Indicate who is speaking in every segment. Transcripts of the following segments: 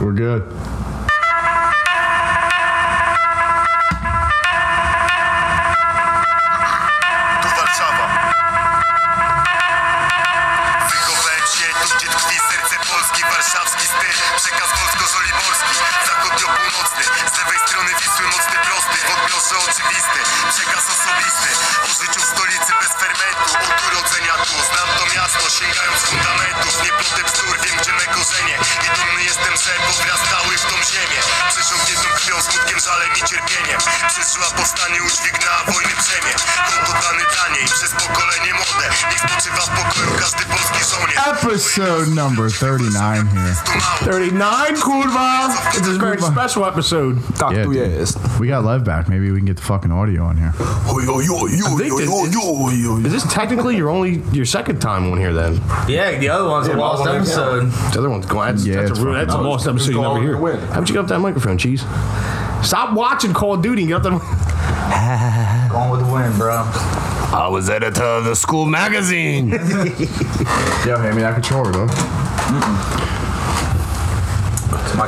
Speaker 1: We're good.
Speaker 2: Tu Warszawa. Wychowałem się tu, gdzie tkwi serce Polski, warszawski styl, przekaz polsko-żoliborski, zachodnio-północny, z lewej strony Wisły mocny prosty, w odbiorze oczywisty, przekaz osobisty, o życiu w stolicy bez fermentu, od urodzenia tu, znam to miasto, sięgając fundamentów, nie ploty bzdur, wiem gdzie me korzenie i dumny jestem, że powrastały w tą ziemię, przesiągniętą krwią, smutkiem, żalem i cierpieniem, przeżyła powstanie, udźwignęła wojny brzemię, hołd oddany taniej, przez pokolenie młode, niech spoczywa w pokoju każdy polski żołnierz.
Speaker 1: Episode number 39 here.
Speaker 3: 39 kurva. It's a very
Speaker 1: Kurva.
Speaker 3: special episode.
Speaker 4: Cock
Speaker 1: Yeah,
Speaker 4: through your
Speaker 1: dude.
Speaker 4: ass.
Speaker 1: We got Lev back. Maybe we can get the fucking audio on here.
Speaker 4: Yo, yo, yo, yo,
Speaker 3: think
Speaker 4: yo,
Speaker 3: that
Speaker 4: yo,
Speaker 3: it's-
Speaker 4: yo, yo, yo.
Speaker 3: Is this technically your only your second time on here then?
Speaker 5: Yeah, the other one's a lost episode.
Speaker 3: The other one's gone. That's,
Speaker 1: Yeah,
Speaker 3: that's,
Speaker 1: it's
Speaker 3: a, real-
Speaker 1: fucking
Speaker 3: that's a lost episode you never
Speaker 4: gone
Speaker 3: hear.
Speaker 4: away.
Speaker 3: How'd you get up that microphone, cheese? Stop watching Call of Duty and get up that
Speaker 5: Going with the wind, bro.
Speaker 6: I was editor of the school magazine.
Speaker 1: Yo, hand me that controller, though.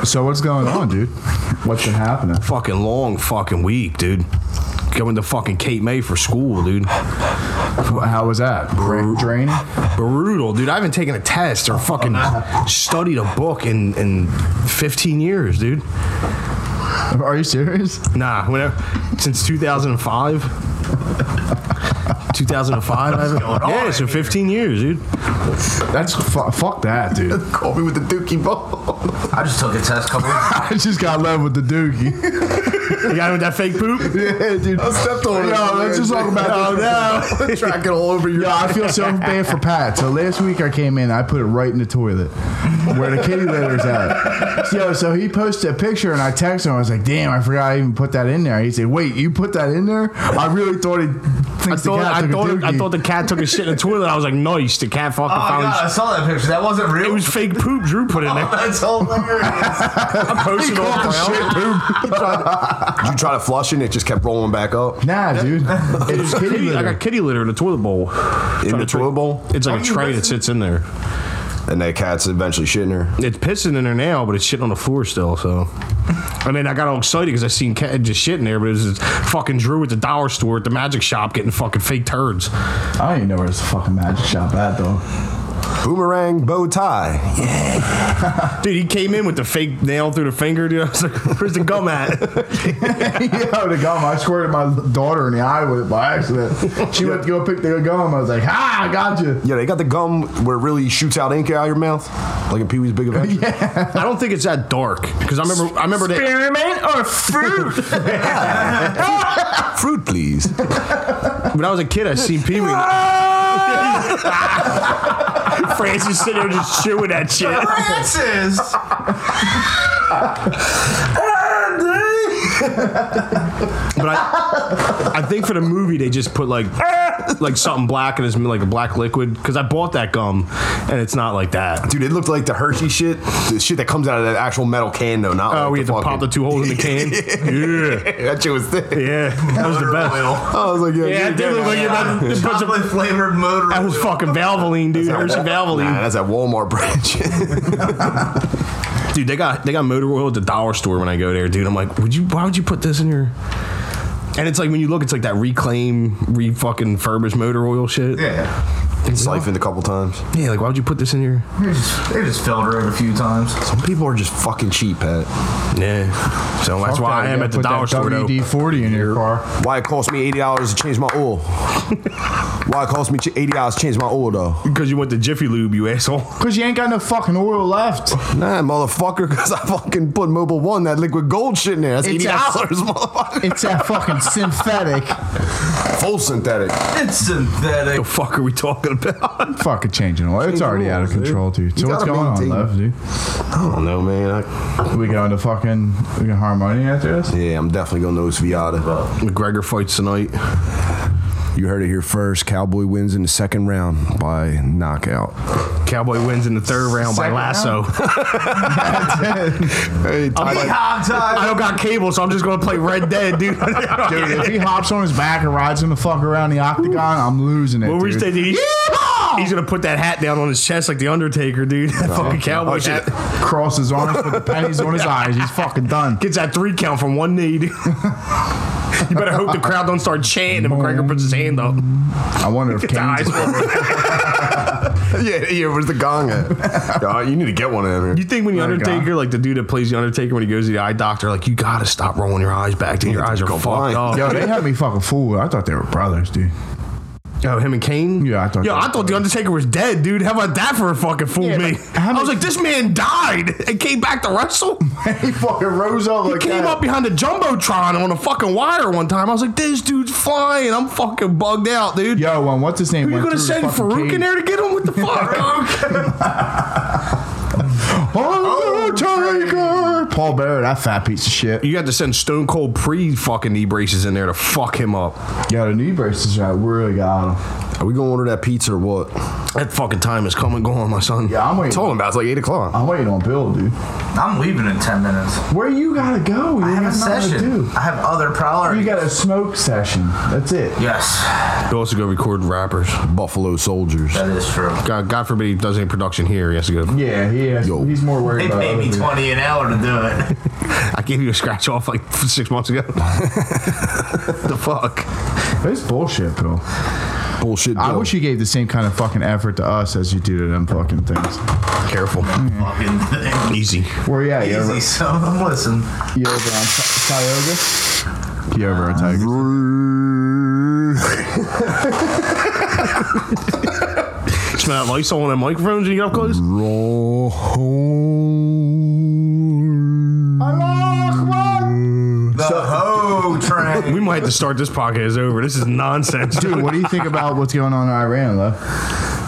Speaker 1: So what's going on, dude? What's been happening?
Speaker 3: fucking long fucking week, dude. Going to fucking Cape May for school, dude.
Speaker 1: How was that? Brain drain?
Speaker 3: Brutal, dude. I haven't taken a test or fucking studied a book in, in 15 years, dude.
Speaker 1: Are you serious?
Speaker 3: Nah, whenever since 2005. 2005. I haven't- yeah, so 15 years, dude.
Speaker 1: That's fu- fuck that, dude.
Speaker 4: Call me with the dookie ball.
Speaker 5: I just took a test couple of
Speaker 1: I just got Lev with the dookie.
Speaker 3: You got with that fake poop?
Speaker 1: yeah, dude.
Speaker 4: I stepped on it.
Speaker 1: Yo, let's just talk about this.
Speaker 4: no. Track it all over your.
Speaker 1: Yo, I feel so bad for Pat. So last week I came in, I put it right in the toilet where the kitty litter's at. Yo, so he posted a picture and I texted him. I was like, damn, I forgot I even put that in there. He said, wait, you put that in there? I really thought he
Speaker 3: I
Speaker 1: thinks
Speaker 3: thought,
Speaker 1: the cat
Speaker 3: I,
Speaker 1: took a
Speaker 3: thought, I
Speaker 1: dookie.
Speaker 3: thought the cat took a shit in the toilet. I was like, nice. The cat fucking
Speaker 5: Oh my
Speaker 3: found
Speaker 5: god, I saw that picture. That wasn't real.
Speaker 3: It was fake poop Drew put in there.
Speaker 5: That's hilarious.
Speaker 3: I posted all
Speaker 1: Caught the
Speaker 3: around.
Speaker 1: shit poop.
Speaker 4: You try to flush it, and it just kept rolling back up
Speaker 1: Nah, dude. It's kitty
Speaker 3: Kitty, I
Speaker 1: litter.
Speaker 3: got kitty litter in the toilet bowl.
Speaker 4: in the
Speaker 3: to drink-
Speaker 4: toilet bowl,
Speaker 3: It's like
Speaker 5: Are
Speaker 3: a
Speaker 5: you
Speaker 3: tray that sits in there.
Speaker 4: and that cat's eventually shitting her.
Speaker 3: It's pissing in there now, but it's shitting on the floor still. So, and then I got all excited because I seen cat just shitting there, but it was just fucking Drew at the dollar store at the magic shop getting fucking fake turds.
Speaker 1: I don't even know where this fucking magic shop at, though.
Speaker 4: Boomerang bow tie.
Speaker 3: Dude, he came in with the fake nail through the finger, dude. I was like, where's the gum at?
Speaker 1: Yo, the gum. I squirted my daughter in the eye with it by accident. She went to go pick the gum. I was like, ah, I got you.
Speaker 4: Yeah, they got the gum where it really shoots out ink out of your mouth, like in Pee Wee's Big Adventure.
Speaker 3: I don't think it's that dark because I remember I remember that
Speaker 1: Experiment or fruit?
Speaker 4: Fruit, please.
Speaker 3: when I was a kid I seen Pee Wee. Francis sitting there just chewing that shit.
Speaker 5: Francis!
Speaker 3: But I, I think for the movie they just put like like something black and it's like a black liquid because I bought that gum and it's not like that.
Speaker 4: Dude, it looked like the Hershey shit, the shit that comes out of that actual metal can, though. Not
Speaker 3: Oh,
Speaker 4: like
Speaker 3: we had
Speaker 4: the
Speaker 3: to pop the
Speaker 4: fucking-
Speaker 3: two holes in the can. Yeah,
Speaker 4: That shit was thick.
Speaker 3: yeah, that was the best.
Speaker 5: Oil.
Speaker 4: I was like, yeah,
Speaker 3: Yeah, it
Speaker 4: dude,
Speaker 3: did look like you're about to put some.
Speaker 5: Chocolate flavored motor.
Speaker 3: That was
Speaker 5: oil.
Speaker 3: fucking Valvoline, dude. Hershey Valvoline.
Speaker 4: Nah, that's that Walmart branch.
Speaker 3: Dude, they got they got motor oil at the dollar store when I go there, dude. I'm like, would you? Why would you put this in your? And it's like when you look, it's like that reclaim, re fucking furbished motor oil shit.
Speaker 5: Yeah.
Speaker 4: Siphoned a couple times.
Speaker 3: Yeah, like why would you put this in your?
Speaker 5: They just, they just filtered it a few times.
Speaker 4: Some people are just fucking cheap, Pat.
Speaker 3: Yeah. So that's why I am at the dollar store though.
Speaker 1: WD forty in your car.
Speaker 4: Why it cost me eighty dollars to change my oil? Why it cost me ch- eighty dollars to change my oil though?
Speaker 3: Because you went to Jiffy Lube, you asshole.
Speaker 1: Cause you ain't got no fucking oil left.
Speaker 4: Nah, motherfucker, because I fucking put Mobile One that liquid gold shit in there. That's
Speaker 1: It's
Speaker 4: eighty dollars, motherfucker.
Speaker 1: It's that fucking synthetic.
Speaker 4: Full synthetic.
Speaker 5: It's synthetic.
Speaker 3: The fuck are we talking about?
Speaker 1: Fucking changing oil. It's already out of
Speaker 4: Changing
Speaker 1: control,
Speaker 4: oils, dude.
Speaker 1: dude. So
Speaker 4: You
Speaker 1: what's
Speaker 4: gotta
Speaker 1: going on,
Speaker 4: maintain.
Speaker 1: love, dude?
Speaker 4: I don't know, man. I,
Speaker 1: We going to fucking we got harmony after this?
Speaker 4: yeah, I'm definitely gonna nose Viata.
Speaker 3: McGregor fights tonight.
Speaker 4: You heard it here first. Cowboy wins in the second round by knockout.
Speaker 3: Cowboy wins in the third round
Speaker 1: Second
Speaker 3: by lasso.
Speaker 1: Oh,
Speaker 4: Hey, Ty,
Speaker 5: Hog
Speaker 3: I
Speaker 5: time.
Speaker 3: don't got cable, so I'm just gonna play Red Dead, dude.
Speaker 1: Dude, if he hops on his back and rides him the fuck around the octagon, I'm losing it.
Speaker 3: What were you
Speaker 1: dude.
Speaker 3: saying? He's gonna put that hat down on his chest like the Undertaker, dude. That fucking cowboy hat.
Speaker 1: Cross his arms, put the pennies on his eyes. He's fucking done.
Speaker 3: Gets that three count from one knee. dude. you better hope the crowd don't start chanting and McGregor puts his hand up.
Speaker 1: I wonder if
Speaker 3: The eyes
Speaker 1: Kane's
Speaker 3: roll.
Speaker 4: yeah, yeah. Where's the gong at? Uh, you need to get one in
Speaker 3: You
Speaker 4: here.
Speaker 3: think when the
Speaker 1: Thank God.
Speaker 3: Undertaker, like the dude that plays the Undertaker, when he goes to the eye doctor, like you gotta stop rolling your eyes back, dude. Your eyes are
Speaker 4: go
Speaker 3: fucked
Speaker 4: blind.
Speaker 3: up.
Speaker 1: Yo, they had me fucking fooled. I thought they were brothers, dude.
Speaker 3: Yo, oh, him and Kane.
Speaker 1: Yeah, I thought
Speaker 3: Yo,
Speaker 1: that
Speaker 3: I
Speaker 1: was
Speaker 3: thought the Undertaker was dead, dude. How about that for a fucking fool
Speaker 1: Yeah,
Speaker 3: me?
Speaker 1: but how
Speaker 3: I was
Speaker 1: many-
Speaker 3: like, this man died and came back to wrestle.
Speaker 1: he fucking rose up
Speaker 3: He
Speaker 1: like
Speaker 3: came
Speaker 1: that.
Speaker 3: up behind the jumbotron on a fucking wire one time. I was like, this dude's flying. I'm fucking bugged out, dude.
Speaker 1: Yo, when what's his name?
Speaker 3: Who you
Speaker 1: went
Speaker 3: gonna
Speaker 1: through the
Speaker 3: send
Speaker 1: fucking
Speaker 3: Farouk in
Speaker 1: cage-
Speaker 3: there to get him? What the fuck?
Speaker 1: Oh, Undertaker! Paul Bearer, that fat piece of shit.
Speaker 3: you got to send Stone Cold pre fucking knee braces in there to fuck him up.
Speaker 1: Yo, the knee braces, I really got him.
Speaker 4: Are we gonna order that pizza or what?
Speaker 3: That fucking time is coming, going, my son.
Speaker 1: Yeah, I'm
Speaker 4: I
Speaker 1: waiting.
Speaker 4: told him about it. it's like eight o'clock.
Speaker 1: I'm waiting on Bill, dude.
Speaker 5: I'm leaving in 10 minutes.
Speaker 1: Where you gotta go? You
Speaker 5: I have a
Speaker 1: got nothing to
Speaker 5: session.
Speaker 1: do.
Speaker 5: I have other priorities.
Speaker 1: You got a smoke session. That's it.
Speaker 5: yes,
Speaker 3: He also go record rappers.
Speaker 4: Buffalo Soldiers.
Speaker 5: that is true.
Speaker 3: God, God forbid he does any production here. He has to go.
Speaker 1: Yeah, he has,
Speaker 4: Yo.
Speaker 1: he's more worried
Speaker 5: They
Speaker 1: about
Speaker 5: pay
Speaker 1: other
Speaker 5: me
Speaker 1: people.
Speaker 5: 20 an hour to do it.
Speaker 3: I gave you a scratch off like six months ago. the fuck?
Speaker 1: That's bullshit, Bill.
Speaker 4: Bullshit.
Speaker 1: I
Speaker 4: Bill.
Speaker 1: wish you gave the same kind of fucking effort to us as you do to them fucking things.
Speaker 3: Careful.
Speaker 5: Fucking thing.
Speaker 3: Easy.
Speaker 1: Where you at? You over,
Speaker 5: Easy, so I'm listening.
Speaker 1: you over on Ti- Tioga? You over on Tioga?
Speaker 3: Smell that Lysol on the microphones when you get up close?
Speaker 5: The hoe train.
Speaker 3: We might have to start this podcast over. This is nonsense,
Speaker 1: Dude, what do you think about what's going on in Iran, though?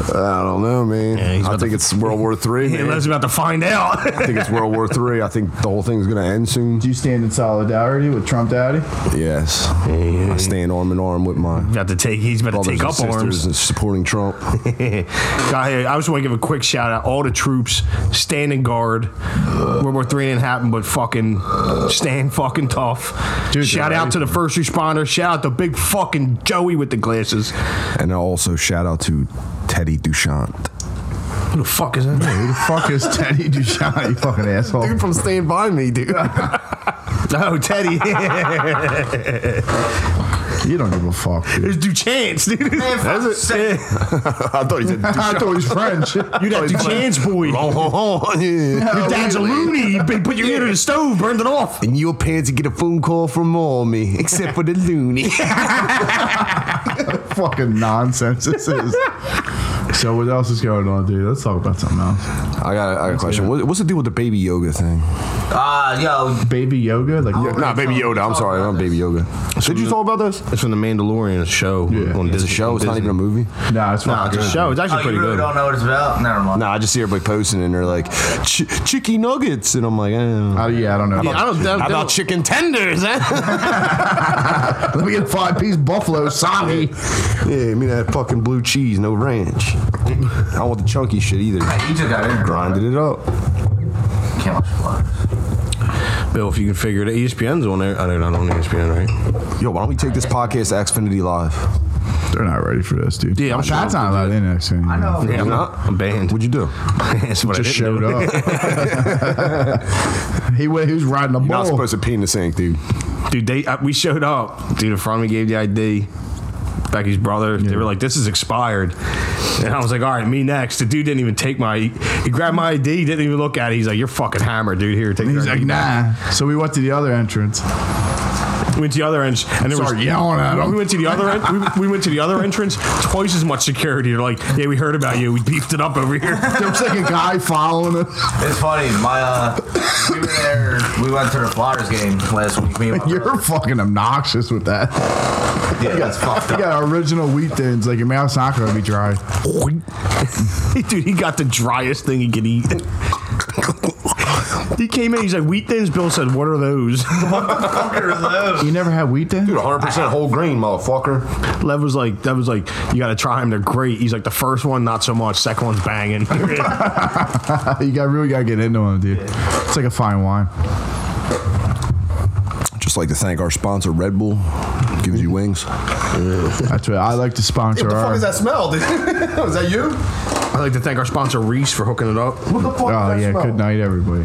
Speaker 4: I don't know, man.
Speaker 3: Yeah, he's
Speaker 4: I
Speaker 3: about
Speaker 4: think
Speaker 3: to-
Speaker 4: it's World War Three.
Speaker 3: Hey,
Speaker 4: man.
Speaker 3: Les about to find out.
Speaker 4: I think it's World War Three. I think the whole thing's gonna end soon.
Speaker 1: Do you stand in solidarity with Trump Daddy?
Speaker 4: Yes, I stand arm in arm with my
Speaker 3: about to take. He's about to
Speaker 4: brothers
Speaker 3: take
Speaker 4: and
Speaker 3: up
Speaker 4: sisters
Speaker 3: arms.
Speaker 4: and supporting Trump.
Speaker 3: God, hey, I just want to give a quick shout out all the troops standing guard. World War Three didn't happen, but fucking stand fucking tough. shout out to the first responders. Shout out to big fucking Joey with the glasses.
Speaker 4: and I also shout out to Teddy Duchant.
Speaker 3: Who the fuck is that?
Speaker 1: Who the fuck is Teddy Duchon, you fucking asshole?
Speaker 4: from Stand By Me, dude.
Speaker 3: oh, Teddy.
Speaker 1: You don't give a fuck, dude.
Speaker 3: There's Duchance, dude.
Speaker 5: Man, fuck sake.
Speaker 4: I thought he said
Speaker 1: I thought he was French.
Speaker 3: You that Duchance boy.
Speaker 4: Duchant.
Speaker 3: Your dad's a loony. You Put your ear to the stove, burned it off.
Speaker 4: And your parents get a phone call from all me, except for the loony.
Speaker 1: fucking nonsense this is. So what else is going on, dude? Let's talk about something else.
Speaker 4: I got, a- I got a question. What, what's the deal with the baby yoga thing?
Speaker 5: Ah, yo,
Speaker 1: Baby yoga, like
Speaker 4: Nah, baby Yoda. I'm sorry, not baby yoga. Did you talk about this?
Speaker 3: It's from the Mandalorian show.
Speaker 1: Yeah.
Speaker 3: on
Speaker 4: It's
Speaker 3: Disney-
Speaker 4: a show.
Speaker 3: on
Speaker 4: It's not
Speaker 3: Disney.
Speaker 4: even a movie.
Speaker 1: nah, it's
Speaker 3: Nah,
Speaker 1: not
Speaker 3: it's a show. It's actually
Speaker 5: oh,
Speaker 3: pretty
Speaker 5: you really
Speaker 3: good.
Speaker 5: don't know what it's about? Never mind.
Speaker 4: Nah, I just see everybody posting and they're like, Ch- "Chicky nuggets," and I'm like, eh.
Speaker 1: Uh, yeah, I don't know.
Speaker 3: I don't.
Speaker 4: "How about chicken tenders?" Huh?
Speaker 1: Let me get a five piece buffalo sami.
Speaker 4: yeah, I mean that fucking blue cheese, no ranch. I don't want the chunky shit either.
Speaker 5: You just got in
Speaker 4: Grinded it up.
Speaker 5: Can't watch Flux.
Speaker 3: Bill, if you can figure it, E out. ESPN's on there. I don't know, E not on ESPN, right?
Speaker 4: Yo, why don't we take this podcast to Xfinity Live?
Speaker 1: They're not ready for this, dude.
Speaker 3: Yeah, I'm sure
Speaker 1: That's not allowed in next thing. I
Speaker 5: know.
Speaker 3: Yeah, I'm
Speaker 4: not?
Speaker 3: not. I'm banned.
Speaker 4: What'd you do?
Speaker 3: That's what I
Speaker 1: Just showed
Speaker 3: didn't do.
Speaker 1: up. he went. He was riding a
Speaker 4: Not
Speaker 1: bull.
Speaker 4: supposed to pee in the sink, dude.
Speaker 3: dude. They uh, we showed up. Dude, in front of me gave the ID. Becky's brother. They were like, "This is expired," and I was like, "All right, me next." The dude didn't even take my. He grabbed my ID. Didn't even look at it. He's like, "You're fucking hammered, dude. Here, take."
Speaker 1: He's
Speaker 3: your
Speaker 1: like,
Speaker 3: ID back."
Speaker 1: nah. So we went to the other entrance.
Speaker 3: Went to the other end, and there
Speaker 1: Start
Speaker 3: was
Speaker 1: yelling at him.
Speaker 3: We went to the other end. We, we went to the other entrance. Twice as much security. They're like, "Yeah, we heard about you. We beefed it up over here."
Speaker 1: There was like a guy following us.
Speaker 5: It's funny. My uh, we were there. We went to the Flyers game last week. Me and my brother.
Speaker 1: You're fucking obnoxious with that.
Speaker 5: yeah, that's fucked
Speaker 1: You
Speaker 5: up.
Speaker 1: got original wheat thins. Like your mouth's not gonna be dry.
Speaker 3: Dude, he got the driest thing he could eat. he came in, he's like, Wheat thins. Bill said, What are those?
Speaker 1: You never had wheat thins?
Speaker 4: Dude, 100 percent whole grain, motherfucker.
Speaker 3: Lev was like, That was like, you got to try them. They're great. He's like, The first one, not so much. Second one's banging. Dude,
Speaker 1: You got really gotta get into them, dude. It's like a fine wine.
Speaker 7: Just like to thank our sponsor, Red Bull. Gives you wings.
Speaker 1: That's what I like to sponsor.
Speaker 8: What the
Speaker 1: our,
Speaker 8: fuck is that smell? Is that you?
Speaker 3: I'd like to thank our sponsor Reese for hooking it up.
Speaker 8: What the fuck?
Speaker 1: Oh
Speaker 8: is that
Speaker 1: yeah,
Speaker 8: smell?
Speaker 1: good night, everybody.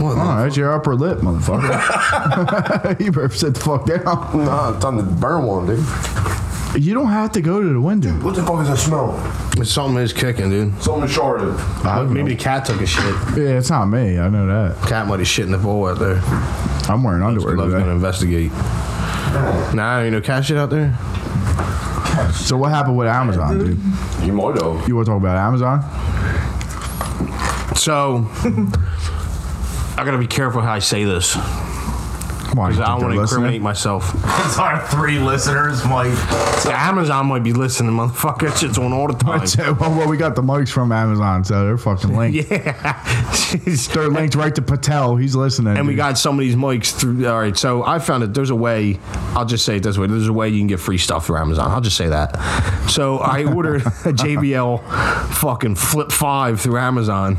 Speaker 1: Oh, that's your upper lip, motherfucker. you better sit the fuck down.
Speaker 4: Nah, time to burn one, dude.
Speaker 1: You don't have to go to the window.
Speaker 4: What the fuck is that smell?
Speaker 3: Something is kicking, dude.
Speaker 4: Something shorted.
Speaker 3: Maybe the cat took a shit.
Speaker 1: Yeah, it's not me. I know that.
Speaker 3: Cat might have shit in the bowl out there.
Speaker 1: I'm wearing underwear
Speaker 3: Love's gonna
Speaker 1: today.
Speaker 3: investigate. Nah, you know cat shit out there.
Speaker 1: So what happened with Amazon, dude?
Speaker 4: You might have.
Speaker 1: You want to talk about Amazon?
Speaker 3: So I gotta be careful how I say this because
Speaker 1: Come on, you think
Speaker 3: I don't want
Speaker 1: they're listening?
Speaker 3: to incriminate myself.
Speaker 5: It's our three listeners, Mike.
Speaker 3: Yeah, Amazon might be listening, motherfucker. That shit's on all the time.
Speaker 1: So, well, well, we got the mics from Amazon, so they're fucking linked.
Speaker 3: yeah.
Speaker 1: They're linked right to Patel. He's listening.
Speaker 3: and we
Speaker 1: dude.
Speaker 3: got some of these mics through. All right, so I found that there's a way. I'll just say it this way: there's a way you can get free stuff through Amazon. I'll just say that. So I ordered a JBL fucking Flip Five through Amazon,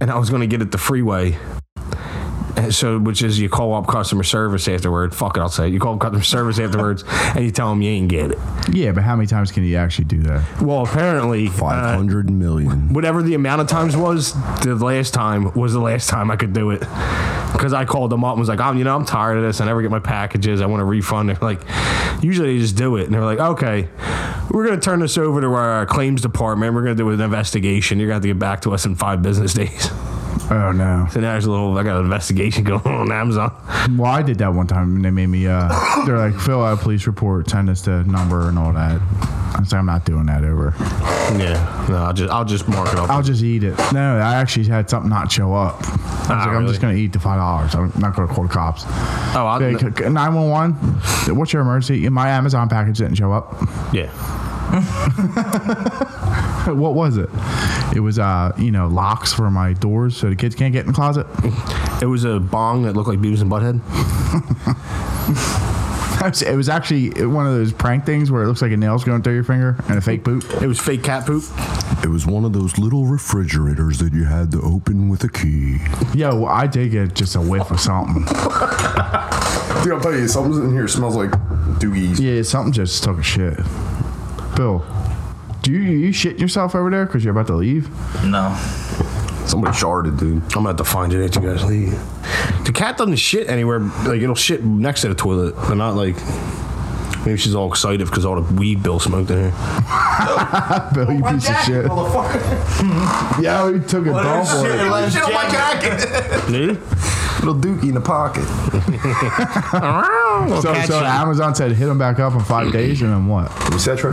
Speaker 3: and I was going to get it the freeway. And So, which is you call up customer service afterward. Fuck it, I'll say it. You call up customer service afterwards, and you tell them you ain't get it.
Speaker 1: yeah, but how many times can he actually do that?
Speaker 3: Well, apparently, uh,
Speaker 7: Five hundred million.
Speaker 3: whatever the amount of times was, the last time was the last time I could do it. Because I called them up and was like, I'm, you know, I'm tired of this. I never get my packages. I want a refund. They're like, usually they just do it. And they're like, okay, we're going to turn this over to our claims department. We're going to do an investigation. You're going to have to get back to us in five business days.
Speaker 1: Oh no!
Speaker 3: So now there's a little, I got an investigation going on on Amazon.
Speaker 1: Well, I did that one time, and they made me. Uh, they're like, fill out a police report, send us the number, and all that. I said, I'm not doing that over.
Speaker 3: Yeah. No, I'll just, I'll just mark it up.
Speaker 1: I'll just eat it. No, I actually had something not show up. I was like, I'm
Speaker 3: Ah, really?
Speaker 1: just gonna eat the five dollars. I'm not gonna call the cops.
Speaker 3: oh, I'll,
Speaker 1: Nine one one. What's your emergency? My Amazon package didn't show up.
Speaker 3: yeah.
Speaker 1: What was it? It was uh, you know, locks for my doors so the kids can't get in the closet.
Speaker 3: It was a bong that looked like Beavis and Butthead.
Speaker 1: it was actually one of those prank things where it looks like a nail's going through your finger and a fake poop.
Speaker 3: It was fake cat poop.
Speaker 7: It was one of those little refrigerators that you had to open with a key.
Speaker 1: Yo, well, I did get just a whiff of something.
Speaker 4: Dude, I'll tell you, something's in here smells like doogies.
Speaker 1: Yeah, something just took a shit. Bill, do you, you shit yourself over there because you're about to leave?
Speaker 5: No.
Speaker 4: Somebody sharded, dude.
Speaker 3: I'm gonna have to find it after you guys leave. The cat doesn't shit anywhere. Like it'll shit next to the toilet, but not like. Maybe she's all excited because all the weed Bill smoked in here.
Speaker 1: Bill, you piece of shit. Yo, he took a ball for it.
Speaker 5: Shit on my jacket.
Speaker 3: Dude,
Speaker 4: Little dookie in the pocket.
Speaker 1: So, so Amazon said hit him back up in five days, and then what?
Speaker 4: Etc.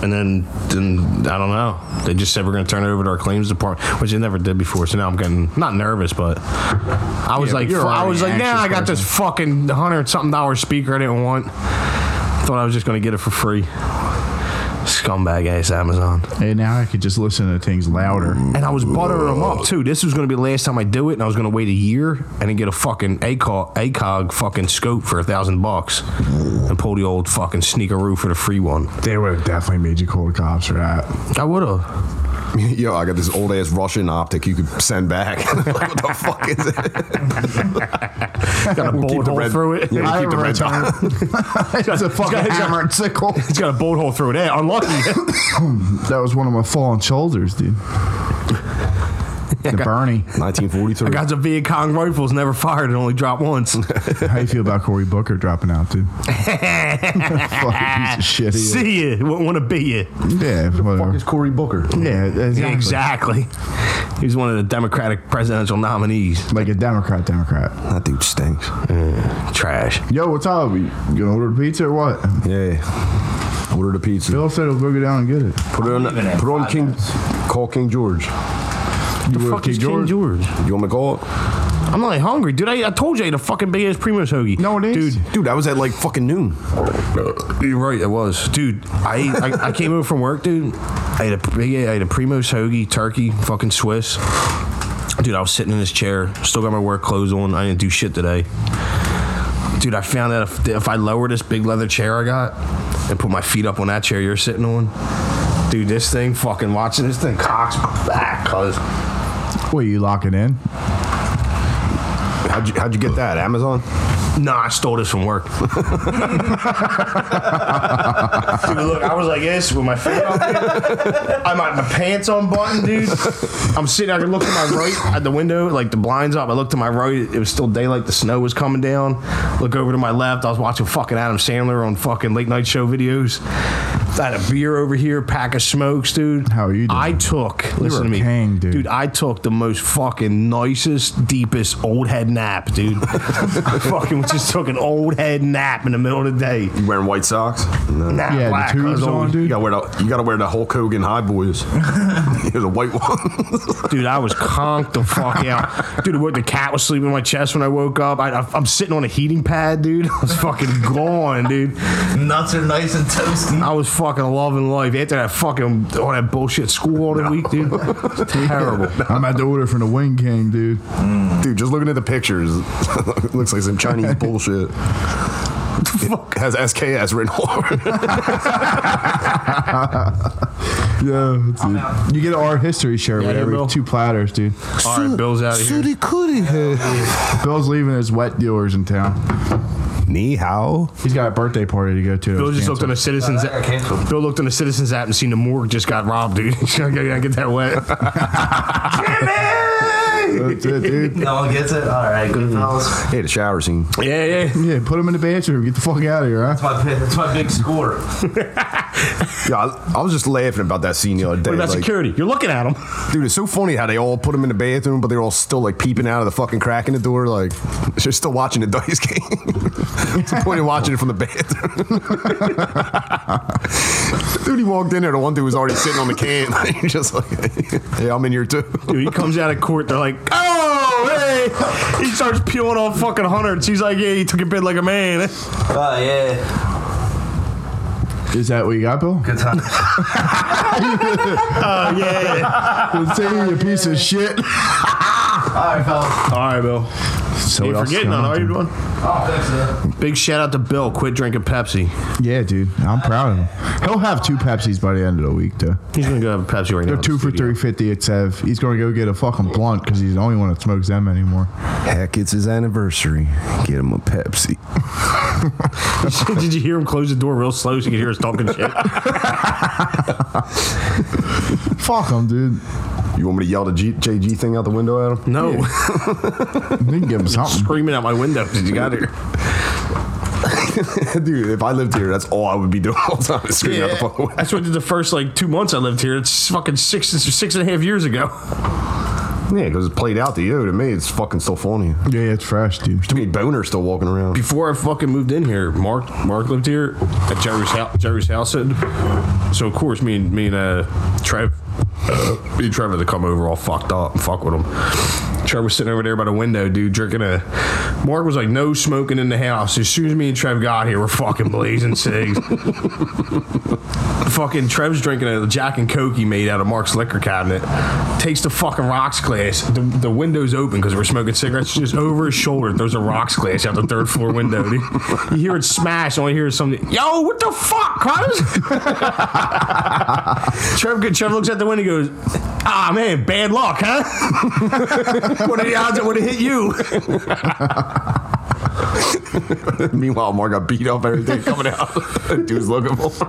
Speaker 3: and then, then I don't know. They just said we're gonna turn it over to our claims department, which they never did before. So now I'm getting not nervous, but I was
Speaker 1: Yeah, but
Speaker 3: like,
Speaker 1: you're
Speaker 3: I
Speaker 1: already
Speaker 3: was like,
Speaker 1: an
Speaker 3: nah,
Speaker 1: anxious
Speaker 3: I got this fucking hundred something dollar speaker I didn't want. Thought I was just gonna get it for free. Scumbag ass Amazon.
Speaker 1: And now I could just listen to things louder.
Speaker 3: And I was buttering them up too. This was going to be the last time I do it, and I was going to wait a year and then get a fucking ACOG, ACOG fucking scope for a thousand bucks and pull the old fucking sneakeroo for the free one.
Speaker 1: They would have definitely made you call the cops for that.
Speaker 3: I would have.
Speaker 4: Yo, I got this old ass Russian optic you could send back. what the fuck is it?
Speaker 3: Got a bolt
Speaker 4: the
Speaker 3: hole
Speaker 4: red-
Speaker 3: through it.
Speaker 4: Yeah, keep the red dot.
Speaker 1: it's a fucking
Speaker 3: it's got-
Speaker 1: hammer and sickle.
Speaker 3: It's got a bolt hole through it. Hey, unlucky.
Speaker 1: That was one of my fallen shoulders, dude. The Bernie.
Speaker 4: 1943.
Speaker 3: got some Viet Cong rifles, never fired, and only dropped once.
Speaker 1: How you feel about Cory Booker dropping out, dude? fucking piece of shit. he is.
Speaker 3: See you. Wouldn't want to beat you.
Speaker 1: Yeah, whatever.
Speaker 4: Cory Booker.
Speaker 1: Yeah, exactly.
Speaker 3: Exactly. He was one of the Democratic presidential nominees.
Speaker 1: Like a Democrat, Democrat.
Speaker 4: That dude stinks.
Speaker 3: Trash.
Speaker 1: Yo, what's up? You gonna order pizza or what?
Speaker 4: Yeah. Order the pizza.
Speaker 1: Bill said he'll go get down and get it.
Speaker 4: Put it on.
Speaker 5: leaving in
Speaker 4: Put on
Speaker 5: five
Speaker 4: King. Call King George.
Speaker 1: You
Speaker 3: Fuck is King George.
Speaker 4: You want me to call it?
Speaker 3: I'm not hungry, dude. I, I told you I ate a fucking big ass Primo's hoagie.
Speaker 1: No, it is.
Speaker 3: Dude,
Speaker 4: Dude, that was at like fucking noon.
Speaker 3: You're right. It was, dude. I ate- I, I came over from work, dude. I ate a big, I ate a Primo's hoagie, turkey, fucking Swiss. Dude, I was sitting in this chair, still got my work clothes on. I didn't do shit today. Dude, I found out if, if I lower this big leather chair I got and put my feet up on that chair you're sitting on, dude, this thing fucking watching this thing cocks back, cause
Speaker 1: Wait, you lock it in?
Speaker 4: How'd you, how'd you get that? Amazon?
Speaker 3: No, I stole this from work. Dude, look, I was like this with my feet up. I'm got my pants unbuttoned, dude. I'm sitting. I look to my right at the window, like the blinds up. I look to my right. It was still daylight. The snow was coming down. Look over to my left. I was watching fucking Adam Sandler on fucking late night show videos. I had a beer over here, pack of smokes, dude.
Speaker 1: How are you doing?
Speaker 3: I took. listen
Speaker 1: a
Speaker 3: to me,
Speaker 1: king, dude.
Speaker 3: dude. I took the most fucking nicest, deepest old head nap, dude. I fucking just took an old head nap in the middle of the day.
Speaker 4: You wearing white socks? No.
Speaker 3: Nah,
Speaker 1: Yeah,
Speaker 3: black,
Speaker 1: the
Speaker 3: I was
Speaker 1: tubes
Speaker 3: always-
Speaker 1: on, dude.
Speaker 4: You gotta wear the you gotta wear the Hulk Hogan high boys. You're the white one.
Speaker 3: Dude, I was conked the fuck out. Dude, what, the cat was sleeping in my chest when I woke up. I, I'm sitting on a heating pad, dude. I was fucking gone, dude.
Speaker 5: Nuts are nice and toasty.
Speaker 3: I was fucking loving life after that fucking all that bullshit school all the week, dude. It's terrible.
Speaker 1: I'm at the order from the Wing King, dude.
Speaker 4: Dude, just looking at the pictures, looks like some Chinese bullshit. It has SKS written all over it.
Speaker 1: Yeah, that's it. you get an art history shirt with every
Speaker 3: Bill.
Speaker 1: two platters, dude.
Speaker 3: All right, Bill's out of here.
Speaker 1: Bill's leaving his wet dealers in town.
Speaker 4: Ni hao.
Speaker 1: He's got a birthday party to go to.
Speaker 3: Bill just looked on
Speaker 1: Canceled.
Speaker 3: the citizens.
Speaker 5: that got canceled.
Speaker 3: Bill looked on the citizens app and seen the morgue just got robbed, dude. He's gonna get get that wet.
Speaker 1: That's it, dude.
Speaker 5: No one gets it? Alright, good fellas.
Speaker 4: Hey, the shower scene.
Speaker 3: yeah, yeah.
Speaker 1: Yeah, put him in the bathroom. Get the fuck out of here, huh?
Speaker 5: That's my, pi- that's my big score.
Speaker 4: Yeah, I, I was just laughing about that scene the other day.
Speaker 3: What about
Speaker 4: like,
Speaker 3: security? You're looking at him.
Speaker 4: dude, it's so funny how they all put him in the bathroom, but they're all still like peeping out of the fucking crack in the door. Like they're still watching the dice game. What's the point of watching it from the bathroom? dude, he walked in there. The one dude was already sitting on the can. He's just like, "Hey, I'm in here too."
Speaker 3: Dude, he comes out of court. They're like, oh, hey. He starts peeling off fucking hundreds. He's like, yeah, he took a bid like a man.
Speaker 5: Oh, yeah.
Speaker 1: Is that what you got, Bill?
Speaker 5: Good time.
Speaker 3: Oh, yeah.
Speaker 1: Let's see, you piece of shit.
Speaker 5: Alright, fellas.
Speaker 3: All right, Bill.
Speaker 1: So
Speaker 3: You
Speaker 1: what else
Speaker 3: forgetting
Speaker 1: is
Speaker 3: none,
Speaker 1: going
Speaker 3: are you
Speaker 1: dude?
Speaker 3: doing?
Speaker 5: Oh, thanks, man.
Speaker 3: Big shout out to Bill. Quit drinking Pepsi.
Speaker 1: Yeah, dude. I'm proud of him. He'll have two Pepsis by the end of the week, though.
Speaker 3: He's going to go have a Pepsi right now.
Speaker 1: They're two for three fifty at Sev. He's gonna go get a fucking blunt because he's the only one that smokes them anymore.
Speaker 7: Heck, it's his anniversary. Get him a Pepsi.
Speaker 3: Did you hear him close the door real slow so you could hear us talking shit?
Speaker 1: Fuck him, dude.
Speaker 4: You want me to yell the G- JG thing out the window at him?
Speaker 3: No.
Speaker 1: We can give him something.
Speaker 3: Screaming out my window. Did you got here?
Speaker 4: Dude, if I lived here, that's all I would be doing all the time. is Screaming out the fucking window.
Speaker 3: That's what I did the first like two months I lived here. It's fucking six, six and a half years ago.
Speaker 4: Yeah, because it's played out to you. To me, it's fucking still funny.
Speaker 1: Yeah, it's fresh, dude.
Speaker 4: Too many boners still walking around.
Speaker 3: before I fucking moved in here, Mark Mark lived here at Jerry's house. Jerry's house, and so of course me and me and uh, Trev, uh, me and Trevor, they come over all fucked up and fuck with him. Trevor was sitting over there by the window, dude, drinking a. Mark was like, "No smoking in the house." As soon as me and Trev got here, we're fucking blazing cigs. fucking Trev's drinking a Jack and Coke he made out of Mark's liquor cabinet. Takes the fucking rocks glass. The, the window's open because we're smoking cigarettes. Just over his shoulder, there's a rocks glass out the third floor window. dude. You hear it smash. Only hear something. Yo, what the fuck, cuz? Trev, go- Trev looks out the window, and goes, Ah man, bad luck, huh? what are the odds it would have hit you?
Speaker 4: Meanwhile, Mark got beat up every day coming out. Dude's looking for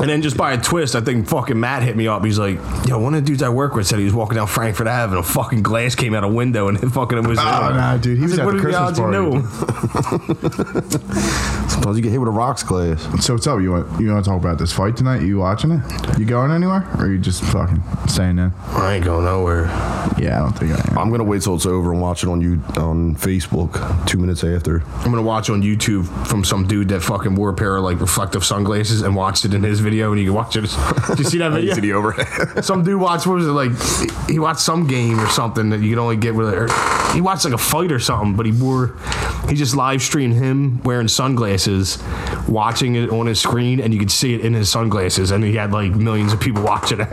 Speaker 3: And then just by a twist, I think fucking Matt hit me up. He's like, yo, one of the dudes I work with said he was walking down Frankfurt Ave and a fucking glass came out a window and it fucking it was.
Speaker 1: Oh, nah, dude. He
Speaker 3: I
Speaker 1: was
Speaker 3: said,
Speaker 1: at
Speaker 3: what
Speaker 1: the
Speaker 3: are the
Speaker 1: Christmas
Speaker 3: odds you
Speaker 1: party.
Speaker 3: knew?
Speaker 4: Sometimes you get hit with a rocks glass.
Speaker 1: So what's up? You want you want to talk about this fight tonight? You watching it? You going anywhere, or you just fucking staying in?
Speaker 3: I ain't going nowhere.
Speaker 1: Yeah, I don't think I am.
Speaker 4: I'm gonna wait till it's over and watch it on you on Facebook two minutes after.
Speaker 3: I'm gonna watch on YouTube from some dude that fucking wore a pair of like reflective sunglasses and watched it in his video, and you can watch it. Did you see that video?
Speaker 4: City over.
Speaker 3: some dude watched what was it like? He watched some game or something that you can only get with. Or he watched like a fight or something, but he wore. He just live streamed him wearing sunglasses, watching it on his screen, and you could see it in his sunglasses, and he had like millions of people watching it.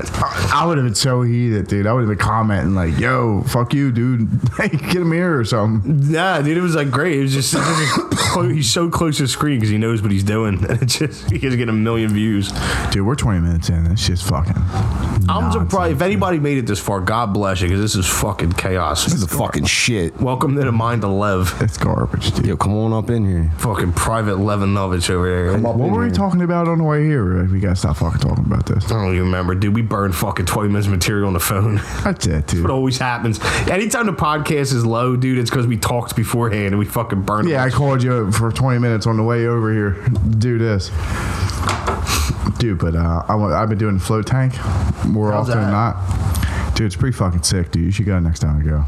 Speaker 1: I would have been so heated, dude. I would have been commenting like, "Yo, fuck you, dude. Hey, Get him here or something."
Speaker 3: Nah, dude, it was like great. It was just, it was just clo- he's so close to the screen because he knows what he's doing, and it's just he's getting a million views.
Speaker 1: Dude, we're 20 minutes in. This shit's fucking.
Speaker 3: I'm
Speaker 1: nonsense.
Speaker 3: surprised if anybody made it this far. God bless you, because this is fucking chaos.
Speaker 4: This is fucking shit.
Speaker 3: Welcome to the mind of Lev.
Speaker 1: It's garbage. garbage, dude.
Speaker 7: Yo, come on up in here.
Speaker 3: Fucking Private Levinovich over there. I
Speaker 1: What were we talking about on the way here? We gotta stop fucking talking about this.
Speaker 3: don't even remember, dude. We burned fucking 20 minutes of material on the phone.
Speaker 1: That's it, dude.
Speaker 3: It always happens. Anytime the podcast is low, dude, it's because we talked beforehand and we fucking burned.
Speaker 1: Yeah, I called you for 20 minutes on the way over here. to Do this. Dude, but uh, I, wa- I've been doing float tank more
Speaker 5: How's
Speaker 1: often than not. Dude, it's pretty fucking sick, dude. You should go next time I go.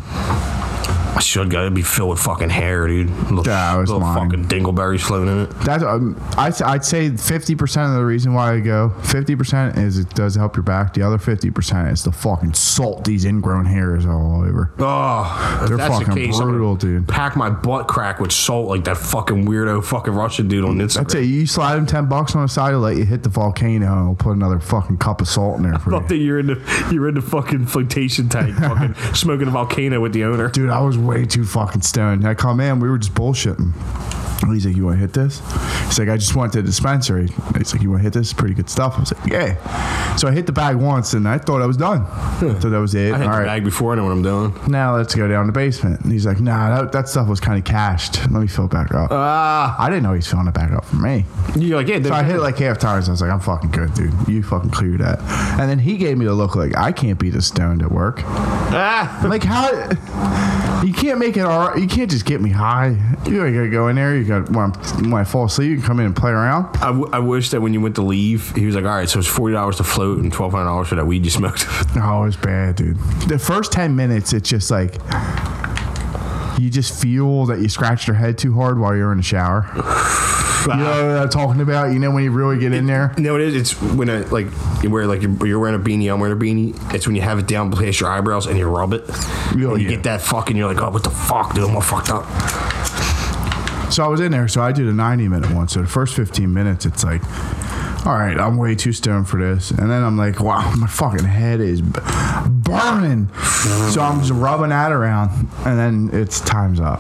Speaker 3: I should go. It'd be filled with fucking hair, dude. Little,
Speaker 1: Yeah, I was
Speaker 3: little
Speaker 1: lying.
Speaker 3: fucking dingleberries floating in it.
Speaker 1: That's um, I, I'd say 50% of the reason why I go. 50% is it does help your back. The other 50% is the fucking salt these ingrown hairs are all over.
Speaker 3: Oh,
Speaker 1: They're
Speaker 3: that's
Speaker 1: fucking
Speaker 3: the case, I'm gonna
Speaker 1: brutal, dude.
Speaker 3: Pack my butt crack with salt like that fucking weirdo fucking Russian dude on Instagram.
Speaker 1: I'd say you slide them 10 bucks on the side, it'll let you hit the volcano, and we'll put another fucking cup of salt in there for you.
Speaker 3: Fuck that you're in the you're in the fucking flotation tank, fucking smoking a volcano with the owner.
Speaker 1: Dude, I was way too fucking stoned. I come in, we were just bullshitting. He's like, You want to hit this? He's like, I just went to the dispensary. He's like, You want to hit this? Pretty good stuff. I was like, Yeah. So I hit the bag once and I thought I was done. So that was it.
Speaker 3: Hmm. I hit
Speaker 1: All
Speaker 3: the
Speaker 1: right.
Speaker 3: bag before I know what I'm doing.
Speaker 1: Now let's go down to the basement. And he's like, Nah, that, that stuff was kind of cashed. Let me fill it back up.
Speaker 3: Ah,
Speaker 1: I didn't know he's filling it back up for me.
Speaker 3: you're like yeah.
Speaker 1: So I hit like half tires. I was like, I'm fucking good, dude. You fucking clear that. And then he gave me the look like, I can't be this stoned at work.
Speaker 3: ah,
Speaker 1: Like how? You can't make it all. You can't just get me high. You ain't gotta go in there. You got when, I'm, when I fall asleep, you can come in and play around.
Speaker 3: I, w- I wish that when you went to leave, he was like, all right, so it's forty dollars to float and twelve hundred dollars for that weed you smoked.
Speaker 1: Oh, it's bad, dude. The first ten minutes, it's just like you just feel that you scratched your head too hard while you're in the shower. You know what I'm talking about? You know when you really get in there.
Speaker 3: No, it is. It's when I like you wear like you're, you're wearing a beanie. I'm wearing a beanie. It's when you have it down past your eyebrows and you rub it.
Speaker 1: Yeah,
Speaker 3: and you
Speaker 1: yeah.
Speaker 3: get that fucking. You're like, oh, what the fuck, dude? I'm all fucked up.
Speaker 1: So I was in there. So I did a 90 minute one. So the first 15 minutes, it's like, all right, I'm way too stoned for this. And then I'm like, wow, my fucking head is b- burning. so I'm just rubbing that around. And then it's time's up.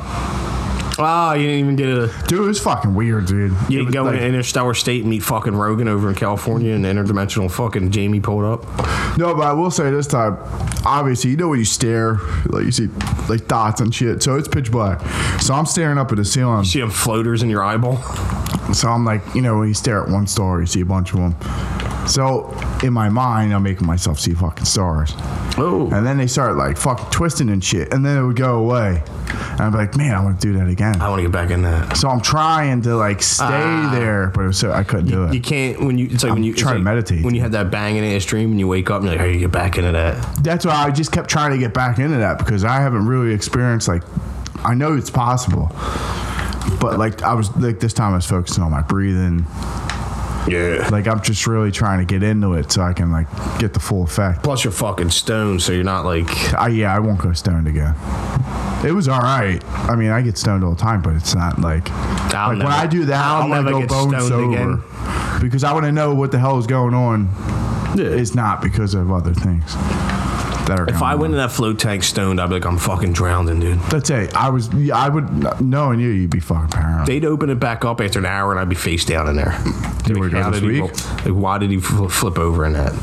Speaker 3: Ah, you didn't even get a.
Speaker 1: Dude, it was fucking weird, dude.
Speaker 3: You
Speaker 1: It
Speaker 3: didn't
Speaker 1: was
Speaker 3: go
Speaker 1: like-
Speaker 3: in interstellar state and meet fucking Rogan over in California and interdimensional fucking Jamie pulled up.
Speaker 1: No, but I will say this time, obviously, you know when you stare, like you see like dots and shit. So it's pitch black. So I'm staring up at the ceiling.
Speaker 3: See them floaters in your eyeball.
Speaker 1: So I'm like, you know, when you stare at one star, you see a bunch of them. So in my mind, I'm making myself see fucking stars.
Speaker 3: Oh.
Speaker 1: And then they start like fucking twisting and shit. And then it would go away. And I'm like, man, I want to do that again.
Speaker 3: I want to get back in that.
Speaker 1: So I'm trying to like stay there, but it was so I couldn't do it.
Speaker 3: You can't when you. It's like when you it's
Speaker 1: trying to
Speaker 3: like
Speaker 1: meditate.
Speaker 3: when you have that banging ass dream and you wake up and you're like, how do you get back into that?
Speaker 1: That's why I just kept trying to get back into that because I haven't really experienced like I know it's possible. But like I was like this time I was focusing on my breathing.
Speaker 3: Yeah.
Speaker 1: Like I'm just really trying to get into it so I can like get the full effect.
Speaker 3: Plus you're fucking stoned, so you're not like.
Speaker 1: I, yeah, I won't go stoned again. It was all right. I mean, I get stoned all the time, but it's not like
Speaker 3: I'll
Speaker 1: like
Speaker 3: never-
Speaker 1: when I do that,
Speaker 3: I'll
Speaker 1: I'm gonna
Speaker 3: never
Speaker 1: go
Speaker 3: get
Speaker 1: bone
Speaker 3: stoned
Speaker 1: sober
Speaker 3: again.
Speaker 1: because I want to know what the hell is going on.
Speaker 3: Yeah.
Speaker 1: It's not because of other things that are.
Speaker 3: If
Speaker 1: going
Speaker 3: I went
Speaker 1: on.
Speaker 3: in that float tank stoned, I'd be like, I'm fucking drowning, dude.
Speaker 1: that's it. I was. yeah, I would knowing you, you'd be fucking paranoid.
Speaker 3: They'd open it back up after an hour, and I'd be face down in there. They'd be
Speaker 1: were
Speaker 3: like,
Speaker 1: going
Speaker 3: "How
Speaker 1: this
Speaker 3: did he
Speaker 1: week?"
Speaker 3: go- like, why did he fl- flip over in that?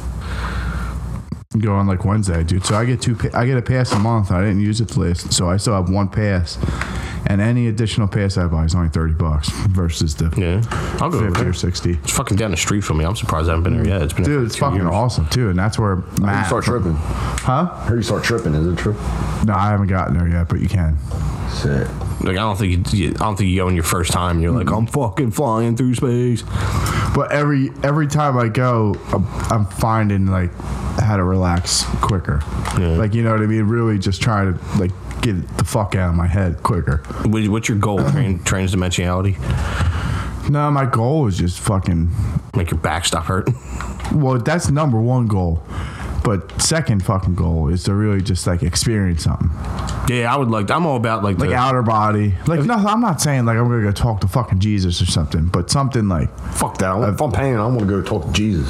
Speaker 1: go on like Wednesday, dude. So I get two. pa- I get a pass a month. I didn't use it the last, so I still have one pass, and any additional pass I buy is only thirty bucks versus the
Speaker 3: Yeah, I'll go. Over
Speaker 1: fifty
Speaker 3: there.
Speaker 1: or sixty.
Speaker 3: It's fucking down the street from me. I'm surprised I haven't been there yet. It's been
Speaker 1: Dude, it's fucking awesome too, and that's where
Speaker 4: You
Speaker 1: Matt.
Speaker 4: start tripping.
Speaker 1: Huh?
Speaker 4: Here you start tripping. Is it true?
Speaker 1: No, I haven't gotten there yet, but you can.
Speaker 4: Sick.
Speaker 3: Like I don't think you, you- I don't think you go in your first time. You're like, I'm fucking flying through space.
Speaker 1: But every every time I go, I'm, I'm finding like how to relax quicker. Like you know what I mean? Really, just try to like get the fuck out of my head quicker.
Speaker 3: What, what's your goal? Train, transdimensionality.
Speaker 1: No, my goal is just fucking.
Speaker 3: Make your back stop hurting.
Speaker 1: Well, that's number one goal. But second fucking goal is to really just like experience something,
Speaker 3: Yeah, I would like. I'm all about like,
Speaker 1: like
Speaker 3: the,
Speaker 1: outer body. Like no, I'm not saying like I'm gonna go talk to fucking Jesus or something, but something like
Speaker 4: Fuck that. I want, if I'm paying, I want to go talk to Jesus.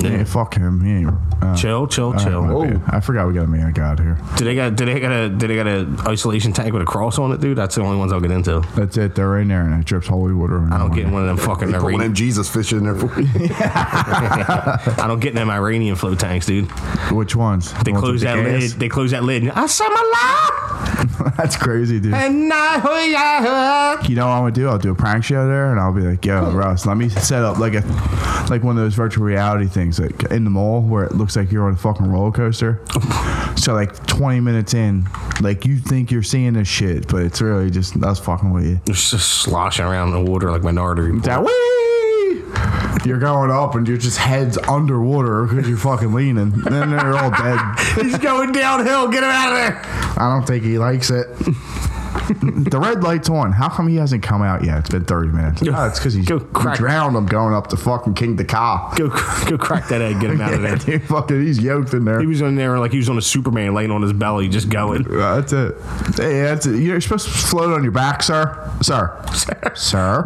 Speaker 1: yeah, fuck him. He ain't, uh,
Speaker 3: chill, chill,
Speaker 1: All right,
Speaker 3: chill.
Speaker 1: my bad. I forgot we got a man of God here.
Speaker 3: Do they got? Do they got a? Do they got a isolation tank with a cross on it, dude? That's the only ones I'll get into.
Speaker 1: That's it. They're in there, and it drips holy water.
Speaker 3: I don't get in one of them fucking.
Speaker 4: Put one of
Speaker 3: Iranian-
Speaker 4: them Jesus fish in there. For you.
Speaker 3: I don't get in them Iranian float tanks, dude.
Speaker 1: Which ones?
Speaker 3: They close that lid. They close that lid. and, I said my
Speaker 1: That's crazy, dude.
Speaker 3: And I,
Speaker 1: You know what I'm gonna do? I'll do a prank show there, and I'll be like, "Yo, Russ, let me set up like a like one of those virtual reality things, like in the mall where it looks like you're on a fucking roller coaster." so like 20 minutes in, like you think you're seeing this shit, but it's really just us fucking with you.
Speaker 3: it's just sloshing around in the water like Minority Report.
Speaker 1: That way. You're going up and you're just heads underwater because you're fucking leaning. Then they're all dead.
Speaker 3: He's going downhill. Get him out of there.
Speaker 1: I don't think he likes it. the red light's on. How come he hasn't come out yet? It's been 30 minutes. Oh, it's because he's
Speaker 3: Go
Speaker 1: he
Speaker 3: crack-
Speaker 1: drowned. I'm going up to fucking King the Car.
Speaker 3: Go, go crack that egg. Get him out of there.
Speaker 1: Dude, fucking, he's yoked in there.
Speaker 3: He was in there like he was on a Superman, laying on his belly, just going.
Speaker 1: Uh, that's it. Hey, that's it. You're supposed to float on your back, sir. Sir. Sir. Sir.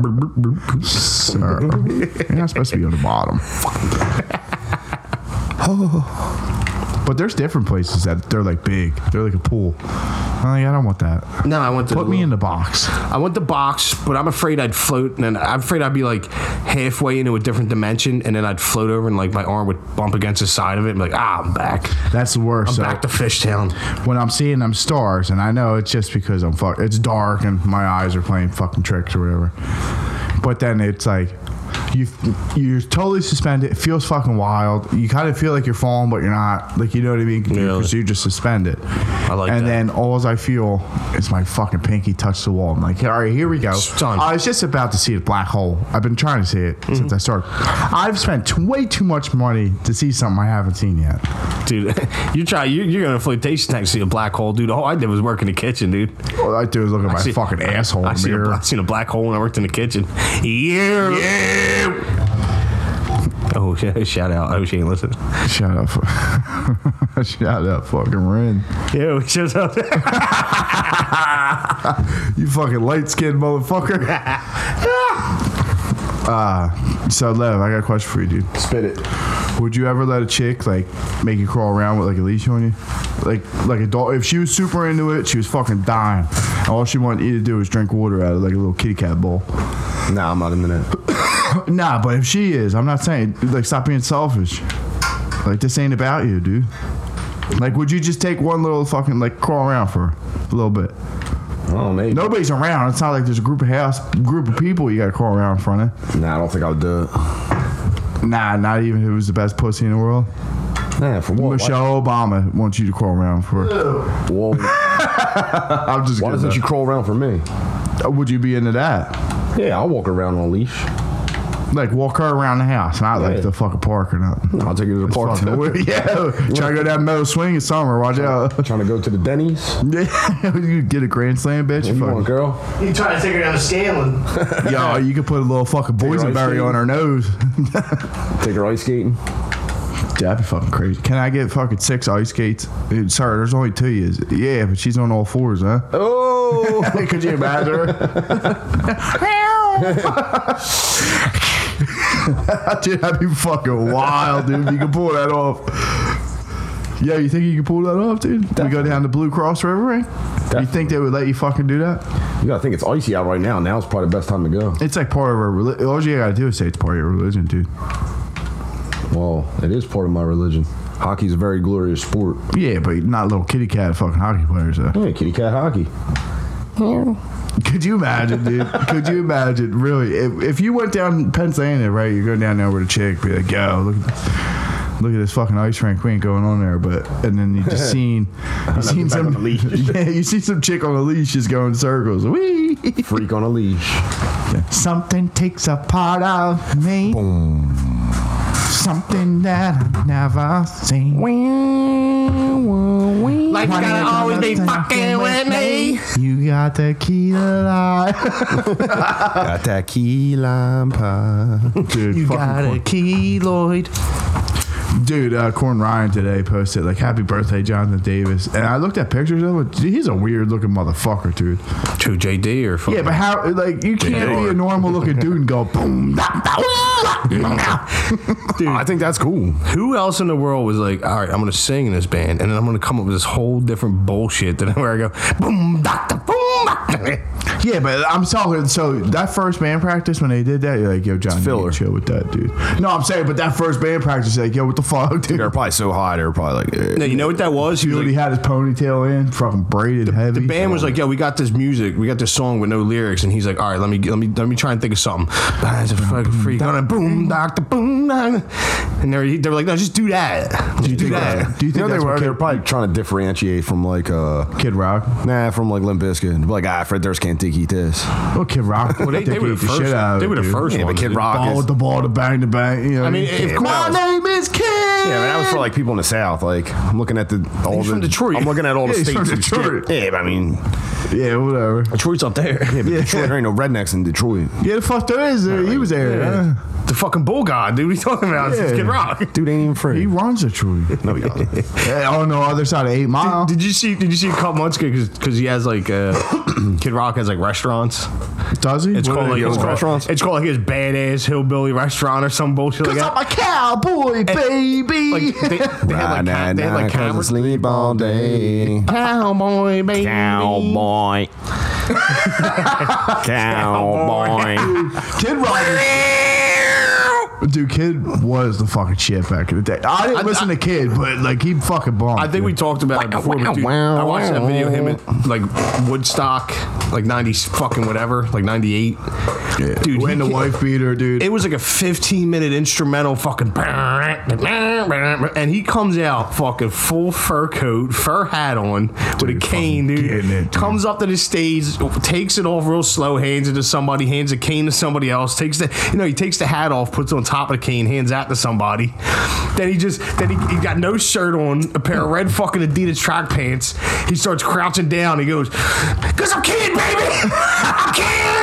Speaker 1: sir. You're not supposed to be on the bottom. But there's different places that they're like big. They're like a pool. I'm like, I don't want that.
Speaker 3: No, I went to
Speaker 1: Put me in the box.
Speaker 3: I want the box, but I'm afraid I'd float, and then I'm afraid I'd be like halfway into a different dimension, and then I'd float over, and like my arm would bump against the side of it, and be like, ah, I'm back.
Speaker 1: That's the worst.
Speaker 3: I'm
Speaker 1: So-
Speaker 3: back to Fishtown.
Speaker 1: when I'm seeing them stars, and I know it's just because I'm fuck. It's dark and my eyes are playing fucking tricks or whatever. But then it's like you you're totally suspended. It feels fucking wild. You kind of feel like you're falling, but you're not. Like you know what I mean?
Speaker 3: Yeah.
Speaker 1: Because you just suspend it. I
Speaker 3: like
Speaker 1: And
Speaker 3: that.
Speaker 1: then all I feel is my fucking pinky touch the wall. I'm like, all right, here we go.
Speaker 3: Son.
Speaker 1: I was just about to see the black hole. I've been trying to see it
Speaker 3: Mm-hmm.
Speaker 1: since I started. I've spent t- way too much money to see something I haven't seen yet.
Speaker 3: Dude, you try, you, you're going to flotation tank, see a black hole, dude. All I did was work in the kitchen, dude.
Speaker 1: All I do is look at my
Speaker 3: See-
Speaker 1: fucking asshole
Speaker 3: I
Speaker 1: in the
Speaker 3: seen, a,
Speaker 1: mirror.
Speaker 3: bla- I seen a black hole when I worked in the kitchen. Yeah. Oh, yeah, shout out. I hope she ain't listening.
Speaker 1: Shut up. Shut up, fucking Ren.
Speaker 3: Yeah, she was out there.
Speaker 1: You fucking light skinned motherfucker. Ah. uh, so, Lev, I got a question for you, dude.
Speaker 7: Spit it.
Speaker 1: Would you ever let a chick, like, make you crawl around with, like, a leash on you? Like, like a dog. If she was super into it, she was fucking dying. And all she wanted you to do was drink water out of, like, a little kitty cat bowl.
Speaker 4: Nah, I'm not into that.
Speaker 1: Nah, but if she is, I'm not saying, like, stop being selfish. Like, this ain't about you, dude. Like, would you just take one little fucking, like, crawl around for her a little bit?
Speaker 4: Oh, maybe.
Speaker 1: Nobody's around. It's not like there's a group of house, group of people you got to crawl around in front of.
Speaker 4: Nah, I don't think I would do it.
Speaker 1: Nah, not even if it was the best pussy in the world.
Speaker 4: Nah, for what?
Speaker 1: Michelle Obama wants you to crawl around for. her.
Speaker 4: Why, whoa.
Speaker 1: I'm just.
Speaker 4: Why
Speaker 1: kidding.
Speaker 4: doesn't she crawl around for me?
Speaker 1: Uh, Would you be into that?
Speaker 4: Yeah, I'll walk around on a leash.
Speaker 1: Like walk her around the house, not like
Speaker 4: Yeah.
Speaker 1: the fucking park or nothing.
Speaker 4: I'll take her to the park.
Speaker 1: Fucking weird. yeah, try to go down metal swing in summer. Watch out.
Speaker 4: Trying to go to the Denny's.
Speaker 1: you get a grand slam, bitch.
Speaker 4: What you want,
Speaker 1: Fucking-
Speaker 4: girl?
Speaker 3: You trying to take her down to Scanlon.
Speaker 1: Yo, you could put a little fucking boysenberry
Speaker 4: ice
Speaker 1: on her nose.
Speaker 4: Take her ice skating.
Speaker 1: That'd be fucking crazy. Can I get fucking six ice skates? Dude, sorry, there's only two. Is yeah, but she's on all fours, huh?
Speaker 4: Oh,
Speaker 1: Could you imagine her? dude, that'd be fucking wild, dude. if You can pull that off. Yeah, you think you can pull that off, dude? We go down to Blue Cross River Ring? You think they would let you fucking do that?
Speaker 4: you gotta think it's icy out right now. Now's probably the best time to go.
Speaker 1: It's like part of our religion. All you gotta do is say it's part of your religion, dude.
Speaker 4: Well, it is part of my religion. Hockey's a very glorious sport.
Speaker 1: Yeah, but not little kitty cat fucking hockey players, though.
Speaker 4: Hey, kitty cat hockey.
Speaker 1: Could you imagine, dude? Could you imagine, really? If, if you went down Pennsylvania, right, you go down there with a chick, be like, yo, look, look at this fucking ice rink we ain't going on there, but and then you just seen, you seen some, yeah, you see some chick on a leash just going in circles, wee.
Speaker 4: Freak on a leash.
Speaker 1: Something takes a part of me. Something that I've never seen.
Speaker 3: Like, you gotta always be fucking with me.
Speaker 1: You got the key to life.
Speaker 4: Got that key lime pie.
Speaker 1: Dude,
Speaker 3: You
Speaker 1: fucking
Speaker 3: got a keloid.
Speaker 1: Dude, uh, Corn Ryan today posted like "Happy Birthday, Jonathan Davis," and I looked at pictures of him. Dude, he's a weird looking motherfucker, dude.
Speaker 3: True JD or fucking.
Speaker 1: Yeah, but how? Like, you can't be a normal looking dude and go boom. da, da, ooh, da, da.
Speaker 4: I think that's cool.
Speaker 3: Who else in the world was like, all right, I'm gonna sing in this band, and then I'm gonna come up with this whole different bullshit than where I go, boom, doctor, boom, doctor.
Speaker 1: Yeah, but I'm talking. So that first band practice when they did that, you're like, "Yo, John, you
Speaker 4: filler.
Speaker 1: need to chill with that, dude." No, I'm saying, but that first band practice, like, "Yo, what the fuck, dude?"
Speaker 4: They're probably so high. They're probably like, eh.
Speaker 3: No, you know what that was? He
Speaker 1: He
Speaker 3: was
Speaker 1: already
Speaker 3: like-
Speaker 1: had his ponytail in, fucking braided heavy.
Speaker 3: the band was like, "Yo, we got this music. We got this song with no lyrics." And he's like, "All right, let me let me let me try and think of something." That's a fucking freak. Gonna boom, doctor, boom, doc. and they're they're like, "No, just do that. Just do that."
Speaker 1: Do you
Speaker 4: you
Speaker 1: think
Speaker 4: know they
Speaker 1: that's
Speaker 4: were.
Speaker 1: what
Speaker 4: They were
Speaker 1: Kid,
Speaker 4: probably trying to differentiate from like, uh,
Speaker 1: Kid Rock?
Speaker 4: nah, from like Limp Bizkit. Like, ah, Fred Durst can't dig eat this.
Speaker 1: Well, Kid Rock. Well,
Speaker 3: They, they were the first. they were the first
Speaker 4: Yeah,
Speaker 3: one.
Speaker 4: but Kid Rock
Speaker 1: Ball
Speaker 4: is.
Speaker 1: with the ball to bang the bang. You know,
Speaker 3: I mean,
Speaker 1: what
Speaker 3: if
Speaker 1: my
Speaker 3: Kwan-
Speaker 1: name is Kid.
Speaker 4: Yeah, but that was for like people in the South. Like, I'm looking at the all
Speaker 3: He's
Speaker 4: the
Speaker 3: from Detroit.
Speaker 4: I'm looking at all the
Speaker 1: Yeah, he's
Speaker 4: states.
Speaker 1: from
Speaker 4: and shit.
Speaker 1: Detroit.
Speaker 4: Yeah, but I mean,
Speaker 1: yeah, whatever.
Speaker 3: Detroit's up there.
Speaker 4: yeah, but Detroit there ain't no rednecks in Detroit.
Speaker 1: Yeah, the fuck there is. There. He was there. huh?
Speaker 3: The fucking bull god, dude. What are you talking about? It's
Speaker 1: Yeah.
Speaker 3: Kid Rock.
Speaker 4: Dude ain't even
Speaker 1: He
Speaker 4: free.
Speaker 1: runs a tree.
Speaker 4: No, he doesn't.
Speaker 1: yeah, on the other side of Eight Mile.
Speaker 3: Did you see? Did you see a couple months ago? Because he has like uh, Kid Rock has like restaurants.
Speaker 1: Does he?
Speaker 3: It's
Speaker 1: What
Speaker 3: called
Speaker 1: are
Speaker 3: like
Speaker 1: they
Speaker 3: it's
Speaker 1: called?
Speaker 3: called, it's called like his badass hillbilly restaurant or some bullshit
Speaker 1: Cause
Speaker 3: like that.
Speaker 1: I'm a cowboy, baby.
Speaker 3: Like they, they had like, ca- they had like cameras.
Speaker 4: sleep all day.
Speaker 3: Cowboy, baby.
Speaker 4: Cowboy. Cowboy.
Speaker 1: Kid Rock. Dude, Kid was the fucking shit back in the day. I didn't
Speaker 3: I-
Speaker 1: listen to Kid, but like he fucking bombed.
Speaker 3: I think we talked about it before. But dude,
Speaker 4: wow,
Speaker 3: I watched that
Speaker 4: wow.
Speaker 3: video of him at like Woodstock, like ninety fucking whatever, like ninety eight. Dude, he
Speaker 1: When the
Speaker 3: can't-
Speaker 1: wife beater, dude.
Speaker 3: It was like a 15 minute instrumental fucking. And he comes out fucking full fur coat, fur hat on, with a cane, dude.
Speaker 1: getting it, dude.
Speaker 3: Comes up to the stage, takes it off real slow, hands it to somebody, hands a cane to somebody else, takes the, you know, he takes the hat off, puts it on top of the cane, hands that to somebody. Then he just, then he, he got no shirt on, a pair of red fucking Adidas track pants. He starts crouching down. He goes, Cause I'm kid, baby! I'm kid!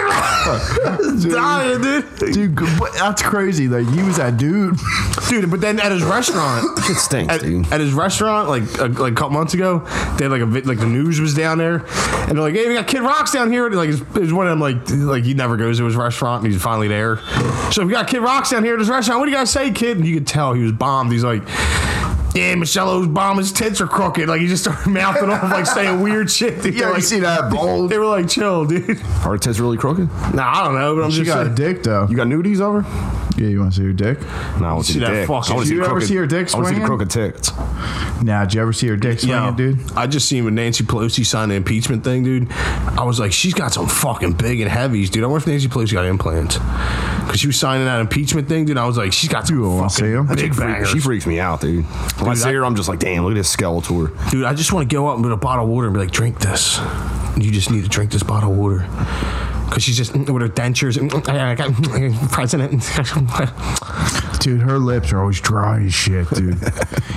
Speaker 3: Dying, dude.
Speaker 1: dude, g- what- that's crazy. Like he was that dude.
Speaker 3: dude. But then at his restaurant,
Speaker 4: It stinks,
Speaker 3: at,
Speaker 4: dude.
Speaker 3: at his restaurant, like a, like a couple months ago, they had like a vid- like the news was down there, and they're like, "Hey, we got Kid Rock's down here." And like it's, it's one of them like like he never goes to his restaurant, and he's finally there. So we got Kid Rock's down here at his restaurant. What do you guys say, kid? And you could tell he was bombed. He's like. Yeah, Michelle Obama's tits are crooked. Like he just started mouthing off, like saying weird shit. Dude.
Speaker 1: Yeah,
Speaker 3: They're
Speaker 1: you
Speaker 3: like,
Speaker 1: see that bald?
Speaker 3: They were like, "Chill, dude."
Speaker 4: Our tits really crooked.
Speaker 3: Nah, I don't know, but I'm
Speaker 1: She
Speaker 3: just
Speaker 1: got a
Speaker 3: saying.
Speaker 1: dick though.
Speaker 4: You got nudies over?
Speaker 1: Yeah, you want to see her dick?
Speaker 4: No, I want to
Speaker 3: See
Speaker 4: see the
Speaker 3: that
Speaker 4: dick.
Speaker 3: fucking-
Speaker 4: I wanna
Speaker 3: Did
Speaker 1: you
Speaker 4: the
Speaker 1: ever
Speaker 4: crooked-
Speaker 1: see her dick
Speaker 4: I want to see
Speaker 1: swinging?
Speaker 4: the crooked tits.
Speaker 1: Nah, did you ever see her dick swinging,
Speaker 3: Yeah,
Speaker 1: dude?
Speaker 3: I just seen when Nancy Pelosi signed the impeachment thing, dude. I was like, she's got some fucking big and heavies, dude. I wonder if Nancy Pelosi got implants because she was signing that impeachment thing, dude. I was like, she's got some
Speaker 1: You don't wanna
Speaker 3: fucking
Speaker 1: see 'em. That
Speaker 3: big
Speaker 4: Freak-
Speaker 3: bangers,
Speaker 4: She freaks me out, dude. When I
Speaker 3: Dude,
Speaker 4: see
Speaker 3: I-
Speaker 4: her, I'm just like, damn, look at this skeletor.
Speaker 3: dude. I just want to go up with a bottle of water and be like, drink this. You just need to drink this bottle of water. Cause she's just mm, with her dentures. mm, I got president.
Speaker 1: Dude, her lips are always dry as shit, dude.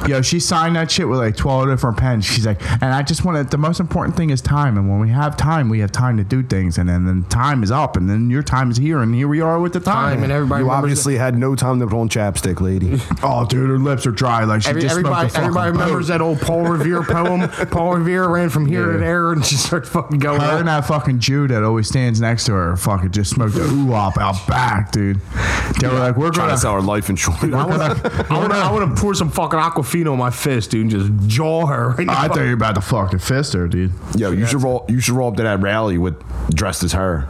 Speaker 1: Yo, she signed that shit with like 12 different pens. She's like, and I just want to, the most important thing is time. And when we have time, we have time to do things. And then, then time is up, and then your time is here, and here we are with the time.
Speaker 3: Time and everybody.
Speaker 4: You
Speaker 3: remembers
Speaker 4: obviously had no time to put on chapstick, lady.
Speaker 1: oh, dude, her lips are dry. Like, she
Speaker 3: Every,
Speaker 1: just
Speaker 3: everybody,
Speaker 1: smoked a
Speaker 3: everybody
Speaker 1: fucking
Speaker 3: remembers that old Paul Revere poem. Paul Revere ran from here to
Speaker 1: Yeah.
Speaker 3: there, and she started fucking going.
Speaker 1: Her and
Speaker 3: out.
Speaker 1: that fucking Jew that always stands next to her fucking just smoked a ooh out back, dude. They were like, we're going
Speaker 4: Trying to
Speaker 1: to.
Speaker 4: sell her life
Speaker 1: I
Speaker 4: insurance.
Speaker 3: I want to I want to pour some fucking Aquafina on my fist, dude, and just jaw her. Right now.
Speaker 1: thought you were about to fucking fist her, dude.
Speaker 4: Yo, you should roll. You should roll up to that rally with dressed as her.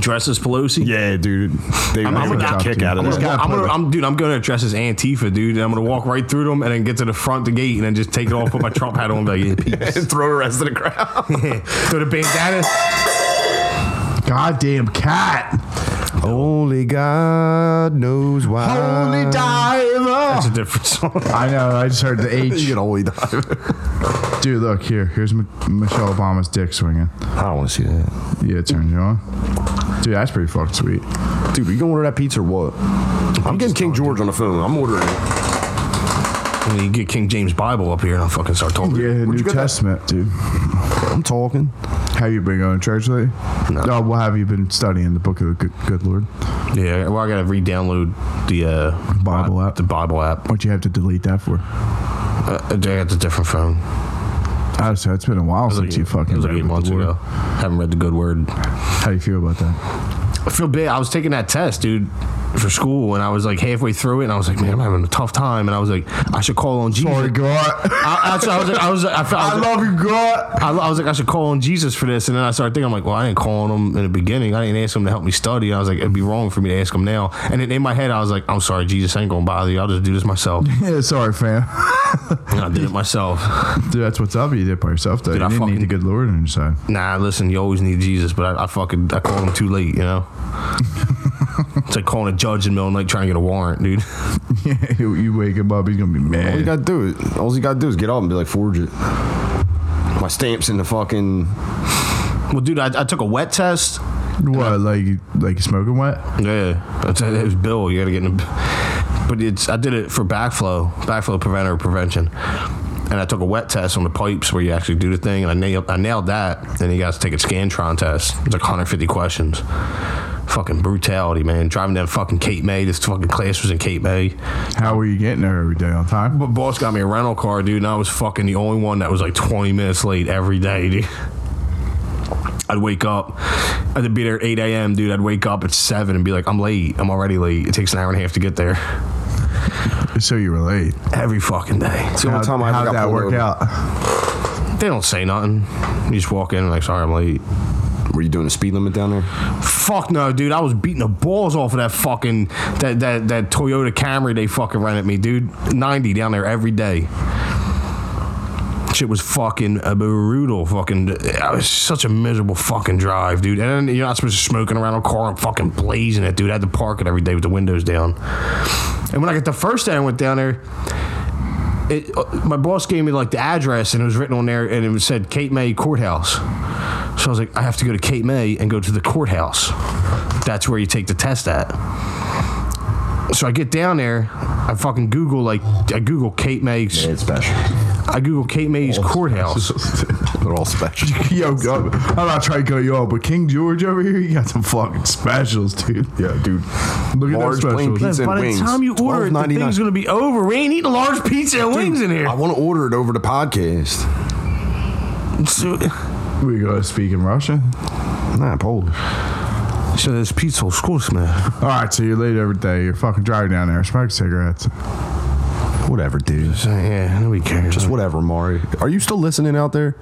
Speaker 3: dress as Pelosi.
Speaker 4: Yeah, dude. They,
Speaker 3: I'm
Speaker 4: they
Speaker 3: gonna
Speaker 4: would get a
Speaker 3: talk
Speaker 4: kick
Speaker 1: to
Speaker 4: out of
Speaker 1: you.
Speaker 4: this.
Speaker 1: gotta play
Speaker 3: I'm gonna,
Speaker 1: with-
Speaker 3: I'm, dude, I'm gonna dress as Antifa, dude, and I'm gonna walk right through them and then get to the front the gate and then just take it off with my Trump hat on, and be like, yeah, peace.
Speaker 4: And throw the rest of the crowd.
Speaker 3: Throw the bandana.
Speaker 1: Goddamn cat.
Speaker 4: Only God knows why.
Speaker 1: Holy diver.
Speaker 3: That's a different song.
Speaker 1: Um, I know. I just heard the
Speaker 4: You
Speaker 1: H.
Speaker 4: can only die.
Speaker 1: Dude, look here. Here's M- Michelle Obama's dick swinging.
Speaker 4: I don't want to see that.
Speaker 1: Yeah, it turns you on. Dude, that's pretty fucking sweet.
Speaker 4: Dude, are you gonna order that pizza or what? I'm getting King George on the phone. I'm ordering it.
Speaker 3: And then you get King James Bible up here and I'll fucking start talking.
Speaker 1: Yeah, New Testament, dude.
Speaker 4: I'm talking.
Speaker 1: Have you been going to church lately? No. Oh, well, have you been studying the book of the good, good Lord?
Speaker 3: Yeah, well, I gotta re-download the uh,
Speaker 1: Bible app.
Speaker 3: The Bible app.
Speaker 1: What'd you have to delete that for?
Speaker 3: Uh, I got the different phone.
Speaker 1: Oh, so it's been a while since you
Speaker 3: It
Speaker 1: fucking
Speaker 3: was like
Speaker 1: read
Speaker 3: eight
Speaker 1: the
Speaker 3: months
Speaker 1: Word.
Speaker 3: ago. Haven't read the good word.
Speaker 1: How do you feel about that?
Speaker 3: I feel bad. I was taking that test, dude, for school, and I was like halfway through it, and I was like, man, I'm having a tough time, and I was like, I should call on Jesus.
Speaker 1: Sorry, God.
Speaker 3: I, I, so I was like, I was, I, felt, I,
Speaker 1: I
Speaker 3: was,
Speaker 1: love you, God.
Speaker 3: I, I was like, I should call on Jesus for this, and then I started thinking, I'm like, well, I didn't call on him in the beginning. I didn't ask him to help me study. I was like, it'd be wrong for me to ask him now. And then in my head, I was like, I'm sorry, Jesus, I ain't gonna bother you. I'll just do this myself.
Speaker 1: Yeah, sorry, fam.
Speaker 3: And I did it myself.
Speaker 1: Dude, that's what's up. You did it by yourself, though.
Speaker 3: Dude,
Speaker 1: you
Speaker 3: I
Speaker 1: didn't need
Speaker 3: fucking-
Speaker 1: a good Lord on your side.
Speaker 3: Nah, listen, you always need Jesus, but I, I fucking I called him too late, you know. it's like calling a judge in the middle of the night trying to get a warrant, dude.
Speaker 1: you you wake him up, he's gonna be
Speaker 4: All you
Speaker 1: mad.
Speaker 4: gotta do is all you gotta do is get up and be like forge it. My stamps in the fucking
Speaker 3: Well, dude, I, I took a wet test.
Speaker 1: What, like like smoking wet?
Speaker 3: Yeah, that's, it was Bill. You gotta get in. A, but it's I did it for backflow, backflow preventer prevention, and I took a wet test on the pipes where you actually do the thing, and I nailed I nailed that. Then you guys take a Scantron test. It's like 150 questions. Fucking brutality, man. Driving down fucking Cape May. This fucking class was in Cape May.
Speaker 1: How were you getting there every day on time?
Speaker 3: But boss got me a rental car, dude, and I was fucking the only one that was like 20 minutes late every day, dude. I'd wake up, I'd be there at 8 a.m., dude. I'd wake up at 7 and be like, I'm late. I'm already late. It takes an hour and a half to get there
Speaker 1: So you were late.
Speaker 3: every fucking day.
Speaker 4: it's the only time I ever
Speaker 1: How'd
Speaker 4: got
Speaker 1: that
Speaker 4: pulled
Speaker 1: work
Speaker 4: over.
Speaker 1: out?
Speaker 3: They don't say nothing. You just walk in and like, sorry, I'm late.
Speaker 4: Were you doing the speed limit down there?
Speaker 3: Fuck no, dude. I was beating the balls off of that fucking, that, that, that Toyota Camry they fucking ran at me, dude. 90 down there every day. shit was fucking uh, brutal. Fucking, I was such a miserable fucking drive, dude. And then you're not supposed to smoking around a car. I'm fucking blazing it, dude. I had to park it every day with the windows down. And when I got the first day, I went down there. It, uh, my boss gave me like the address, and it was written on there, and it was- said Cape May Courthouse. So I was like, I have to go to Cape May and go to the courthouse. That's where you take the test at. So I get down there, I fucking Google like I Google Cape May's
Speaker 5: It's special.
Speaker 3: I Google Cape May's courthouse.
Speaker 4: They're all special.
Speaker 1: Yo, go, I'm not trying to go you all, but King George over here, you got some fucking specials, dude.
Speaker 4: Yeah, dude.
Speaker 1: Look at those
Speaker 4: Large plain
Speaker 1: specials.
Speaker 4: pizza and
Speaker 3: By
Speaker 4: wings.
Speaker 3: the time you order it, the
Speaker 4: $12.99.
Speaker 3: thing's gonna be over. We ain't eating large pizza and wings in
Speaker 4: I
Speaker 3: here.
Speaker 4: want to order it over the podcast.
Speaker 3: So,
Speaker 1: We gotta speak in Russian.
Speaker 4: Nah, Polish.
Speaker 3: so this pizza schools, man. Uh,
Speaker 1: All right, so you're late every day. You're fucking driving down there, smoking cigarettes.
Speaker 4: Whatever, dude.
Speaker 3: So, yeah, nobody cares.
Speaker 4: Just whatever, Mari. Are you still listening out there?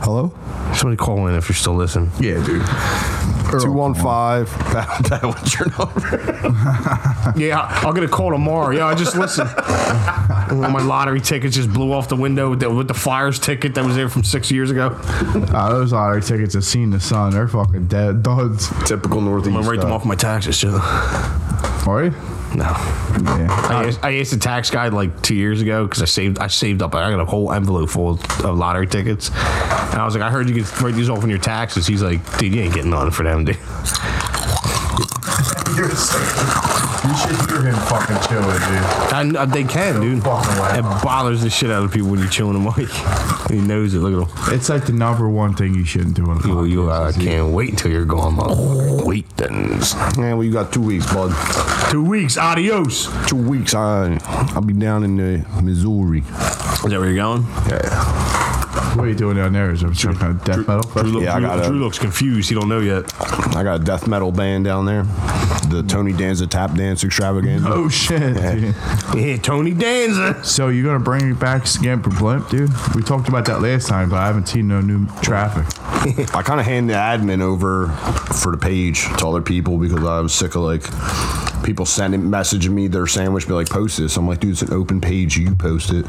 Speaker 4: Hello?
Speaker 3: Somebody call in if you're still listening.
Speaker 1: Yeah, dude.
Speaker 4: 215. That, that was your number.
Speaker 3: Yeah, I- I'll get a call tomorrow. Yeah, I just listened. my lottery tickets just blew off the window with the, with the Flyers ticket that was there from six years ago.
Speaker 1: Ah, those lottery tickets have seen the sun. They're fucking dead duds.
Speaker 4: Typical Northeast. uh,
Speaker 3: I'm gonna write them off my taxes, too.
Speaker 1: Are you?
Speaker 3: No.
Speaker 1: Yeah.
Speaker 3: I asked, I asked the tax guy like two years ago because I saved I saved up. I got a whole envelope full of lottery tickets, and I was like, I heard you could write these off on your taxes. He's like, dude, you ain't getting none for them, dude.
Speaker 1: You should hear him fucking chilling, dude.
Speaker 3: I, kn- uh, they can, dude. It
Speaker 1: fucking way
Speaker 3: bothers the shit out of people when you're chewing them away. he knows it. Look at him.
Speaker 1: It's like the number one thing you shouldn't do on a
Speaker 3: You,
Speaker 1: podcast.
Speaker 3: you uh, can't wait until you're gone, motherfucker. Wait then.
Speaker 4: Yeah, well, you got two weeks, bud.
Speaker 3: Two weeks. Adios. Is
Speaker 4: Two weeks. I, I'll be down in uh, Missouri.
Speaker 3: that where you're going?
Speaker 1: What are you doing down there? Is there some kind of death metal?
Speaker 3: Drew, look,
Speaker 4: Yeah, I
Speaker 3: Drew,
Speaker 4: gotta-
Speaker 3: Drew looks confused. He don't know yet.
Speaker 4: I got a death metal band down there. The Tony Danza Tap Dance Extravaganza.
Speaker 1: Oh shit! dude.
Speaker 3: Yeah, Tony Danza.
Speaker 1: So you're gonna bring it back again for blimp, dude? We talked about that last time, but I haven't seen no new traffic.
Speaker 4: I kind of hand the admin over for the page to other people because I was sick of like people sending messaging me their sandwich, be like, post this. I'm like, dude, it's an open page. You post it.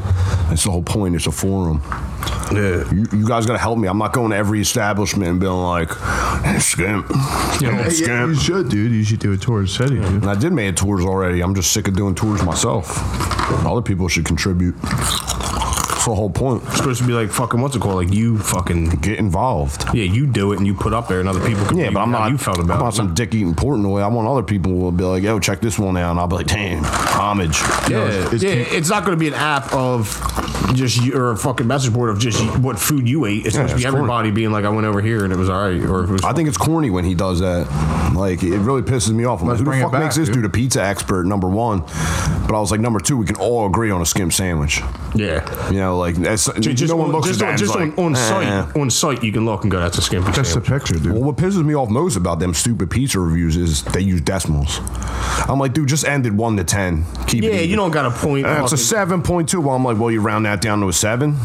Speaker 4: That's the whole point. It's a forum. Yeah. You, you guys gotta help me. I'm not going to every establishment and being like, hey, skimp, skimp,
Speaker 1: you
Speaker 4: skimp.
Speaker 1: should, dude. You should do a tour of the city, dude.
Speaker 4: And I did make tours already. I'm just sick of doing tours myself. Other people should contribute. That's the whole point.
Speaker 3: Supposed to be like fucking what's it called? Like you fucking
Speaker 4: Get involved.
Speaker 3: Yeah, you do it and you put up there, and other people. Can
Speaker 4: Yeah,
Speaker 3: view
Speaker 4: but I'm
Speaker 3: how
Speaker 4: not.
Speaker 3: You felt
Speaker 4: I'm
Speaker 3: about
Speaker 4: not
Speaker 3: it.
Speaker 4: some dick eating Portnoy. I want other people to be like, "Yo, check this one out," and I'll be like, "Damn, homage."
Speaker 3: Yeah,
Speaker 1: it's-
Speaker 3: yeah, it's not going to be an app of just you, or a fucking message board of just what food you ate. It's supposed to be
Speaker 4: it's corny.
Speaker 3: everybody being like, I went over here and it was all right, or if it was.
Speaker 4: I think it's corny when he does that. Like, it really pisses me off. I'm like,
Speaker 1: Let's
Speaker 4: who the
Speaker 1: bring it
Speaker 4: fuck
Speaker 1: back,
Speaker 4: makes this
Speaker 1: dude.
Speaker 4: dude a pizza expert? Number one, but I was like, number two, we can all agree on a skim sandwich.
Speaker 3: yeah,
Speaker 4: You know, like that's,
Speaker 3: Just
Speaker 4: no one
Speaker 3: on-
Speaker 4: looks
Speaker 3: just
Speaker 4: at that.
Speaker 3: on,
Speaker 4: and is
Speaker 3: just on,
Speaker 4: like,
Speaker 3: on
Speaker 4: eh.
Speaker 3: site. On site, you can look and go. That's a skimpy
Speaker 1: That's the
Speaker 3: sandwich.
Speaker 1: picture, dude.
Speaker 4: Well, what pisses me off most about them stupid pizza reviews is they use decimals. I'm like, dude, just end it one to ten. Keep it
Speaker 3: yeah,
Speaker 4: even.
Speaker 3: you don't got a point.
Speaker 4: Uh, it's a
Speaker 3: fucking-
Speaker 4: seven point two. Well, I'm like, well, you round that down to a seven,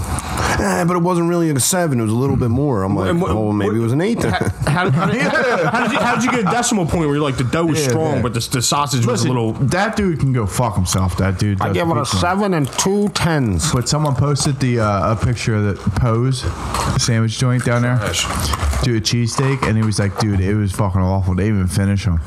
Speaker 4: Eh, but it wasn't really a seven. It was a little bit more. I'm like,
Speaker 3: And what-
Speaker 4: well, maybe
Speaker 3: what-
Speaker 4: it was an eight. then.
Speaker 3: How, how, did, how, did you, how did you get a decimal point where you're like the dough was
Speaker 1: Yeah,
Speaker 3: strong,
Speaker 1: yeah.
Speaker 3: but the, the sausage was a
Speaker 1: Listen,
Speaker 3: little
Speaker 1: that dude can go fuck himself. That dude. does the pizza.
Speaker 4: and two tens.
Speaker 1: But someone posted the uh, a picture of the Pose sandwich joint down there. Do a cheesesteak, and he was like, "Dude, it was fucking awful. They didn't even finish them.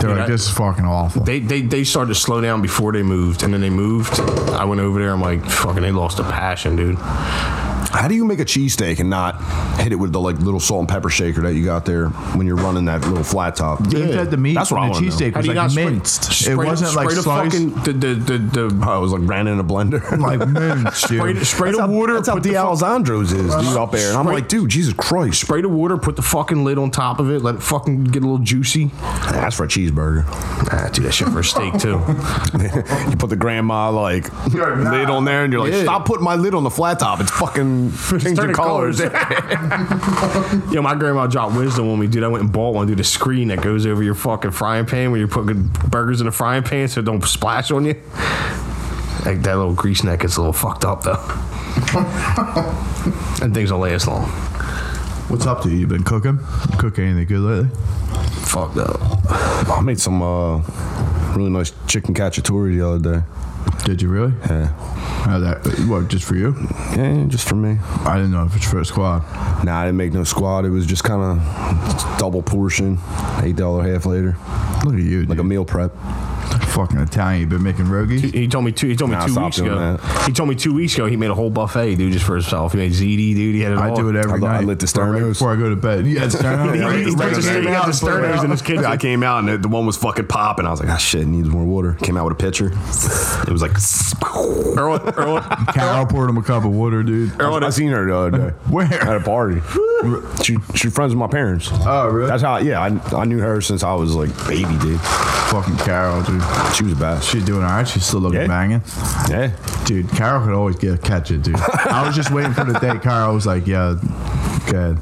Speaker 1: They're like,
Speaker 3: I-
Speaker 1: this is fucking awful."
Speaker 3: They, they they started to slow down before they moved, and then they moved. I went over there. I'm like, fucking, they lost the passion, dude.
Speaker 4: How do you make a cheesesteak and not hit it with the like little salt and pepper shaker that you got there when you're running that little flat top?
Speaker 1: He said the meat
Speaker 4: That's what I
Speaker 1: and the
Speaker 4: wanna know.
Speaker 1: cheesesteak
Speaker 3: How
Speaker 1: was
Speaker 3: do
Speaker 1: like
Speaker 3: you not spray-
Speaker 1: minced.
Speaker 3: spray
Speaker 1: it
Speaker 3: the-
Speaker 1: wasn't like
Speaker 3: spray the
Speaker 1: sliced,
Speaker 3: fucking the the the, the oh,
Speaker 4: I was like ran in a blender.
Speaker 1: like minced, dude.
Speaker 3: spray, spray the
Speaker 4: That's how-
Speaker 3: water.
Speaker 4: That's how
Speaker 3: put the, fu-
Speaker 4: D'Alessandro's is, dude, up there. And I'm
Speaker 3: Spray-
Speaker 4: like, dude, Jesus Christ.
Speaker 3: spray the water. Put the fucking lid on top of it. Let it fucking get a little juicy.
Speaker 4: That's for a cheeseburger.
Speaker 3: Ah, do that shit for a steak too.
Speaker 4: you put the grandma, like, lid on there, and you're like,
Speaker 3: Yeah.
Speaker 4: stop putting my lid on the flat top. It's fucking changing
Speaker 3: turning
Speaker 4: colors.
Speaker 3: Yo, my grandma dropped wisdom on me, dude. I went and bought one, dude. A screen that goes over your fucking frying pan when you're putting burgers in the frying pan so it don't splash on you. Like that little grease neck gets a little fucked up though. and things don't last long.
Speaker 1: What's up, dude? You been cooking? Cook anything good lately?
Speaker 3: Fucked up.
Speaker 4: I made some uh, really nice chicken cacciatore the other day.
Speaker 1: Did you really?
Speaker 4: Yeah.
Speaker 1: Oh, that what? Just for you?
Speaker 4: yeah, just for me.
Speaker 1: I didn't know if it's for a squad.
Speaker 4: Nah, I didn't make no squad. It was just kind of double portion, $8 half later,
Speaker 1: Look at you,
Speaker 4: like
Speaker 1: dude.
Speaker 4: a meal prep.
Speaker 1: fucking Italian. You been making rogi?
Speaker 3: He told me two. He told me
Speaker 4: Nah,
Speaker 3: two
Speaker 4: stop
Speaker 3: weeks
Speaker 4: doing
Speaker 3: ago.
Speaker 4: that.
Speaker 3: He told me two weeks ago he made a whole buffet, dude, just for himself. He made ziti, dude. He had it
Speaker 1: I
Speaker 3: all.
Speaker 1: do it every
Speaker 4: I li- I
Speaker 1: night.
Speaker 4: lit the
Speaker 1: Right
Speaker 4: Sternos.
Speaker 1: before I go to bed. Yeah, the Sternos.
Speaker 3: Yeah,
Speaker 1: Right,
Speaker 3: he
Speaker 1: right,
Speaker 3: puts
Speaker 1: right.
Speaker 3: the Sternos out, put it out.
Speaker 4: I came out and it- the one was fucking popping. I was like, ah, shit, it needs more water. Came out with a pitcher. It was like,
Speaker 3: Earl, Earl,
Speaker 1: Carol poured him a cup of water, dude.
Speaker 4: I, I seen her the other day.
Speaker 1: Where?
Speaker 4: At a party. she she friends with my parents.
Speaker 1: Oh, really?
Speaker 4: That's how. Yeah, I, I knew her since I was like baby, dude.
Speaker 1: Fucking Carol, dude.
Speaker 4: She was the best.
Speaker 1: She's doing all right. She's still looking
Speaker 4: Yeah.
Speaker 1: banging.
Speaker 4: yeah.
Speaker 1: Dude, Carol could always get catch it, dude. I was just waiting for the day. Carol was like, yeah, good.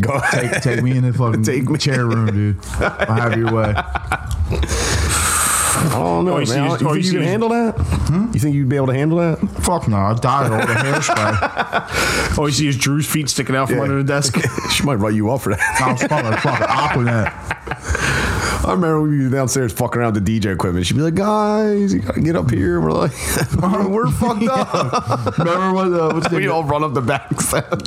Speaker 4: Go
Speaker 1: Take, take me in the fucking
Speaker 4: Take me.
Speaker 1: chair room, dude. I'll have your way.
Speaker 4: I don't know,
Speaker 3: Oh, you
Speaker 4: man.
Speaker 3: see-
Speaker 4: I don't-
Speaker 3: oh, you
Speaker 4: You think you
Speaker 3: see-
Speaker 4: can handle that?
Speaker 1: Hmm?
Speaker 4: You think you'd be able to handle that?
Speaker 1: Fuck no, I died of all the hairspray.
Speaker 3: all Oh, you see is Drew's feet sticking out from
Speaker 4: Yeah.
Speaker 3: under the desk.
Speaker 4: she might write you up for that.
Speaker 1: I was fucking, fucking Aquanet.
Speaker 4: I remember we were downstairs fucking around with the DJ equipment. She'd be like, guys, you gotta get up here. We're like, we're fucked up.
Speaker 1: Remember what the, what's the
Speaker 4: we all run up the back.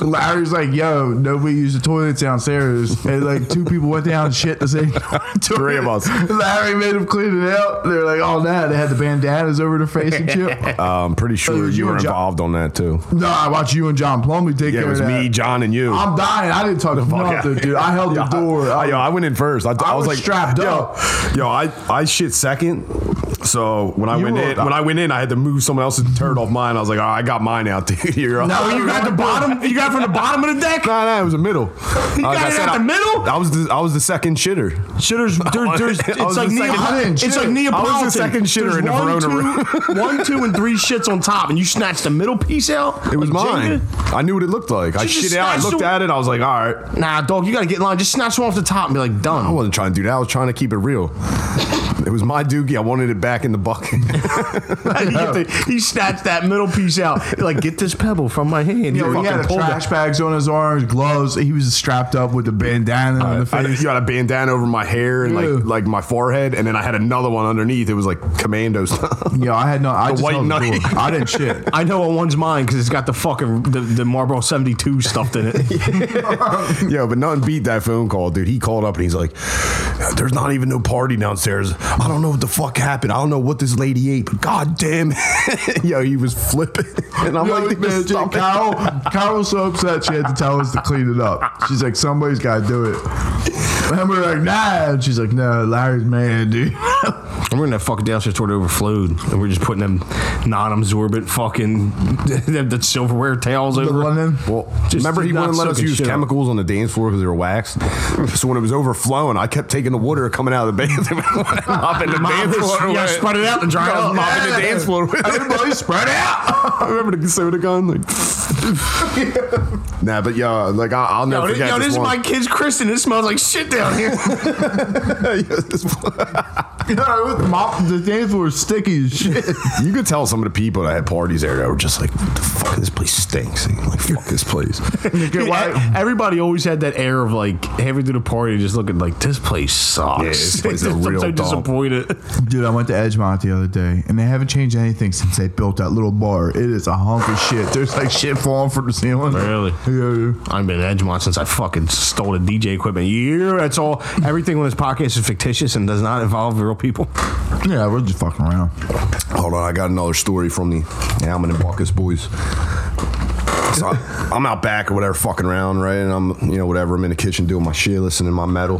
Speaker 1: Larry's like, yo, nobody used the toilets downstairs. And like two people went down and shit the same
Speaker 4: Three of us.
Speaker 1: Larry made them clean it out. They're like, oh, nah. They had the bandanas over their face and shit.
Speaker 4: I'm pretty sure
Speaker 1: you
Speaker 4: you were
Speaker 1: and John-
Speaker 4: involved on that too.
Speaker 1: no, I watched you and John Plumley take
Speaker 4: Yeah,
Speaker 1: care
Speaker 4: it was
Speaker 1: of that.
Speaker 4: me, John, and you.
Speaker 1: I'm dying. I didn't talk to
Speaker 4: Fuck out.
Speaker 1: nothing, dude. I held the
Speaker 4: Yeah,
Speaker 1: door.
Speaker 4: I,
Speaker 1: I,
Speaker 4: yo, I went in first. I, I
Speaker 1: was
Speaker 4: was like
Speaker 1: strapped
Speaker 4: yo,
Speaker 1: up.
Speaker 4: Yo, I, I shit second. So when I
Speaker 1: You
Speaker 4: went
Speaker 1: were-
Speaker 4: in, when I went in, I had to move someone else's turd off mine. I was like, all right, I got mine out, dude. You're up.
Speaker 3: Oh, you got the bottom. You got from the bottom of the deck.
Speaker 4: Nah, nah, it was the middle. You
Speaker 3: got it out the middle?
Speaker 4: I was the, I was the second shitter.
Speaker 3: Shitters, there, there's,
Speaker 4: I was
Speaker 3: it's like
Speaker 4: the second- I
Speaker 3: Neapolitan.
Speaker 4: didn't
Speaker 3: It's
Speaker 4: shit.
Speaker 3: like
Speaker 4: I was the
Speaker 3: Neapolitan.
Speaker 4: second shitter
Speaker 3: There's
Speaker 4: in the
Speaker 3: one,
Speaker 4: Verona
Speaker 3: two, one, two, and three shits on top, and you snatched the middle piece out.
Speaker 4: It was
Speaker 3: Like Jenga?
Speaker 4: mine. I knew what it looked like. I
Speaker 3: You just
Speaker 4: shit it out. I
Speaker 3: snatched
Speaker 4: looked
Speaker 3: the-
Speaker 4: at it. I was like, all right.
Speaker 3: Nah, dog, you gotta get in line. Just snatch one off the top and be like, done.
Speaker 4: I wasn't trying to do that. I was trying to keep it real. It was my doogie. I wanted it back in the bucket.
Speaker 3: he, get the- he snatched that middle piece out. He's like, get this pebble from my hand.
Speaker 1: yo, he
Speaker 3: fucking
Speaker 1: had the
Speaker 3: pulled it.
Speaker 1: trash bags on his arms, gloves. He was strapped up with the bandana on the
Speaker 4: I,
Speaker 1: face.
Speaker 4: you had a bandana over my hair and
Speaker 1: Ew.
Speaker 4: like like my forehead, and then I had another one underneath. It was like commando stuff.
Speaker 1: Yo, I had no. I just
Speaker 4: white
Speaker 1: held the
Speaker 4: knight.
Speaker 1: door. I didn't shit.
Speaker 3: I know on one's mine because it's got the fucking the, the Marlboro 72 stuffed in it.
Speaker 4: yeah, but nothing beat that phone call, dude. He called up and he's like, "There's not even no party downstairs. I don't know what the fuck happened. I don't know what this lady ate, but god damn, it." yo, he was flipping." And I'm
Speaker 1: Yo,
Speaker 4: like,
Speaker 1: man,
Speaker 4: "Dude,
Speaker 1: dude,
Speaker 4: stop it."
Speaker 1: Carol, Carol was so upset she had to tell us to clean it up. She's like, somebody's got to do it. And we're like, nah. And she's like, no, Larry's mad, dude.
Speaker 3: And we're in that fucking downstairs toward overflowed, and we're just putting them non-absorbent fucking them, the silverware tails
Speaker 1: The
Speaker 3: over.
Speaker 1: London.
Speaker 4: Well,
Speaker 3: Just
Speaker 4: remember he
Speaker 3: not
Speaker 4: wouldn't let us
Speaker 3: soaking
Speaker 4: use
Speaker 3: shit up.
Speaker 4: chemicals on the dance floor because they were waxed. so when it was overflowing, I kept taking the water coming out of the bathroom, and mopping the
Speaker 3: Mop
Speaker 4: dance
Speaker 3: this-
Speaker 4: floor.
Speaker 3: yeah,
Speaker 4: with it.
Speaker 3: spread it out and dry it
Speaker 4: I was
Speaker 3: out.
Speaker 4: mopping the
Speaker 3: Yeah.
Speaker 4: dance floor. with it.
Speaker 1: Everybody spread out.
Speaker 4: I remember the soda gun. Like, Nah, but yeah, like I, I'll never
Speaker 3: Yo, this,
Speaker 4: forget
Speaker 3: yo,
Speaker 4: this,
Speaker 3: this is
Speaker 4: one.
Speaker 3: my kid's christening. This smells like shit down here.
Speaker 1: Mop, the dance floor is sticky as shit.
Speaker 4: you could tell some of the people that had parties there that were just like, "What the fuck, this place stinks. And you're like, fuck this place.
Speaker 3: Dude, e- Everybody always had that air of like halfway through the party, just looking like this place sucks.
Speaker 4: Yeah, this place is a
Speaker 3: I'm
Speaker 4: real
Speaker 3: so
Speaker 4: dump.
Speaker 3: disappointed.
Speaker 1: Dude, I went to Edgemont the other day, and they haven't changed anything since they built that little bar. It is a hunk of shit. There's like shit falling from the ceiling.
Speaker 3: Really?
Speaker 1: Yeah, yeah.
Speaker 3: I've been at Edgemont since I fucking stole the DJ equipment. Yeah, that's all. Everything on this podcast is fictitious and does not involve real people.
Speaker 1: Yeah, we're just fucking around.
Speaker 4: Hold on, I got another story from the Alman and Buckus boys. So I, I'm out back or whatever, fucking around, right? And I'm, you know, whatever. I'm in the kitchen doing my shit, listening to my metal.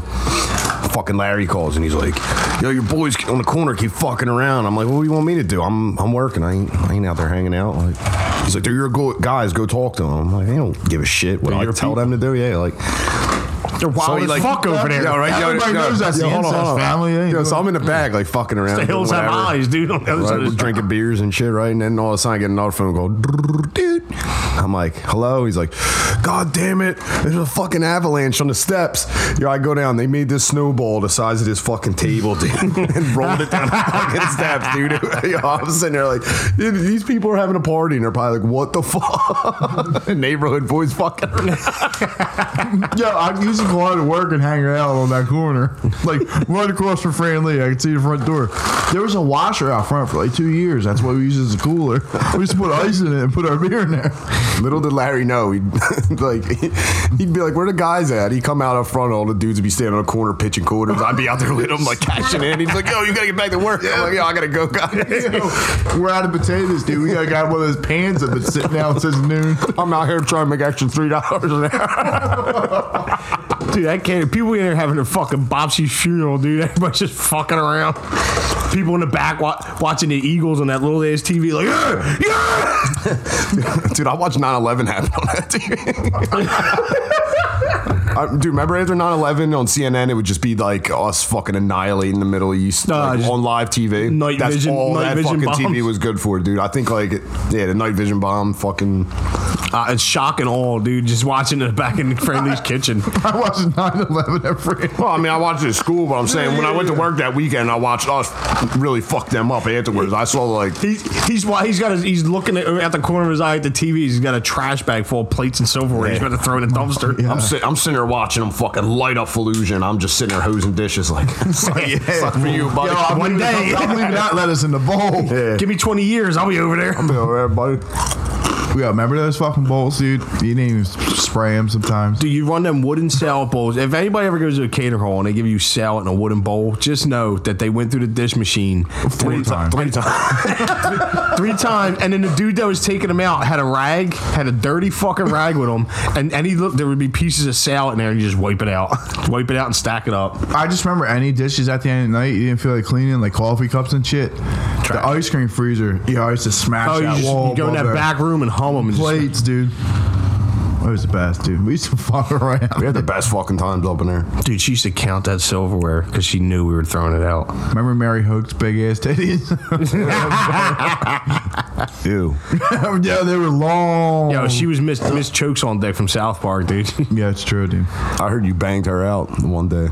Speaker 4: Fucking Larry calls and he's like, "Yo, your boys on the corner keep fucking around." I'm like, "What do you want me to do? I'm, I'm working. I ain't, I ain't out there hanging out." Like, he's like, "They're your go- guys. Go talk to them." I'm like, "They don't give a shit what I
Speaker 3: your
Speaker 4: tell them to do." Yeah, like
Speaker 3: They're wild
Speaker 4: he,
Speaker 3: as fuck over there.
Speaker 4: Yeah, right.
Speaker 1: Everybody knows that's the
Speaker 4: hold on,
Speaker 1: incest
Speaker 4: hold on.
Speaker 1: family, eh?
Speaker 4: Yo, so I'm in the bag, like fucking around.
Speaker 3: The hills have
Speaker 4: whatever.
Speaker 3: eyes, dude. On the other side
Speaker 4: Right,
Speaker 3: of
Speaker 4: we're
Speaker 3: the-
Speaker 4: drinking beers and shit, right? And then all of a sudden I get another phone call. Dude. I'm like, hello? He's like, God damn it. There's a fucking avalanche on the steps. Yo, I go down. They made this snowball the size of this fucking table, dude, and rolled it down the fucking steps, dude. Yo, I'm sitting there like, dude, these people are having a party and they're probably like, what the fuck? Neighborhood boys fucking around.
Speaker 1: Yo, I used to go out to work and hang out on that corner, like right across from Fran Lee. I could see the front door. There was a washer out front for like two years. That's what we used as a cooler. We used to put ice in it and put our beer in there.
Speaker 4: Little did Larry know, he'd like he'd be like, "Where the guys at?" He'd come out up front, all the dudes would be standing on a corner pitching quarters. I'd be out there with him, like cashing in. He'd be like, "Yo, you gotta get back to work." I'm like, "Yo, I gotta go, guys.
Speaker 1: We're out of potatoes, dude. We got- got one of those pans that's been sitting out since noon.
Speaker 4: I'm out here trying to make extra three dollars an hour."
Speaker 3: Dude, I can't. People in there having a fucking Bobsy funeral, dude. Everybody's just fucking around. People in the back wa- watching the Eagles on that little ass TV, like, yeah, yeah.
Speaker 4: Dude, I watched 9/11 happen on that TV. I, dude, remember after 9/11 on CNN, it would just be like us fucking annihilating the Middle East
Speaker 3: Nah,
Speaker 4: like,
Speaker 3: just
Speaker 4: on live TV.
Speaker 3: night
Speaker 4: That's
Speaker 3: vision-
Speaker 4: all
Speaker 3: night
Speaker 4: that
Speaker 3: vision
Speaker 4: fucking TV
Speaker 3: bombs.
Speaker 4: was good for, dude. I think like it, yeah, the night vision bomb, fucking.
Speaker 3: Uh, it's shocking all, dude. Just watching it back in Friendly's kitchen.
Speaker 1: I watched 9 11 at Fran
Speaker 4: Well, I mean, I watched it at school, but I'm saying when I went to work that weekend, I watched us really fuck them up afterwards. I saw like
Speaker 3: He's he's why he's got his, he's looking at, at the corner of his eye at the TV. He's got a trash bag full of plates and silverware. He's about to throw in a dumpster.
Speaker 4: I'm sit, I'm sitting there watching them fucking light up Fallujah, and I'm just sitting there hosing dishes like suck, suck for you, buddy.
Speaker 1: Yo, I'm leaving-
Speaker 3: One day.
Speaker 1: I'm leaving that lettuce in the bowl.
Speaker 4: Yeah.
Speaker 3: Give me 20 years, I'll be over there.
Speaker 1: We got remember those fucking bowls, dude. You didn't even spray them sometimes.
Speaker 3: Do you run them wooden salad bowls? If anybody ever goes to a cater hall and they give you salad in a wooden bowl, just know that they went through the dish machine three
Speaker 1: times.
Speaker 3: Three times. three times. And then the dude that was taking them out had a rag, had a dirty fucking rag with him. And any look, there would be pieces of salad in there and you just wipe it out. wipe it out and stack it up.
Speaker 1: I just remember any dishes at the end of the night you didn't feel like cleaning, like coffee cups and shit. The ice cream freezer, yo, I used to smash
Speaker 3: Oh, you,
Speaker 1: that
Speaker 3: just,
Speaker 1: wall.
Speaker 3: you go in
Speaker 1: above
Speaker 3: that
Speaker 1: there.
Speaker 3: back room and hum them. And just-
Speaker 1: plates, dude. That was the best, dude. We used to fuck around.
Speaker 4: We had the best fucking times up in there.
Speaker 3: dude, she used to count that silverware because she knew we were throwing it out.
Speaker 1: Remember Mary Hoke's big ass titties?
Speaker 4: Ew.
Speaker 1: yeah, they were long.
Speaker 3: Yo, she was Miss Miss Chokes on deck from South Park, dude.
Speaker 1: yeah, it's true, dude.
Speaker 4: I heard you banged her out one day.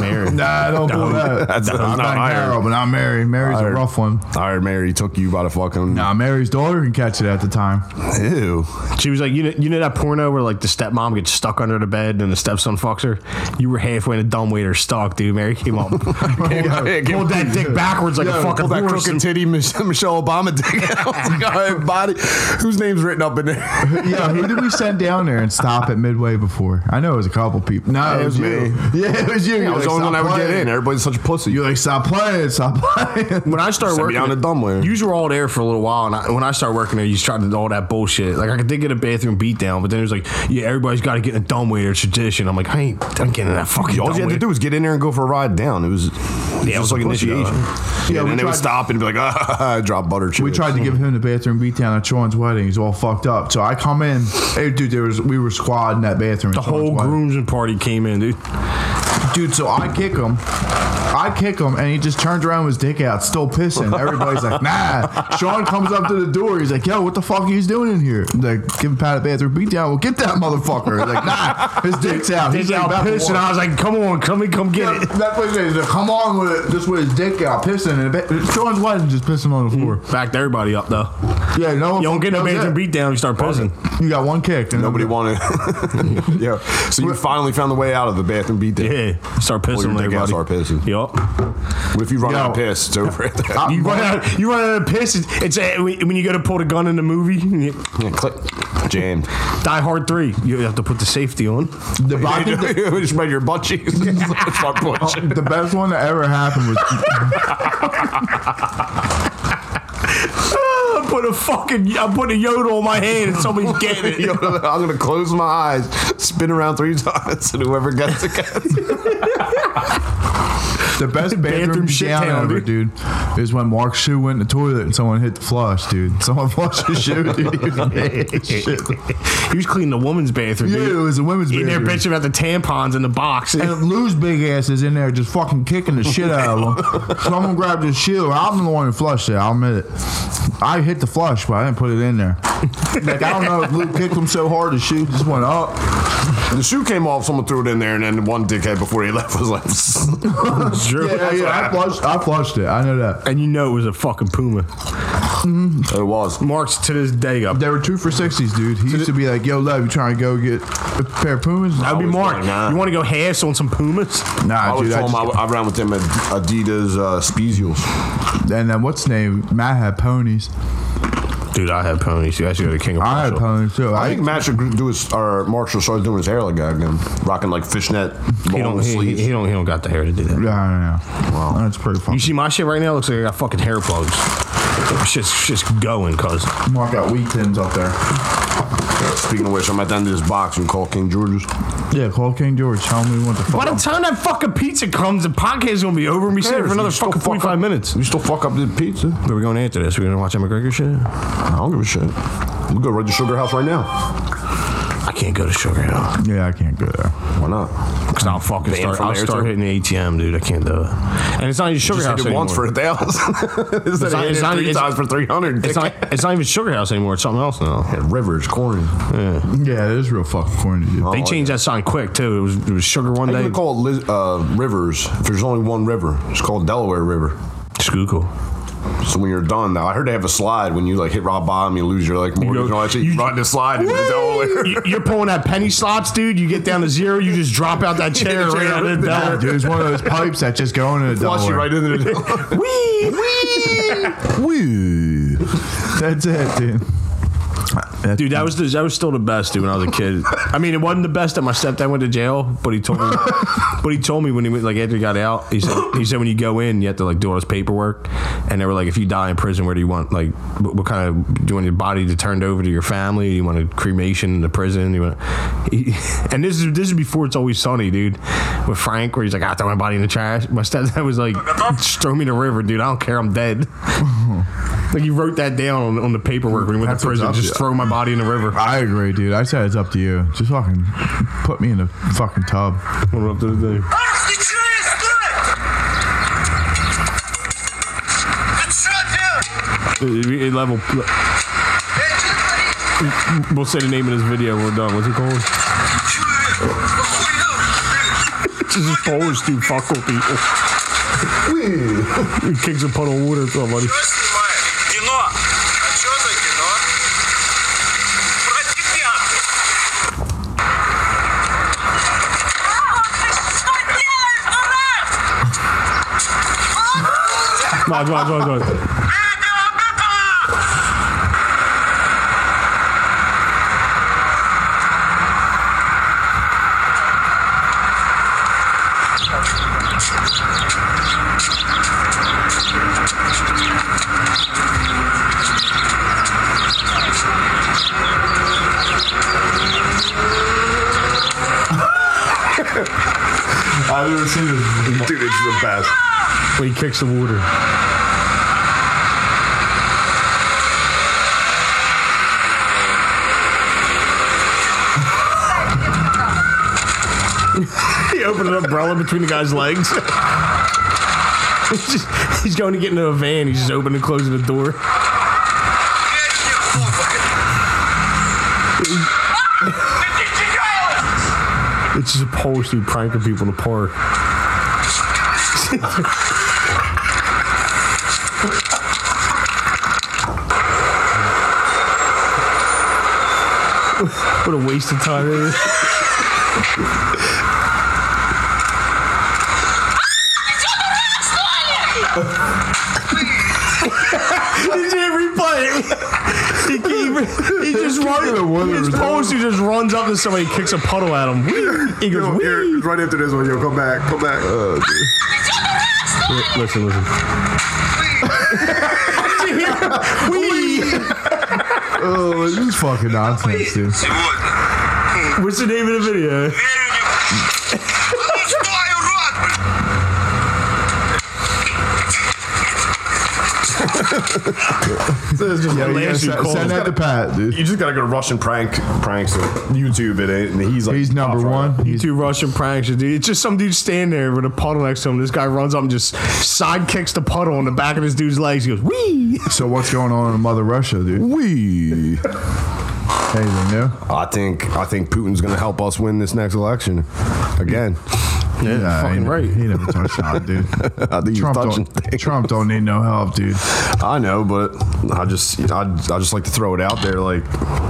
Speaker 3: Mary.
Speaker 1: Nah, don't pull that.
Speaker 4: That's, that's
Speaker 1: I
Speaker 4: not
Speaker 1: banged Carol,
Speaker 4: iron.
Speaker 1: but not Mary. Mary's a
Speaker 4: Iron.
Speaker 1: rough one.
Speaker 4: Iron Mary took you by the fucking.
Speaker 1: Nah, Mary's daughter can catch it at the time.
Speaker 4: Ew.
Speaker 3: She was like, you know, you know that porno where like the stepmom gets stuck under the bed and the stepson fucks her. You were halfway in a dumb waiter stuck, dude. Mary came up, pulled that dick backwards like a fucking
Speaker 4: Pull that
Speaker 3: horse.
Speaker 4: crooked
Speaker 3: and-
Speaker 4: titty Mich- Michelle Obama dick out. I was like, all right, body. Whose name's written up in there?
Speaker 1: Yeah, who did we send down there and stop at midway before? I know it was a couple people. No,
Speaker 4: Yeah,
Speaker 1: it was
Speaker 4: it was
Speaker 1: you.
Speaker 4: me.
Speaker 1: Yeah, it was you.
Speaker 4: I
Speaker 1: You're
Speaker 4: was
Speaker 1: like,
Speaker 4: the only
Speaker 1: "Stop
Speaker 4: one I would get
Speaker 1: playing."
Speaker 4: in. Everybody's such a pussy.
Speaker 1: You're like, stop playing, stop playing.
Speaker 3: when I started
Speaker 4: Send
Speaker 3: working,
Speaker 4: me down
Speaker 3: there-
Speaker 4: to dumb waiter.
Speaker 3: yous were all there for a little while, and I, when I started working there, you started all that bullshit. Like I did get a bathroom beat down, but then it was like, yeah, everybody's got to get in a dumb waiter tradition. I'm like, I ain't, I'm getting in that fucking.
Speaker 4: All
Speaker 3: dumb
Speaker 4: you had to
Speaker 3: waiter.
Speaker 4: do was get in there and go for a ride down. It was, it was
Speaker 3: Yeah, it
Speaker 4: just uh,
Speaker 3: was
Speaker 4: like
Speaker 3: a pussy,
Speaker 4: initiation.
Speaker 1: Yeah,
Speaker 4: Yeah,
Speaker 1: we
Speaker 4: and then they
Speaker 1: tried-
Speaker 4: would stop and be like, ah, drop butter chips.
Speaker 1: We tried to give him the bathroom beatdown at Sean's wedding. He's all fucked up. So I come in. Hey, dude, there was we were squad in that bathroom. at
Speaker 3: The
Speaker 1: Sean's
Speaker 3: whole
Speaker 1: wedding.
Speaker 3: groomsmen party came in, dude.
Speaker 1: dude. So I kick him, I kick him, and he just turns around with his dick out, still pissing. Everybody's like, nah. Sean comes up to the door. He's like, yo, what the fuck are you doing in here? I'm like, give him pat a bathroom beat down. Well, get that motherfucker. He's like, nah, his dick's out.
Speaker 3: He's
Speaker 1: like,
Speaker 3: out
Speaker 1: about to
Speaker 3: pissed, and
Speaker 1: walk.
Speaker 3: I was like, "Come on, come and come get it."
Speaker 1: That's what it is. Like, Come on with it. Just with his dick out, pissing, and it- Sean's wife is just pissing on the floor.
Speaker 3: Backed everybody up though.
Speaker 1: Yeah, no. one
Speaker 3: Mm-hmm. You don't get no
Speaker 1: fucking does
Speaker 3: bathroom
Speaker 1: that.
Speaker 3: beat down. You start pissing.
Speaker 1: You got one kick. And
Speaker 4: Nobody wanted. yeah. So you finally found the way out of the bathroom beat down.
Speaker 3: Yeah, you start
Speaker 4: Well,
Speaker 3: pissing.
Speaker 4: your
Speaker 3: on
Speaker 4: dick
Speaker 3: everybody.
Speaker 4: outs are pissing.
Speaker 3: Yup.
Speaker 4: But if you run out of
Speaker 1: Yo.
Speaker 4: piss, it's over.
Speaker 1: Ah,
Speaker 3: You run out. You run out of piss. It's, it's uh, when when you go to pull the gun in the movie. and you-
Speaker 4: Yeah, click. Jammed.
Speaker 3: Die Hard Three. You have to put the safety on.
Speaker 1: The, I think the,
Speaker 4: just made your butt cheeks start pushing.
Speaker 1: the best one that ever happened was
Speaker 3: I put a fucking. I put a yodel on my hand, and somebody's getting
Speaker 4: You
Speaker 3: it.
Speaker 4: know, I'm gonna close my eyes, spin around three times, and whoever gets it gets. it.
Speaker 1: the best bathroom,
Speaker 3: Bathroom
Speaker 1: shit
Speaker 3: shit
Speaker 1: down
Speaker 3: town,
Speaker 1: ever, dude. Is when Mark's shoe went in the toilet and someone hit the flush, dude. Someone flushed his shoe, dude. He was mad as shit.
Speaker 3: He was cleaning the woman's bathroom.
Speaker 1: Yeah,
Speaker 3: dude.
Speaker 1: it was a women's
Speaker 3: in there
Speaker 1: bathroom.
Speaker 3: bitching about the tampons in the box.
Speaker 1: And Lou's big ass is in there just fucking kicking the shit out of him. Someone grabbed his shoe. I'm the one who flushed it. I'll admit it. I hit the flush, but I didn't put it in there. Like, I don't know if Lou kicked him so hard the shoe just went up.
Speaker 4: The shoe came off, someone threw it in there, and then one dickhead before he left was like,
Speaker 3: Drew.
Speaker 1: Yeah, yeah, I flushed, I flushed it. I know that.
Speaker 3: And you know it was a fucking puma.
Speaker 4: "It was."
Speaker 3: Marks to this day up.
Speaker 1: They were two for 60s, dude. He used to be like, yo, Lev, you trying to go get a pair of Pumas?
Speaker 3: That would be
Speaker 4: was
Speaker 3: Mark.
Speaker 4: going, nah.
Speaker 3: You want to go halves on some pumas?
Speaker 4: I
Speaker 1: Nah,
Speaker 4: was
Speaker 1: dude. I
Speaker 4: telling him
Speaker 1: just-
Speaker 4: I, I ran with them at Adidas uh, Spezials.
Speaker 1: and then what's his name? Matt had ponies.
Speaker 3: Dude, I had ponies. You actually go to King of
Speaker 1: I had
Speaker 3: Prussia.
Speaker 1: ponies too.
Speaker 4: I
Speaker 1: I,
Speaker 4: think Matt should do his or Marshall started doing his hair like that again, rocking like fishnet
Speaker 3: He
Speaker 4: long
Speaker 3: don't, he,
Speaker 4: sleeves.
Speaker 3: he, he don't. He don't got the hair to do that.
Speaker 1: yeah, I don't know. Wow. That's pretty fun.
Speaker 3: You see my shit right now? Looks like I got fucking hair plugs. Shit's just going, cuz.
Speaker 1: Mark got weak tins up there.
Speaker 4: Speaking of which, I'm at the end of this box and call King George's.
Speaker 1: Yeah, call King George. Tell me what the fuck.
Speaker 3: By the time that fucking pizza comes, the podcast is gonna be over and be sitting
Speaker 4: cares?
Speaker 3: for another
Speaker 4: You still
Speaker 3: fucking
Speaker 4: fuck
Speaker 3: forty five minutes.
Speaker 4: You still fuck up the pizza?
Speaker 3: Where we going after this? We gonna watch that McGregor shit?
Speaker 4: I don't give a shit. We'll go right to Sugar House right now.
Speaker 3: I can't go to Sugar Hill
Speaker 1: Yeah, I can't go there.
Speaker 4: Why not?
Speaker 3: because I'll fucking
Speaker 4: Banned
Speaker 3: start.
Speaker 4: from
Speaker 3: I'll
Speaker 4: there,
Speaker 3: start
Speaker 4: too?
Speaker 3: hitting the ATM, dude. I can't do it. And it's not even Sugar House
Speaker 4: Just hit it
Speaker 3: anymore.
Speaker 4: once for a
Speaker 3: not-
Speaker 4: thousand. Instead of
Speaker 3: it's
Speaker 4: hitting it
Speaker 3: not-
Speaker 4: three
Speaker 3: it's-
Speaker 4: times for three hundred.
Speaker 3: it's not. It's not even Sugar House anymore. It's something else now.
Speaker 4: Rivers corny.
Speaker 1: Yeah, it is real fucking corny, dude.
Speaker 3: They changed that sign quick too. It was, it was Sugar one
Speaker 4: I'm
Speaker 3: day.
Speaker 4: gonna call it Liz, uh, rivers. If there's only one river, it's called Delaware River.
Speaker 3: Schuylkill.
Speaker 4: So when you're done, now I heard they have a slide when you like hit rock bottom, you lose your like mortgage and all that shit. You,
Speaker 3: you-
Speaker 4: run the slide into Delaware.
Speaker 3: You- You're pulling that penny slots, dude. You get down to zero. You just drop out that chair right out of the
Speaker 1: Yeah,
Speaker 3: door.
Speaker 1: dude, it's one of those pipes that just go into the
Speaker 4: Flush you
Speaker 1: Delaware.
Speaker 4: right into the Delaware.
Speaker 3: Wee wee.
Speaker 1: That's it, dude. That's
Speaker 3: Dude, that was the, that was still the best, dude. When I was a kid, I mean, it wasn't the best that my stepdad went to jail, but he told me, but he told me when he went, like after he got out, he said he said when you go in, you have to like do all this paperwork, and they were like, if you die in prison, where do you want like what, what kind of do you want your body to turned over to your family? Do you want a cremation in the prison? Do you want, he, and this is this is before it's always sunny, dude, with Frank, where he's like, I throw my body in the trash. My stepdad was like, just throw me in the river, dude. I don't care, I'm dead. Like you wrote that down on, on the paperwork when you went
Speaker 1: That's
Speaker 3: to prison.
Speaker 1: what's up,
Speaker 3: Just
Speaker 1: yeah.
Speaker 3: throw my body in the river.
Speaker 1: I agree, dude. I said it's up to you. Just fucking put me in a fucking tub.
Speaker 2: Ach, ty czysty! Wytrzymaj się!
Speaker 3: Uh, level. We'll say the name of this video. We're done. What's it called? This is Polish dude. Fuck with people. he kicks a puddle of water at somebody.
Speaker 2: Что снимаешь? Кино! А что за кино? Про тебя!
Speaker 3: No, no, no, no.
Speaker 2: Э,
Speaker 4: I've never seen this. Dude, it's the best.
Speaker 3: When he kicks the water. he opened an umbrella between the guy's legs. He's, just- he's going to get into a van. He's just opening and closing the door. It's just a Polish dude pranking people in the park. what a waste of time it is. He didn't replay it. He, keep- he just runs. His Polish dude just runs up to somebody, kicks a puddle at him. Whee! He goes,
Speaker 8: Yo,
Speaker 3: "Whee!"
Speaker 8: here, right after this one, yo, come back, come back.
Speaker 3: Listen, listen.
Speaker 1: Oh, this is fucking nonsense, dude.
Speaker 3: What's the name of the video?
Speaker 8: This is just
Speaker 1: Yeah,
Speaker 8: like-
Speaker 1: yeah,
Speaker 3: Lance dude
Speaker 1: send,
Speaker 3: Cole's
Speaker 1: send that to Pat, dude.
Speaker 8: You just gotta go to Russian prank pranks and YouTube it, and he's like
Speaker 1: He's number
Speaker 8: top right.
Speaker 1: one. He's
Speaker 3: Two Russian pranksters, dude. It's just some dude standing there with a puddle next to him. This guy runs up and just side kicks the puddle on the back of this dude's legs. He goes, "Wee!"
Speaker 1: so what's going on in Mother Russia, dude?
Speaker 4: We.
Speaker 1: Anything new?
Speaker 4: I think I think Putin's going to help us win this next election again.
Speaker 1: Yeah,
Speaker 3: fucking
Speaker 1: he,
Speaker 3: right.
Speaker 1: He never touched on, dude.
Speaker 4: I think he's
Speaker 1: Trump
Speaker 4: touching
Speaker 1: don't,
Speaker 4: things.
Speaker 1: Trump don't need no help, dude.
Speaker 4: I know, but I just I, I just like to throw it out there. Like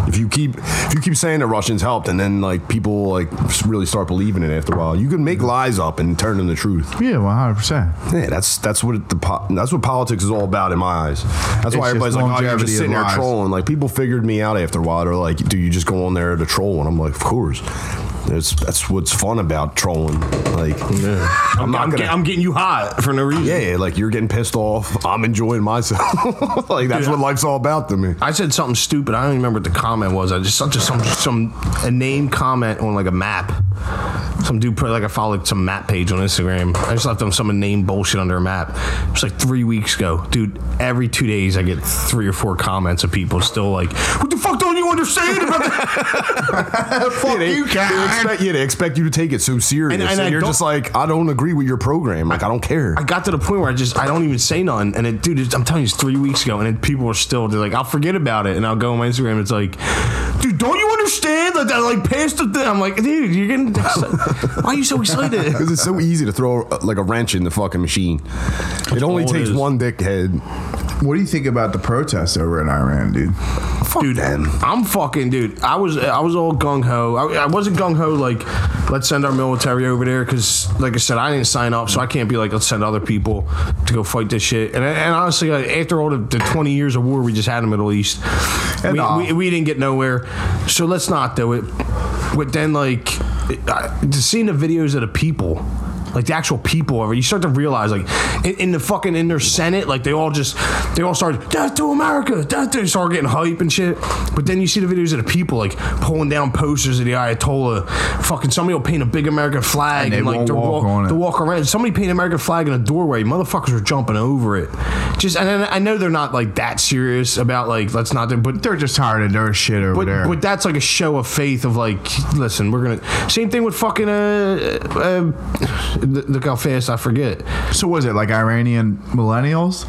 Speaker 4: if you keep if you keep saying the Russians helped, and then like people like really start believing it after a while, you can make lies up and turn them to truth.
Speaker 1: Yeah, one hundred percent.
Speaker 4: Yeah, that's that's what the po- that's what politics is all about in my eyes. That's why
Speaker 1: It's
Speaker 4: everybody's
Speaker 1: just
Speaker 4: like, oh, you're
Speaker 1: longevity
Speaker 4: just
Speaker 1: of
Speaker 4: sitting there
Speaker 1: lies."
Speaker 4: trolling. Like people figured me out after a while. They're like, do you just go on there to troll? And I'm like, of course. That's that's what's fun about trolling. Like I'm, not
Speaker 3: I'm,
Speaker 4: gonna.
Speaker 3: get- I'm getting you hot for no reason.
Speaker 4: yeah, yeah, like you're getting pissed off. I'm enjoying myself. like that's
Speaker 3: Dude,
Speaker 4: what life's all about to me.
Speaker 3: I said something stupid. I don't even remember what the comment was. I just such a some some a name comment on like a map. Some dude put like I followed some map page on Instagram. I just left them some name bullshit under a map. It was like three weeks ago, dude. Every two days I get three or four comments of people still like, "What the fuck don't you understand about the
Speaker 4: Fuck you, They expect, yeah, they expect you to take it so serious,
Speaker 3: And-
Speaker 4: and,
Speaker 3: and I
Speaker 4: you're
Speaker 3: don't-
Speaker 4: just like, I don't agree with your program. Like, I don't care.
Speaker 3: I got to the point where I just I don't even say nothing. And it, dude, it's, I'm telling you, it's three weeks ago, and it, people are still they're like, I'll forget about it, and I'll go on my Instagram. It's like, dude, don't you understand? Like, I like past the thing. I'm like, dude, you're getting. why are you so excited?
Speaker 4: Because it's so easy to throw uh, like a wrench in the fucking machine. It only
Speaker 3: all it
Speaker 4: takes
Speaker 3: is.
Speaker 4: one dickhead.
Speaker 1: What do you think about the protests over in Iran, dude?
Speaker 3: dude, I'm fucking dude. I was I was all gung ho. I, I wasn't gung ho like let's send our military over there because like I said, I didn't sign up, so I can't be like let's send other people to go fight this shit. And, and honestly, like, after all the, the 20 years of war we just had in the Middle East, we,
Speaker 1: all.
Speaker 3: we, we didn't get nowhere. So let's not do it. But then like I, just seeing the videos of the people. Like the actual people of it, you start to realize, like in, in the fucking in their Senate, like they all just they all started death to America, death to start getting hype and shit. But then you see the videos of the people like pulling down posters of the Ayatollah, fucking somebody will paint a big American flag and,
Speaker 1: And they
Speaker 3: like
Speaker 1: won't
Speaker 3: they'll
Speaker 1: walk
Speaker 3: walk,
Speaker 1: on it.
Speaker 3: they'll walk around. Somebody paint an American flag in a doorway. Motherfuckers are jumping over it. Just and I I know they're not like that serious about like let's not do, but
Speaker 1: They're just tired of their shit over
Speaker 3: but,
Speaker 1: there.
Speaker 3: but that's like a show of faith of like, listen, we're gonna. Same thing with fucking uh, uh th- look how fast I forget.
Speaker 1: so was it like Iranian millennials?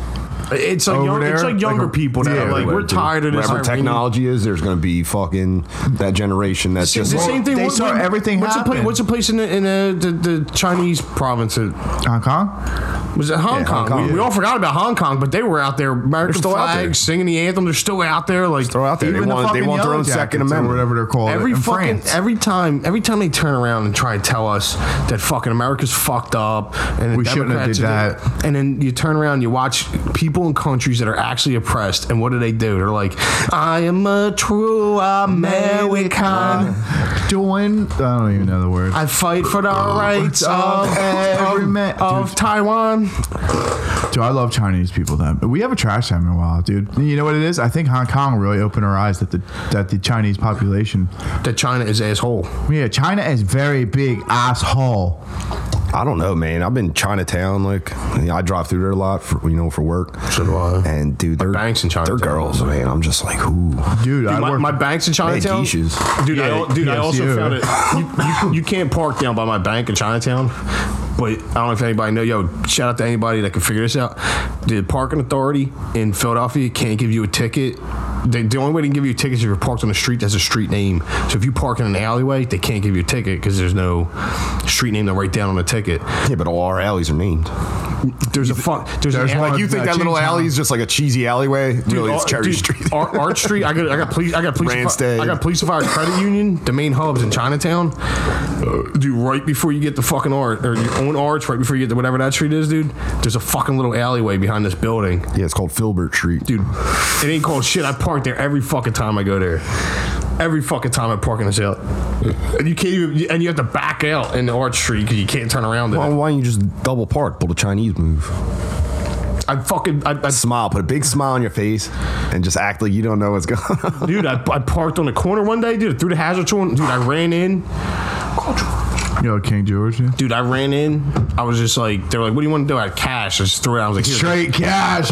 Speaker 3: It's like
Speaker 1: Over
Speaker 3: young, it's
Speaker 1: there?
Speaker 3: like younger
Speaker 1: Like a-
Speaker 3: people that
Speaker 1: yeah,
Speaker 3: are like, we're
Speaker 1: whatever,
Speaker 3: tired of this.
Speaker 4: Whatever
Speaker 3: Iranian-
Speaker 4: technology is, there's going to be fucking that generation that's
Speaker 3: It's
Speaker 4: just
Speaker 3: the same thing.
Speaker 1: they saw everything
Speaker 3: what's A
Speaker 1: happen.
Speaker 3: place, what's a place in, the, in the, the, the Chinese province? That,
Speaker 1: Hong Kong?
Speaker 3: was it Hong
Speaker 4: Yeah,
Speaker 3: Kong?
Speaker 4: Hong Kong,
Speaker 3: we, we
Speaker 4: yeah.
Speaker 3: all forgot about Hong Kong, but they were out there, American
Speaker 4: still out
Speaker 3: flag,
Speaker 4: there.
Speaker 3: singing the anthem. They're still out there, like
Speaker 4: throw out there. They
Speaker 1: Even the
Speaker 4: want, they
Speaker 1: fucking
Speaker 4: want their
Speaker 1: Yellow
Speaker 4: own Second
Speaker 1: Jackets or
Speaker 4: Amendment.
Speaker 1: whatever they're called.
Speaker 3: Every
Speaker 1: in
Speaker 3: fucking
Speaker 1: France.
Speaker 3: every time every time they turn around and try and tell us that fucking America's fucked up and the
Speaker 1: We shouldn't have
Speaker 3: Democrats
Speaker 1: did
Speaker 3: are
Speaker 1: that.
Speaker 3: doing- and then you turn around, you watch people in countries that are actually oppressed, and what do they do? They're like, "I am a true American.
Speaker 1: Join. I don't even know the word.
Speaker 3: I fight for the rights of
Speaker 1: every man."
Speaker 3: of
Speaker 1: Dude.
Speaker 3: Taiwan."
Speaker 1: Dude, I love Chinese people. Then we have a trash time in a while, dude. You know what it is? I think Hong Kong really opened our eyes that the that the Chinese population.
Speaker 3: That China is asshole.
Speaker 1: Yeah, China is very big asshole.
Speaker 4: I don't know, man. I've been Chinatown. Like you know, I drive through there a lot for you know for work.
Speaker 3: So do I.
Speaker 4: And dude, they're
Speaker 3: banks in
Speaker 4: They're
Speaker 3: Chinatown.
Speaker 4: girls, man. I'm just like, ooh,
Speaker 9: Dude, I
Speaker 3: Dude, my,
Speaker 9: work.
Speaker 3: my bank's in
Speaker 4: They had
Speaker 3: Chinatown.
Speaker 4: quiches.
Speaker 3: Dude, I,
Speaker 9: Yeah,
Speaker 3: dude, I also
Speaker 9: PSU.
Speaker 3: found it. You, you, you can't park down by my bank in Chinatown. But I don't know if anybody know. Yo, shout out to anybody that can figure this out. The parking authority in Philadelphia can't give you a ticket. They, the only way they can give you a ticket is if you're parked on a street that's a street name. So if you park in an alleyway, they can't give you a ticket because there's no street name to write down on the ticket.
Speaker 4: yeah, but all our alleys are named.
Speaker 3: There's a fun. There's,
Speaker 9: There's
Speaker 3: an
Speaker 9: one-
Speaker 3: alley-
Speaker 10: Like you think that little alley is just like a cheesy alleyway? really, it's
Speaker 3: Ar-
Speaker 10: Cherry
Speaker 3: dude,
Speaker 10: Street.
Speaker 3: Ar- Arch Street. I got, I got police. I got police.
Speaker 10: Randstad.
Speaker 3: I got police and fire credit union. The main hubs in Chinatown. Uh, Dude, right before you get the fucking arch or your own arch, right before you get to whatever that street is, dude. There's a fucking little alleyway behind this building,
Speaker 4: Yeah, it's called Filbert Street.
Speaker 3: dude. It ain't called shit. I park there every fucking time I go there. Every fucking time I park in this alley, and you can't even, and you have to back out in the Arch Street because you can't turn around. in
Speaker 4: Why,
Speaker 3: It.
Speaker 4: why don't you just double park, pull the Chinese move?
Speaker 3: I fucking, I, I
Speaker 4: Smile, put a big smile on your face, and just act like you don't know what's going on.
Speaker 3: dude, I, I parked on the corner one day, dude, through the hazard zone, dude. I ran in.
Speaker 9: Yo, King George. yeah.
Speaker 3: Dude, I ran in. I was just like, they were like, "What do you want to do?" I had cash. I just threw it. out. I was like, "Here."
Speaker 9: Straight cash,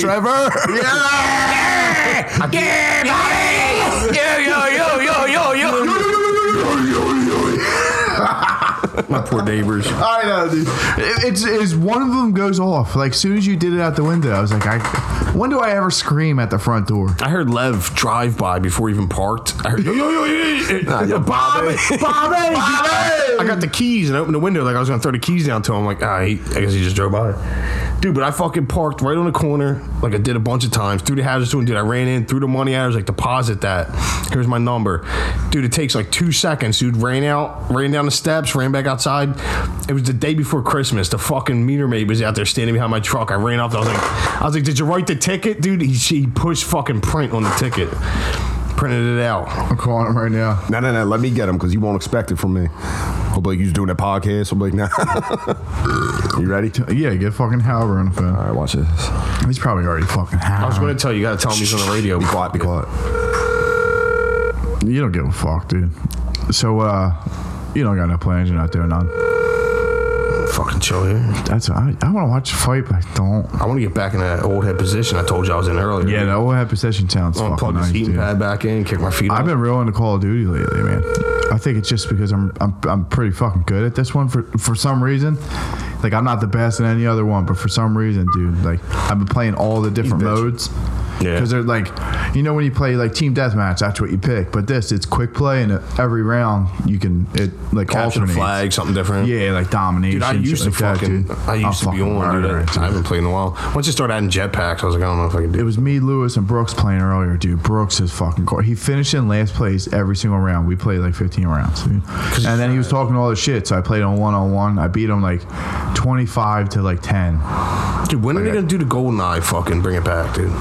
Speaker 4: Trevor,
Speaker 3: My poor neighbors.
Speaker 9: I know, dude. It- It's, it's one of them goes off. Like, soon as you did it out the window, I was like, I, when do I ever scream at the front door?
Speaker 3: I heard Lev drive by before he even parked. I heard, yo, yo, yo, yo, yo, yo, Bobby, Bobby, I got the keys and I opened the window like I was gonna throw the keys down to him. Like, ah, he, I guess he just drove by. Dude, but I fucking parked right on the corner, like I did a bunch of times. Through the hazard zone, dude, I ran in, threw the money out. I was like, deposit that. Here's my number, dude. It takes like two seconds, dude. Ran out, ran down the steps, ran back outside. It was the day before Christmas. The fucking meter maid was out there standing behind my truck. I ran up. I was like, I was like, did you write the ticket, dude? He, he pushed fucking print on the ticket, printed it out.
Speaker 9: I'm calling him right now.
Speaker 4: No, no, no. Let me get him because you won't expect it from me. I'll be like, you doing a podcast? I'll be like, nah. you ready?
Speaker 9: Yeah, get fucking Halber on the phone.
Speaker 4: All right, watch this.
Speaker 9: He's probably already fucking Halber.
Speaker 3: I was gonna tell you, you gotta tell him he's on the radio.
Speaker 4: Be quiet, be quiet.
Speaker 9: You don't give a fuck, dude. So, uh, you don't got no plans. You're not doing none.
Speaker 3: Fucking chill here.
Speaker 9: That's I. I want to watch a fight, but I don't.
Speaker 3: I want to get back in that old head position I told you I was in earlier.
Speaker 9: Yeah, that whole episode sounds
Speaker 3: Oh, I'm gonna
Speaker 9: fucking
Speaker 3: plug this
Speaker 9: nice,
Speaker 3: heating
Speaker 9: dude.
Speaker 3: pad back in, kick my feet
Speaker 9: I've
Speaker 3: up.
Speaker 9: been real into Call of Duty lately, man. I think it's just because I'm I'm, I'm pretty fucking good at this one for for some reason. Like I'm not the best in any other one, but for some reason, dude, like I've been playing all the different modes.
Speaker 3: Yeah.
Speaker 9: Because they're like, you know, when you play like team deathmatch, that's what you pick. But this, it's quick play, and every round you can it like
Speaker 3: Alter the
Speaker 9: alternates.
Speaker 3: flag, something different.
Speaker 9: Yeah, like domination.
Speaker 3: Dude, I used to
Speaker 9: shit like that,
Speaker 3: fucking,
Speaker 9: dude.
Speaker 3: I used
Speaker 9: I'm
Speaker 3: to be
Speaker 9: fucking
Speaker 3: on, dude.
Speaker 9: murdering it,
Speaker 3: I, haven't played in a while. Once you start adding jetpacks, I was like, I don't know if I can do
Speaker 9: It was me, Lewis, and Brooks playing earlier, dude. Brooks is fucking cool. He finished in last place every single round. We played like 15 rounds, dude. And then he was talking all this shit. So I played on one on one. I beat him like 25 to like 10.
Speaker 3: Dude, when are they gonna do the golden eye? Fucking bring it back, dude.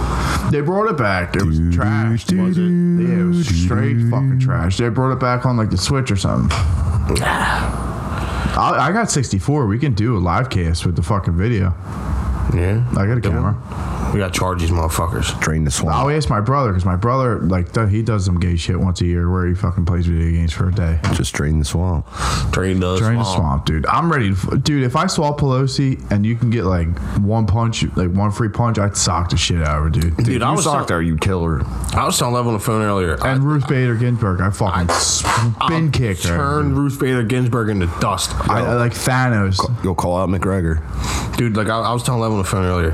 Speaker 9: They brought it back. It was trash. was it? Yeah, it was straight fucking trash. They brought it back on like the Switch or something. I, I got 64. We can do a live cast with the fucking video.
Speaker 3: Yeah,
Speaker 9: I got a camera.
Speaker 3: we got to charge these motherfuckers.
Speaker 4: Drain the swamp.
Speaker 9: I'll ask my brother because my brother like th- he does some gay shit once a year where he fucking plays video games for a day.
Speaker 4: Just drain the swamp.
Speaker 3: Drain the
Speaker 9: Drain the
Speaker 3: swamp.
Speaker 9: swamp, dude. I'm ready, to, f- dude. If I saw Pelosi and you can get like one punch, like one free punch, I'd sock the shit out of her, dude.
Speaker 3: Dude, I
Speaker 4: you
Speaker 3: was
Speaker 4: socked her, you killer.
Speaker 3: I was telling Lev on the phone earlier. I-
Speaker 9: And Ruth Bader Ginsburg, I fucking spin kicked her.
Speaker 3: Turn Ruth Bader Ginsburg into dust.
Speaker 9: I, I like Thanos.
Speaker 4: You'll call out McGregor.
Speaker 3: Dude, like I, I was telling Lev on the phone earlier,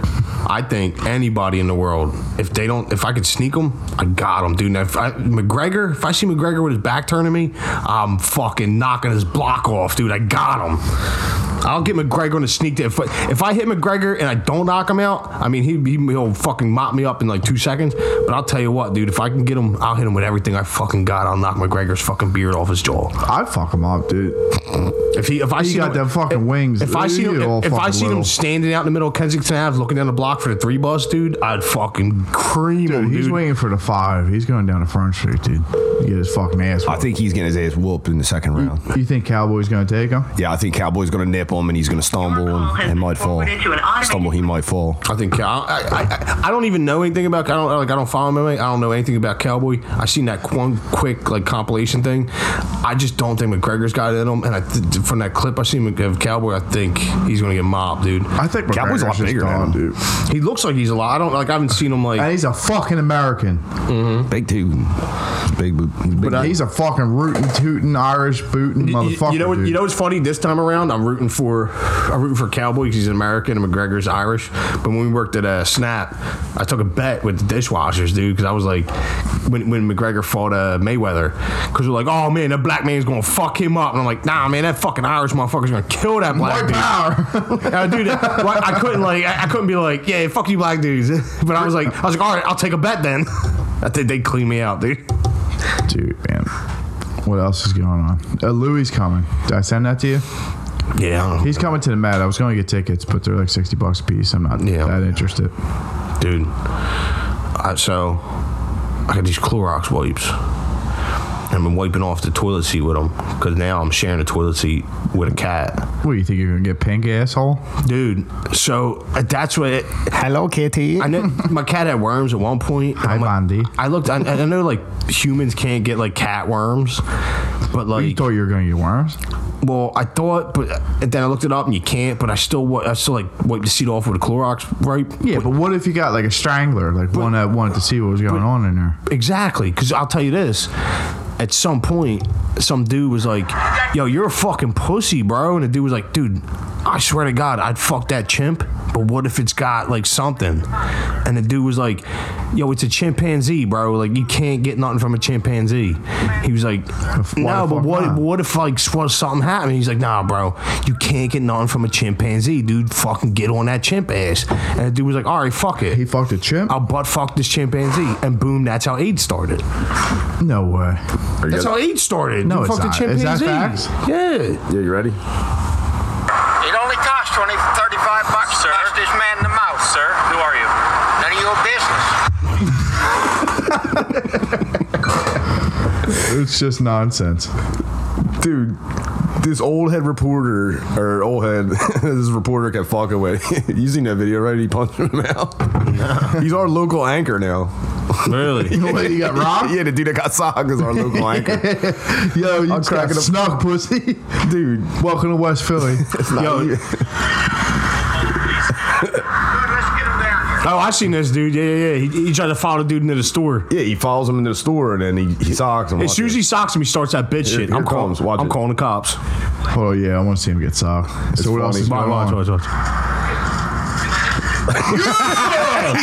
Speaker 3: I think anybody in the world, if they don't, if I could sneak them, I got them, dude. Now, if I, McGregor, if I see McGregor with his back turned to me, I'm fucking knocking his block off, dude. I got him. I'll get McGregor on a sneak. If I, if I hit McGregor and I don't knock him out, I mean he, he he'll fucking mop me up in like two seconds. But I'll tell you what, dude, if I can get him, I'll hit him with everything I fucking got. I'll knock McGregor's fucking beard off his jaw.
Speaker 9: I'd fuck him up, dude.
Speaker 3: If he, if I
Speaker 9: He
Speaker 3: see
Speaker 9: got
Speaker 3: him,
Speaker 9: them fucking wings.
Speaker 3: if I see him,
Speaker 9: Ew, all
Speaker 3: if, if I
Speaker 9: fucking
Speaker 3: see
Speaker 9: little.
Speaker 3: him standing out in the middle of Kensington Ave, looking down the block for the three bus, dude, I'd fucking cream him,
Speaker 9: dude,
Speaker 3: dude.
Speaker 9: he's waiting for the five. He's going down to Front Street, dude. Get his fucking ass.
Speaker 4: I
Speaker 9: whooped.
Speaker 4: think he's getting his ass whooped in the second round.
Speaker 9: You think Cowboy's gonna take him?
Speaker 4: Yeah, I think Cowboy's going to nip
Speaker 11: tip him and he's going to stumble and, and might fall. Stumble, he might fall.
Speaker 3: I think Cal- I, I, I, I don't even know anything about. I don't like. I don't follow him. I don't know anything about Cowboy. I seen that one quick like compilation thing. I just don't think McGregor's got it in him. And I th- from that clip I seen of Cowboy, I think he's gonna get mobbed, dude.
Speaker 9: I think
Speaker 11: Cowboy's a lot
Speaker 9: McGregor's just
Speaker 11: bigger than
Speaker 9: gone,
Speaker 11: him.
Speaker 9: dude.
Speaker 3: He looks like he's a lot. I don't like. I haven't seen him like.
Speaker 9: And he's a fucking American.
Speaker 11: Big dude. Big, big, big
Speaker 9: he's a fucking rootin' tootin' Irish bootin'
Speaker 3: You- you-
Speaker 9: motherfucker.
Speaker 3: You know, what,
Speaker 9: dude.
Speaker 3: you know what's funny? This time around, I'm rooting for I'm rooting for Cowboy because he's an American and McGregor's Irish. But when we worked at uh, Snap, I took a bet with the dishwashers, dude, because I was like, when, when McGregor fought uh, Mayweather, because we're like, oh man, that black man's gonna fuck him up, and I'm like, nah, man, that fucking Irish motherfucker's gonna kill that black
Speaker 9: White
Speaker 3: dude.
Speaker 9: power.
Speaker 3: And I, dude, I I couldn't like, I I couldn't be like, yeah, fuck you, black dudes. But I was like, I was like, all right, I'll take a bet then. I think they clean me out, dude.
Speaker 9: dude, man. What else is going on? Uh, Louis coming. Did I send that to you?
Speaker 3: Yeah, I don't know.
Speaker 9: He's coming to the Met. I was going to get tickets, but they're like sixty bucks a piece. I'm not
Speaker 3: Yeah.
Speaker 9: that interested.
Speaker 3: dude. I, so I got these Clorox wipes. I've been wiping off the toilet seat with them because now I'm sharing a toilet seat with a cat,
Speaker 9: What do you think you're gonna get pink, asshole?
Speaker 3: dude. So uh, that's what it,
Speaker 11: Hello, kitty.
Speaker 3: I know. my cat had worms at one point.
Speaker 9: Hi,
Speaker 3: I'm like-
Speaker 9: Bondi.
Speaker 3: I looked. I, I know like humans can't get like cat worms, but
Speaker 9: You
Speaker 3: like
Speaker 9: thought you were gonna get worms?
Speaker 3: well, I thought, but and then I looked it up and you can't. But I still, wa- I still like wiped the seat off with a Clorox wipe.
Speaker 9: Yeah, but what if you got like a strangler, like one that wanted to see what was going on in there?
Speaker 3: Exactly, because I'll tell you this: at some point, some dude was like, "Yo, you're a fucking pussy, bro," and the dude was like, "Dude, I swear to God, I'd fuck that chimp, but what if it's got like something?" And the dude was like, "Yo, it's a chimpanzee, bro. Like you can't get nothing from a chimpanzee." He was like,
Speaker 9: the
Speaker 3: "No, but
Speaker 9: fuck
Speaker 3: what?
Speaker 9: not?"
Speaker 3: What if like what if something happened?" He's like, "Nah, bro, you can't get nothing from a chimpanzee, dude. Fucking get on that chimp ass." And the dude was like, "All right, fuck it."
Speaker 9: He fucked a chimp?
Speaker 3: I'll butt fuck this chimpanzee, and boom, that's how AIDS started.
Speaker 9: No way.
Speaker 3: That's how AIDS started.
Speaker 9: No,
Speaker 3: you
Speaker 9: it's
Speaker 3: fucked
Speaker 9: not.
Speaker 3: a
Speaker 9: Is
Speaker 3: chimpanzee.
Speaker 9: that
Speaker 3: Yeah.
Speaker 4: Yeah, you ready?
Speaker 2: It only costs 20, 35 bucks to punch this man in the mouth. Sir, who are you? None of your business.
Speaker 9: It's just nonsense.
Speaker 4: dude. This old head reporter, or old head, this reporter kept fucking with. you seen that video, right? He punched him out. He's our local anchor now.
Speaker 3: Really?
Speaker 9: What, you got robbed?
Speaker 4: yeah, the dude that got socked is our local anchor.
Speaker 9: Yo, you just got
Speaker 4: cracking up.
Speaker 9: snuck, pussy.
Speaker 4: Dude,
Speaker 9: Welcome to West Philly.
Speaker 4: yo,
Speaker 2: Good, let's get him down here.
Speaker 3: Oh, I seen this dude. Yeah, yeah, yeah. He, he tried to follow the dude into the store.
Speaker 4: yeah, he follows him into the store and then he, he socks him.
Speaker 3: As soon as he socks him, he starts that bitch
Speaker 4: Here-
Speaker 3: shit.
Speaker 4: here
Speaker 3: I'm calling.
Speaker 4: comes. Watch
Speaker 3: I'm
Speaker 4: it.
Speaker 3: calling the cops.
Speaker 9: oh yeah, I want to see him get socked. So what else
Speaker 4: funny.
Speaker 9: is going
Speaker 3: Watch, watch,
Speaker 9: on?
Speaker 3: watch, watch.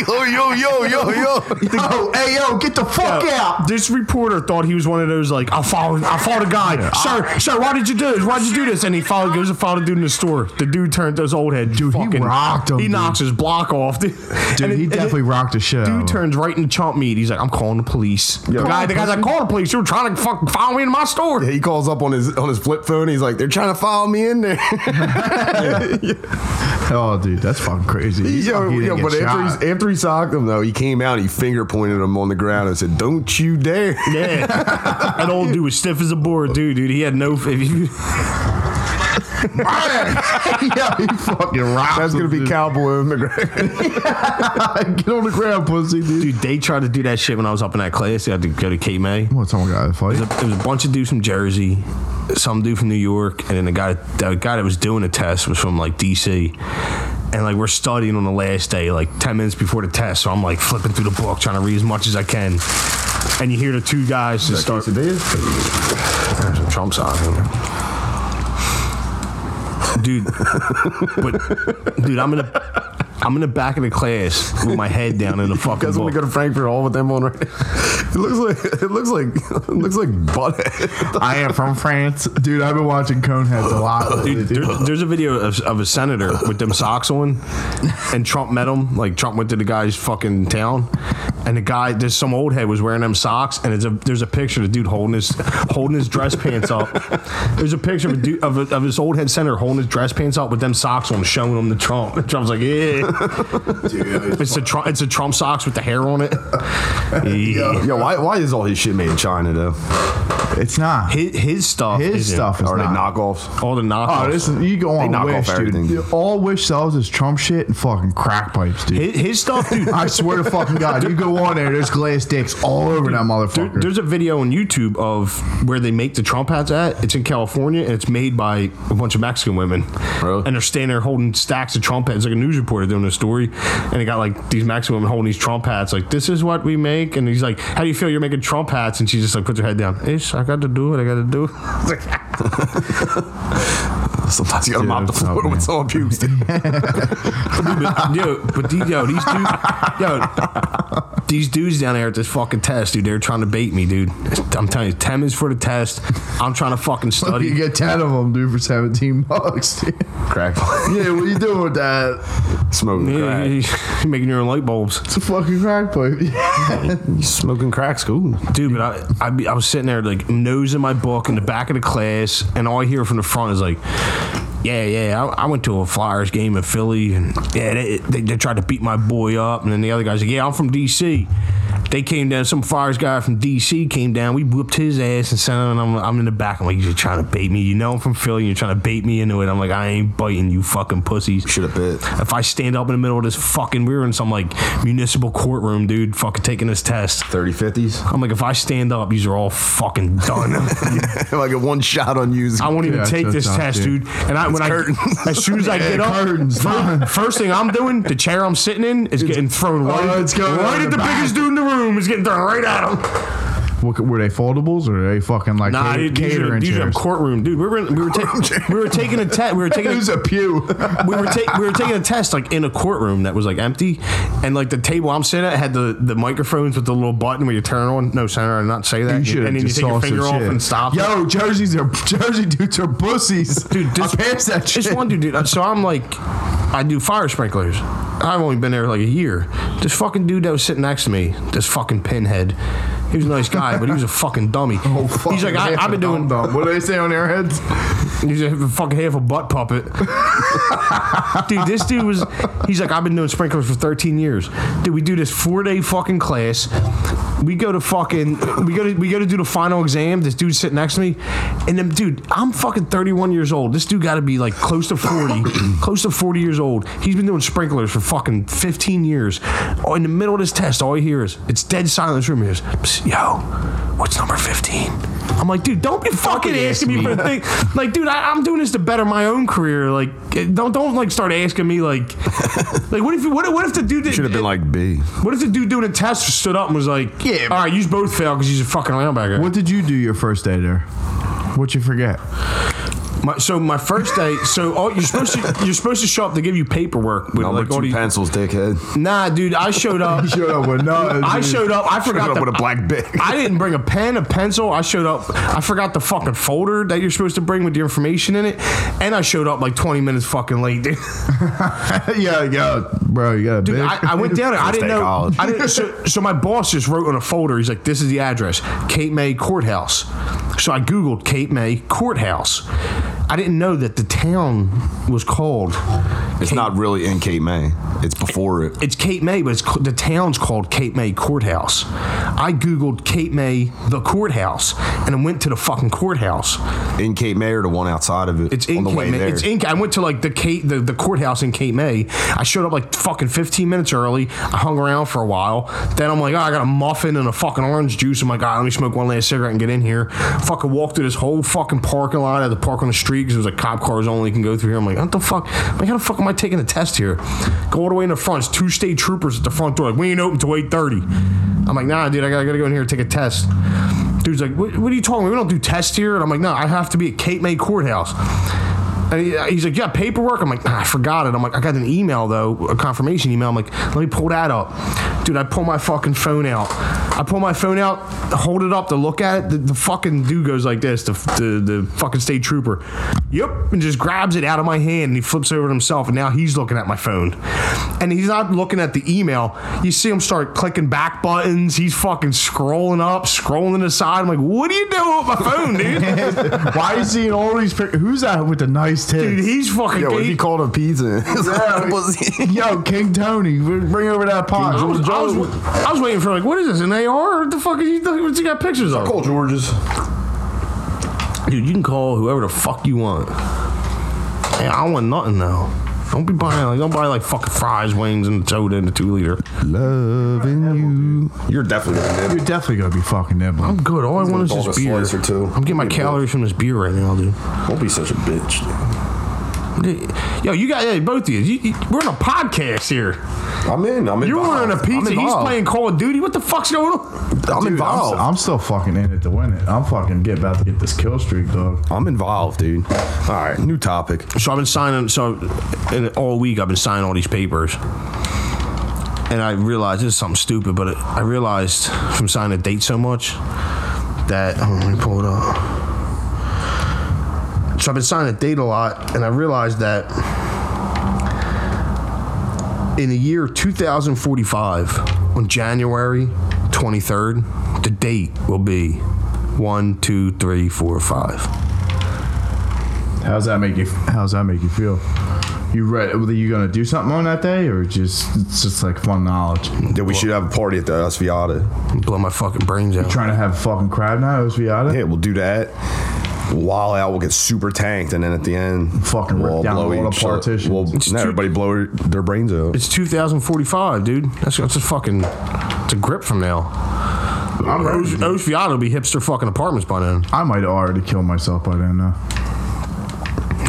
Speaker 4: yo, yo, yo, yo, yo.
Speaker 9: Yo, hey yo, get the fuck
Speaker 3: Yo, Uh, This reporter thought he was one of those like I followed I followed a guy. Sir, sir, why did you do this? Why'd you do this? And he followed goes and followed the dude in the store. The dude turned those old head. Dude,
Speaker 9: he rocked him,
Speaker 3: He
Speaker 9: dude.
Speaker 3: knocks his block off. Dude,
Speaker 9: Dude, he definitely rocked the shit. out
Speaker 3: Dude
Speaker 9: of him.
Speaker 3: turns right into chomp meat. He's like, I'm calling the police. The guy, the guy's like, call the police. You're trying to fucking follow me in my store.
Speaker 4: He calls up on his on his flip phone. He's like, "They're trying to follow me in there."
Speaker 9: Oh, dude, that's fucking crazy. He's
Speaker 4: yo,
Speaker 9: lucky he
Speaker 4: yo,
Speaker 9: didn't
Speaker 4: but
Speaker 9: get shot.
Speaker 4: after he, after he socked him though, he came out. He finger pointed him on the ground and said, "Don't you dare!"
Speaker 3: Yeah. that old dude was stiff as a board, dude. Dude, he had no. If you,
Speaker 9: yeah, he fucking rocked.
Speaker 4: That's gonna
Speaker 9: him,
Speaker 4: be
Speaker 9: dude.
Speaker 4: Cowboy McGregor.
Speaker 9: get on the ground, pussy, dude.
Speaker 3: dude, they tried to do that shit when I was up in that class. They had to go to K May.
Speaker 9: What someone got in a fight?
Speaker 3: There was a bunch of dudes from Jersey, some dude from New York, and then the guy the guy that was doing the test was from like DC. And like we're studying on the last day, like ten minutes before the test, so I'm like flipping through the book, trying to read as much as I can. And you hear the two guys just start. There's some Trump socks in there. Dude, but dude, I'm in the I'm in the back of the class with my head down in the fucking
Speaker 4: guys want
Speaker 3: book.
Speaker 4: to go to Frankfurt Hall with them on right It looks like it looks like it looks like butt.
Speaker 9: I am from France, dude. I've been watching Coneheads a lot.
Speaker 3: Dude, there- there's a video of, of a senator with them socks on, and Trump met him. Like Trump went to the guy's fucking town, and the guy, there's some old head was wearing them socks, and it's a there's a picture of the dude holding his holding his dress pants up. There's a picture of a dude of, a, of his old head senator holding his dress pants up with them socks on, showing them the Trump. And Trump's like, yeah. It's a tr- it's a Trump socks with the hair on it. Yeah.
Speaker 8: Yo, why, why is all his shit made in China though?
Speaker 1: It's not. His,
Speaker 3: His, his stuff. isn't-
Speaker 1: stuff is
Speaker 8: Are they
Speaker 1: not.
Speaker 8: knockoffs?
Speaker 3: All the knockoffs.
Speaker 1: Oh, this is, you go on
Speaker 8: knock
Speaker 1: Wish,
Speaker 8: off everything.
Speaker 1: dude. All Wish sells is Trump shit and fucking crack pipes, dude.
Speaker 3: his, his stuff, dude.
Speaker 1: I swear to fucking God, you go on there, there's glass dicks all over that
Speaker 3: There-
Speaker 1: motherfucker.
Speaker 3: there's a video on YouTube of where they make the Trump hats at. It's in California and it's made by a bunch of Mexican women.
Speaker 8: Really?
Speaker 3: And they're standing there holding stacks of Trump hats. It's like a news reporter doing a story. And they got like these Mexican women holding these Trump hats. Like, this is what we make. And he's like, How do you feel you're making Trump hats? And she just like puts her head down. Ish, I got to do what I got to do.
Speaker 8: Sometimes you gotta mop the
Speaker 1: it's not
Speaker 8: floor
Speaker 1: me.
Speaker 8: with someone pukes. dude.
Speaker 3: but, yo, but these, yo, these dudes, yo, these dudes down there at this fucking test, dude, they're trying to bait me, dude. I'm telling you, Tem is for the test. I'm trying to fucking
Speaker 1: you
Speaker 3: study.
Speaker 1: get 10 of them, dude, for 17 bucks. dude.
Speaker 8: Crack.
Speaker 1: yeah, what are you doing with that?
Speaker 8: Smoking
Speaker 3: Yeah,
Speaker 8: crack.
Speaker 3: you're making your own light bulbs.
Speaker 1: It's a fucking crack pipe.
Speaker 8: Smoking crack's cool.
Speaker 3: Dude, but I, I, be, I was sitting there like nosing my book in the back of the class, and all I hear from the front is like, "Yeah, yeah, I, I went to a Flyers game in Philly, and yeah, they, they, they tried to beat my boy up." And then the other guy's like, "Yeah, I'm from DC." They came down. Some Flyers guy from DC came down. We whooped his ass and sent him. And I'm, I'm in the back. I'm like, "You're trying to bait me. You know I'm from Philly. You're trying to bait me into it." I'm like, "I ain't biting you, fucking pussies."
Speaker 4: Should have bit.
Speaker 3: If I stand up in the middle of this fucking, we were in some like municipal courtroom, dude, fucking taking this test.
Speaker 4: 30 50s.
Speaker 3: I'm like, if I stand up, these are all fucking done.
Speaker 4: like a one shot on you.
Speaker 3: I won't even
Speaker 1: Yeah,
Speaker 3: take
Speaker 1: it's
Speaker 3: this
Speaker 1: tough,
Speaker 3: test, dude.
Speaker 1: dude.
Speaker 3: And I when I as soon as I get up,
Speaker 1: curtains.
Speaker 3: fir- first thing I'm doing, the chair I'm sitting in is getting thrown right,
Speaker 1: Oh, it's going in
Speaker 3: right at
Speaker 1: the
Speaker 3: the
Speaker 1: back.
Speaker 3: biggest dude in the room. Is getting thrown right at him.
Speaker 1: What, were they foldables or are they fucking like
Speaker 3: Nah,
Speaker 1: cater-
Speaker 3: dude, these are,
Speaker 1: Ah, catering
Speaker 3: these are
Speaker 1: chairs?
Speaker 3: courtroom, dude. We were in- we were, ta- we were taking a test. We were taking
Speaker 1: It
Speaker 3: a
Speaker 1: was a pew.
Speaker 3: we were ta- we were taking a test like in a courtroom that was like empty, and like the table I'm sitting at had the, the microphones with the little button where you turn on. No, Senator, I'm not say that.
Speaker 1: You should
Speaker 3: and
Speaker 1: have
Speaker 3: then you
Speaker 1: just
Speaker 3: take
Speaker 1: saw
Speaker 3: your
Speaker 1: some
Speaker 3: finger off
Speaker 1: shit.
Speaker 3: and stop. it.
Speaker 1: Yo, jerseys are jersey dudes are pussies.
Speaker 3: dude, this,
Speaker 1: I passed that shit.
Speaker 3: This one dude, dude. So I'm like, I do fire sprinklers. I've only been there like a year. This fucking dude that was sitting next to me, this fucking pinhead. He was a nice guy, but he was a fucking dummy. he's like, I, I've been doing.
Speaker 1: Oh, dumb. What do they say on their heads?
Speaker 3: He's a fucking half a butt puppet. dude, this dude was. He's like, I've been doing sprinklers for 13 years. Dude, we do this four day fucking class. We go to fucking. We go to we go to do the final exam. This dude's sitting next to me, and then dude, I'm fucking 31 years old. This dude got to be like close to 40, close to 40 years old. He's been doing sprinklers for fucking 15 years. Oh, in the middle of this test, all he hears it's dead silence. Room is, yo, what's number 15? I'm like, dude, don't be fucking asking me for the thing. Like, dude, I, I'm doing this to better my own career. Like, eh, don't don't like start asking me like, like what if what, if- what if the dude did,
Speaker 8: Should have been like B.
Speaker 3: what if the dude doing a test stood up and was like,
Speaker 1: Yeah.
Speaker 3: all right, you both fail because he's a fucking linebacker.
Speaker 1: What did you do your first day there? What you forget?
Speaker 3: My, so my first day, so all, you're supposed to you're supposed to show up. They give you paperwork with
Speaker 8: Number
Speaker 3: like all
Speaker 8: two
Speaker 3: these.
Speaker 8: pencils, dickhead.
Speaker 3: Nah, dude, I showed up.
Speaker 1: Showed up with no.
Speaker 3: I showed up. I forgot
Speaker 8: up
Speaker 3: to-
Speaker 8: with a black dick.
Speaker 3: I didn't bring a pen, a pencil. I showed up. I forgot the fucking folder that you're supposed to bring with your information in it, and I showed up like 20 minutes fucking late, dude.
Speaker 1: yeah, yeah, bro, you got a
Speaker 3: Dude,
Speaker 1: bitch.
Speaker 3: I, I went down there. I didn't
Speaker 8: day of
Speaker 3: know.
Speaker 8: college.
Speaker 3: I didn't, so, so my boss just wrote on a folder. He's like, "This is the address, Cape May Courthouse." So I googled Cape May Courthouse. I didn't know that the town was called.
Speaker 8: It's not really in Cape May. It's before it.
Speaker 3: It's Cape May, but it's, ca- the town's called Cape May Courthouse. I googled Cape May the courthouse, and I went to the fucking courthouse.
Speaker 8: In Cape May or the one outside of it.
Speaker 3: It's in
Speaker 8: on the
Speaker 3: Cape
Speaker 8: way
Speaker 3: May.
Speaker 8: there.
Speaker 3: It's in. I went to like the Kate, the, the courthouse in Cape May. I showed up like fucking 15 minutes early. I hung around for a while. Then I'm like, oh, I got a muffin and a fucking orange juice. I'm like, ah, let me smoke one last cigarette and get in here. Fucking walk through this whole fucking parking lot. I had to park on the street because it was like cop cars only can go through here. I'm like, what the fuck? I'm like, how the fuck am I taking a test here? Go all the way in the front. It's two state troopers at the front door. Like, we ain't open till 8:30. I'm like, nah, dude, I gotta, gotta go in here and take a test. Dude's like, what, what are you talking about? We don't do tests here. And I'm like, no, I have to be at Cape May Courthouse. And he, uh, he's like, yeah, paperwork. I'm like, nah, I forgot it. I'm like, I got an email though, a confirmation email. I'm like, let me pull that up, dude. I pull my fucking phone out. I pull my phone out, hold it up to look at it. The, the fucking dude goes like this, the, the the fucking state trooper, yep, and just grabs it out of my hand and he flips over to himself. And now he's looking at my phone, and he's not looking at the email. You see him start clicking back buttons. He's fucking scrolling up, scrolling to the side. I'm like, what are you doing with my phone, dude?
Speaker 1: Why are you seeing all these pictures? Who's that with the nice
Speaker 9: Tony's tits.
Speaker 3: Dude, he's fucking.
Speaker 4: Yo, if he
Speaker 3: he-
Speaker 4: called a pizza, it's like, pussy.
Speaker 9: Yo, King Tony, bring over that pot.
Speaker 3: I was, I, was, I was waiting for like, what is this? An AR? What the fuck is you? What's he got pictures of?
Speaker 12: Call George's.
Speaker 3: Dude, you can call whoever the fuck you want. Hey, I don't want nothing though. Don't be buying like don't buy like fucking fries, wings, and soda and a two liter.
Speaker 4: Loving you. You're definitely gonna nib.
Speaker 9: You're definitely gonna be fucking nibbling.
Speaker 3: I'm good. All I want is
Speaker 4: gonna
Speaker 3: this
Speaker 4: dog a
Speaker 3: beer.
Speaker 4: slice or two.
Speaker 3: I'm getting my calories from this beer right now, dude.
Speaker 4: Don't be such a bitch. dude.
Speaker 3: Yo, you got hey, both of you. you, you- We're on a podcast here.
Speaker 4: I'm in. I'm in.
Speaker 3: You're ordering a pizza. He's playing Call of Duty. What the fuck's going on?
Speaker 4: I'm involved.
Speaker 9: I'm still fucking in it to win it. I'm fucking get about to get this kill streak, dog.
Speaker 4: I'm involved, dude. All right, new topic.
Speaker 3: So I've been signing. So and all week I've been signing all these papers, and I realized this is something stupid, but it, I realized from signing a date so much that hold on, let me pull it up. So I've been signing a date a lot, and I realized that in the year 2045, on January 23rd, the date will be one, two, three, four, five.
Speaker 9: How's that make you? How's that make you feel? You read? Whether you gonna do something on that day or just it's just like fun knowledge?
Speaker 4: Yeah, we should have a party at the Asviata.
Speaker 3: Blow my fucking brains out.
Speaker 9: Trying to have a fucking crab night, Osviata?
Speaker 4: Yeah, we'll do that. While out, we'll get super tanked, and then at the end,
Speaker 9: Fucking rip
Speaker 4: we'll
Speaker 9: down
Speaker 4: blow
Speaker 9: all the
Speaker 4: each other.
Speaker 9: politicians.
Speaker 4: We'll,
Speaker 3: It's
Speaker 4: no,
Speaker 3: too-
Speaker 4: everybody blow their brains out.
Speaker 3: It's 2045, dude. That's, that's a fucking it's a grip from now. I'm Oceana will be hipster fucking apartments by then.
Speaker 9: I might have already killed myself by then. though.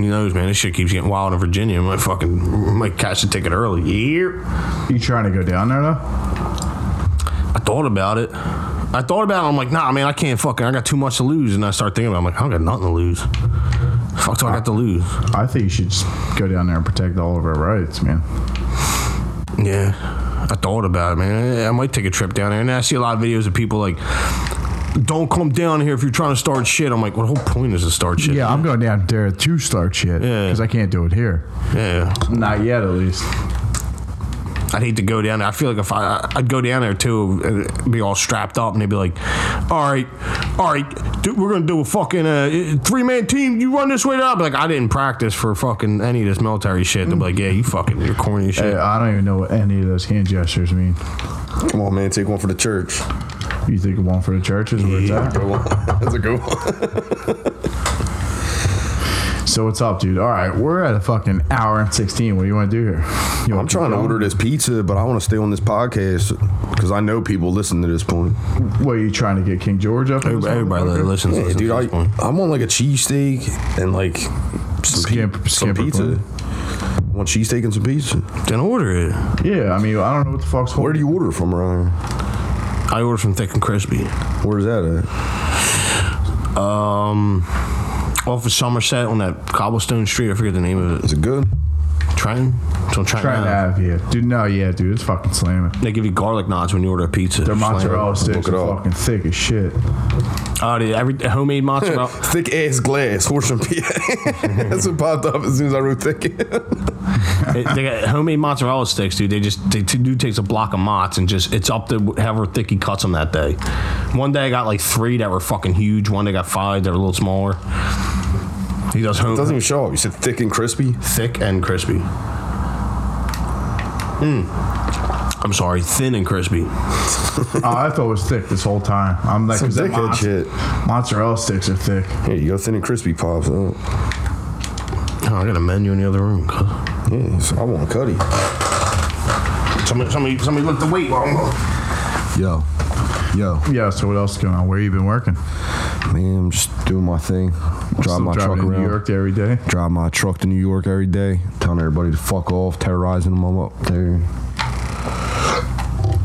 Speaker 3: He knows, man. This shit keeps getting wild in Virginia. I might fucking might catch a ticket early. Yeah.
Speaker 9: You trying to go down there though?
Speaker 3: I thought about it. I thought about it. I'm like, nah, man, I can't fucking. I got too much to lose. And I start thinking about. It. I'm like, I don't got nothing to lose. Fuck, do I got to lose?
Speaker 9: I think you should just go down there and protect all of our rights, man.
Speaker 3: Yeah, I thought about it, man. I might take a trip down there, and I see a lot of videos of people like, "Don't come down here if you're trying to start shit." I'm like, "What the whole point is to start shit?"
Speaker 9: Yeah, I'm going down there to start shit because I can't do it here.
Speaker 3: yeah.
Speaker 9: Not yet, at least.
Speaker 3: I'd hate to go down there. I feel like if I, I'd go down there too, and be all strapped up, and they'd be like, "All right, all right, dude, we're gonna do a fucking uh, three man team. You run this way." I'd be like, "I didn't practice for fucking any of this military shit." They'd be like, "Yeah, you fucking, you're corny as shit."
Speaker 9: Hey, Uh, I don't even know what any of those hand gestures mean.
Speaker 4: Come on, man, take one for the church.
Speaker 9: You think of one for the churches? Where it's at?
Speaker 4: That's a good one.
Speaker 9: So what's up, dude? All right, we're at a fucking hour and sixteen. What do you want to do here? You wanna
Speaker 4: I'm trying to
Speaker 9: keep
Speaker 4: order
Speaker 9: going?
Speaker 4: this pizza, but I want to stay on this podcast because I know people listen to this point.
Speaker 9: What are you trying to get King George up?
Speaker 3: everybody, everybody that listens,
Speaker 4: Hey,
Speaker 3: listens
Speaker 4: dude,
Speaker 3: to
Speaker 4: I,
Speaker 3: this one.
Speaker 4: I want like a cheesesteak and like some, pe-
Speaker 9: Scamp-
Speaker 4: some
Speaker 9: scamper
Speaker 4: pizza.
Speaker 9: plan.
Speaker 4: I want cheesesteak and some pizza.
Speaker 3: then order it.
Speaker 9: Yeah, I mean, I don't know what the fuck's.
Speaker 4: Where do you order from around
Speaker 3: I order from Thick and Crispy.
Speaker 4: here? Where's that at?
Speaker 3: Um, off of Somerset on that cobblestone street. I forget the name of it.
Speaker 4: Is it good?
Speaker 3: Trenton. It's on Trenton.
Speaker 9: trying to
Speaker 3: Ave.
Speaker 9: have yeah, dude? No, yeah, dude, it's fucking slamming.
Speaker 3: They give you garlic knots when you order a pizza.
Speaker 9: Their mozzarella sticks
Speaker 4: Look it
Speaker 9: are
Speaker 4: up.
Speaker 9: fucking thick as shit.
Speaker 3: Oh, dude, every homemade mozzarella.
Speaker 4: Thick ass glass, Horsham, PA. That's what popped up as soon as I wrote thick.
Speaker 3: It- they got homemade mozzarella sticks, dude. They just they t- dude takes a block of mozz and just it's up to however thick he cuts them that day. One day I got like three that were fucking huge. One day I got five that were a little smaller. He does home
Speaker 4: Doesn't even show up. You said thick and crispy.
Speaker 3: thick and crispy. Mm. I'm sorry, thin and crispy.
Speaker 9: oh, I thought it was thick this whole time. I'm like,
Speaker 4: Some
Speaker 9: 'cause that
Speaker 4: dickhead
Speaker 9: mozz-
Speaker 4: shit.
Speaker 9: mozzarella sticks are thick.
Speaker 4: Here you go, thin and crispy pops up.
Speaker 3: Oh, I got a menu in the other room. cuz.
Speaker 4: Yeah, so I want Cuddy.
Speaker 3: Somebody, somebody, somebody look the weight. while I'm-
Speaker 12: Yo. Yo.
Speaker 9: Yeah. So what else is going on? Where you been working?
Speaker 12: Man, I'm just doing my thing. Drive
Speaker 9: Still
Speaker 12: my truck
Speaker 9: driving to
Speaker 12: around.
Speaker 9: New York every day.
Speaker 12: Drive my truck to New York every day. Telling everybody to fuck off, terrorizing them. I'm up there.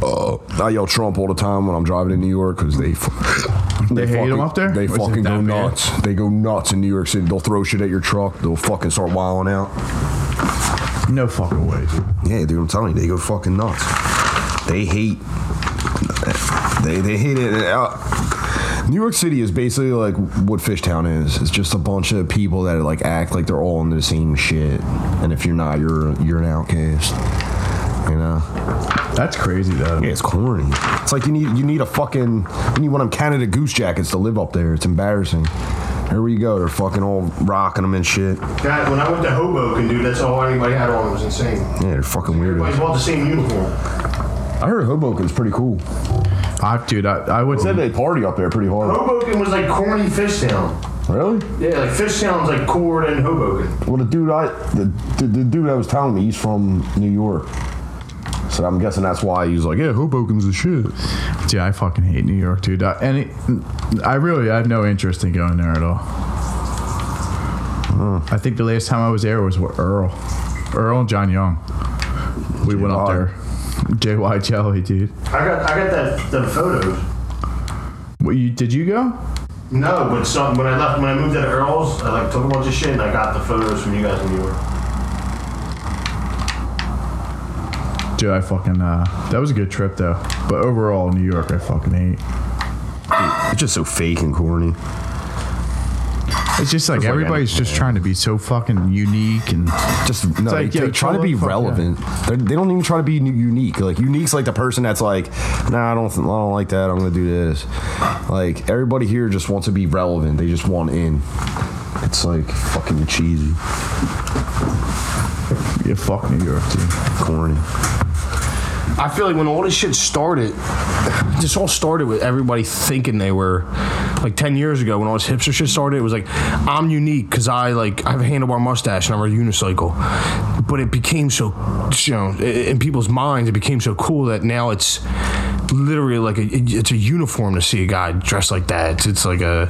Speaker 4: Uh, I yell Trump all the time when I'm driving in New York because they, fu-
Speaker 9: They hate
Speaker 4: fucking-
Speaker 9: him up there?
Speaker 4: They
Speaker 9: Or is it
Speaker 4: fucking
Speaker 9: that
Speaker 4: go
Speaker 9: bad?
Speaker 4: nuts. They go nuts in New York City. They'll throw shit at your truck. They'll fucking start wilding out.
Speaker 9: No fucking way. dude.
Speaker 4: Yeah, dude, I'm telling you, they go fucking nuts. They hate. They they hate it. Uh, New York City is basically like what Fishtown is. It's just a bunch of people that like act like they're all into the same shit, and if you're not, you're you're an outcast. You know.
Speaker 9: That's crazy though.
Speaker 4: Yeah, it's corny. It's like you need you need a fucking you need one of them Canada Goose jackets to live up there. It's embarrassing. Here we go. They're fucking all rocking them and shit. Yeah,
Speaker 8: God, when I went to Hoboken, dude, that's all anybody had on. It was insane.
Speaker 4: they're fucking
Speaker 8: Everybody's
Speaker 4: weirdos.
Speaker 8: all the same uniform.
Speaker 4: I heard Hoboken's pretty cool.
Speaker 1: I, dude, I, I would.
Speaker 4: Said they party up there pretty hard.
Speaker 8: Hoboken was like corny fish town.
Speaker 4: Really?
Speaker 8: Yeah, like fish town's like cooler than Hoboken.
Speaker 4: Well, the dude I the, the, the dude I was telling me he's from New York, so I'm guessing that's why he was like, yeah, Hoboken's the shit.
Speaker 1: Dude, I fucking hate New York, dude. I, and it, I really, I have no interest in going there at all. I think the last time I was there was with Earl, Earl and John Young. We went up there. JY Jelly, dude.
Speaker 8: I got I got that the photos.
Speaker 1: What, you, did you go?
Speaker 8: No, but some when I left when I moved out of Earl's, I like took a bunch of shit and I got the photos from you guys in New York.
Speaker 1: Dude, I fucking uh, that was a good trip though. But overall, New York, I fucking hate.
Speaker 4: It's just so fake and corny.
Speaker 1: It's just like everybody's just trying to be so fucking unique and
Speaker 4: Just no,
Speaker 1: like,
Speaker 4: they,
Speaker 1: yeah,
Speaker 4: they try to
Speaker 1: tell
Speaker 4: be
Speaker 1: them fuck
Speaker 4: relevant. They're- They don't even try to be nu- unique. Like unique's like the person that's like, nah, I don't, I don't like that. I'm gonna do this. Like everybody here just wants to be relevant. They just want in. It's like fucking cheesy,
Speaker 1: yeah, fuck New York, dude.
Speaker 4: corny.
Speaker 3: I feel like when all this shit started, this all started with everybody thinking they were like 10 years ago when all this hipster shit started. It was like, I'm unique because I like I have a handlebar mustache and I'm a unicycle. But it became so, you know, i- in people's minds, it became so cool that now it's literally like a, it- it's a uniform to see a guy dressed like that. It's, it's like a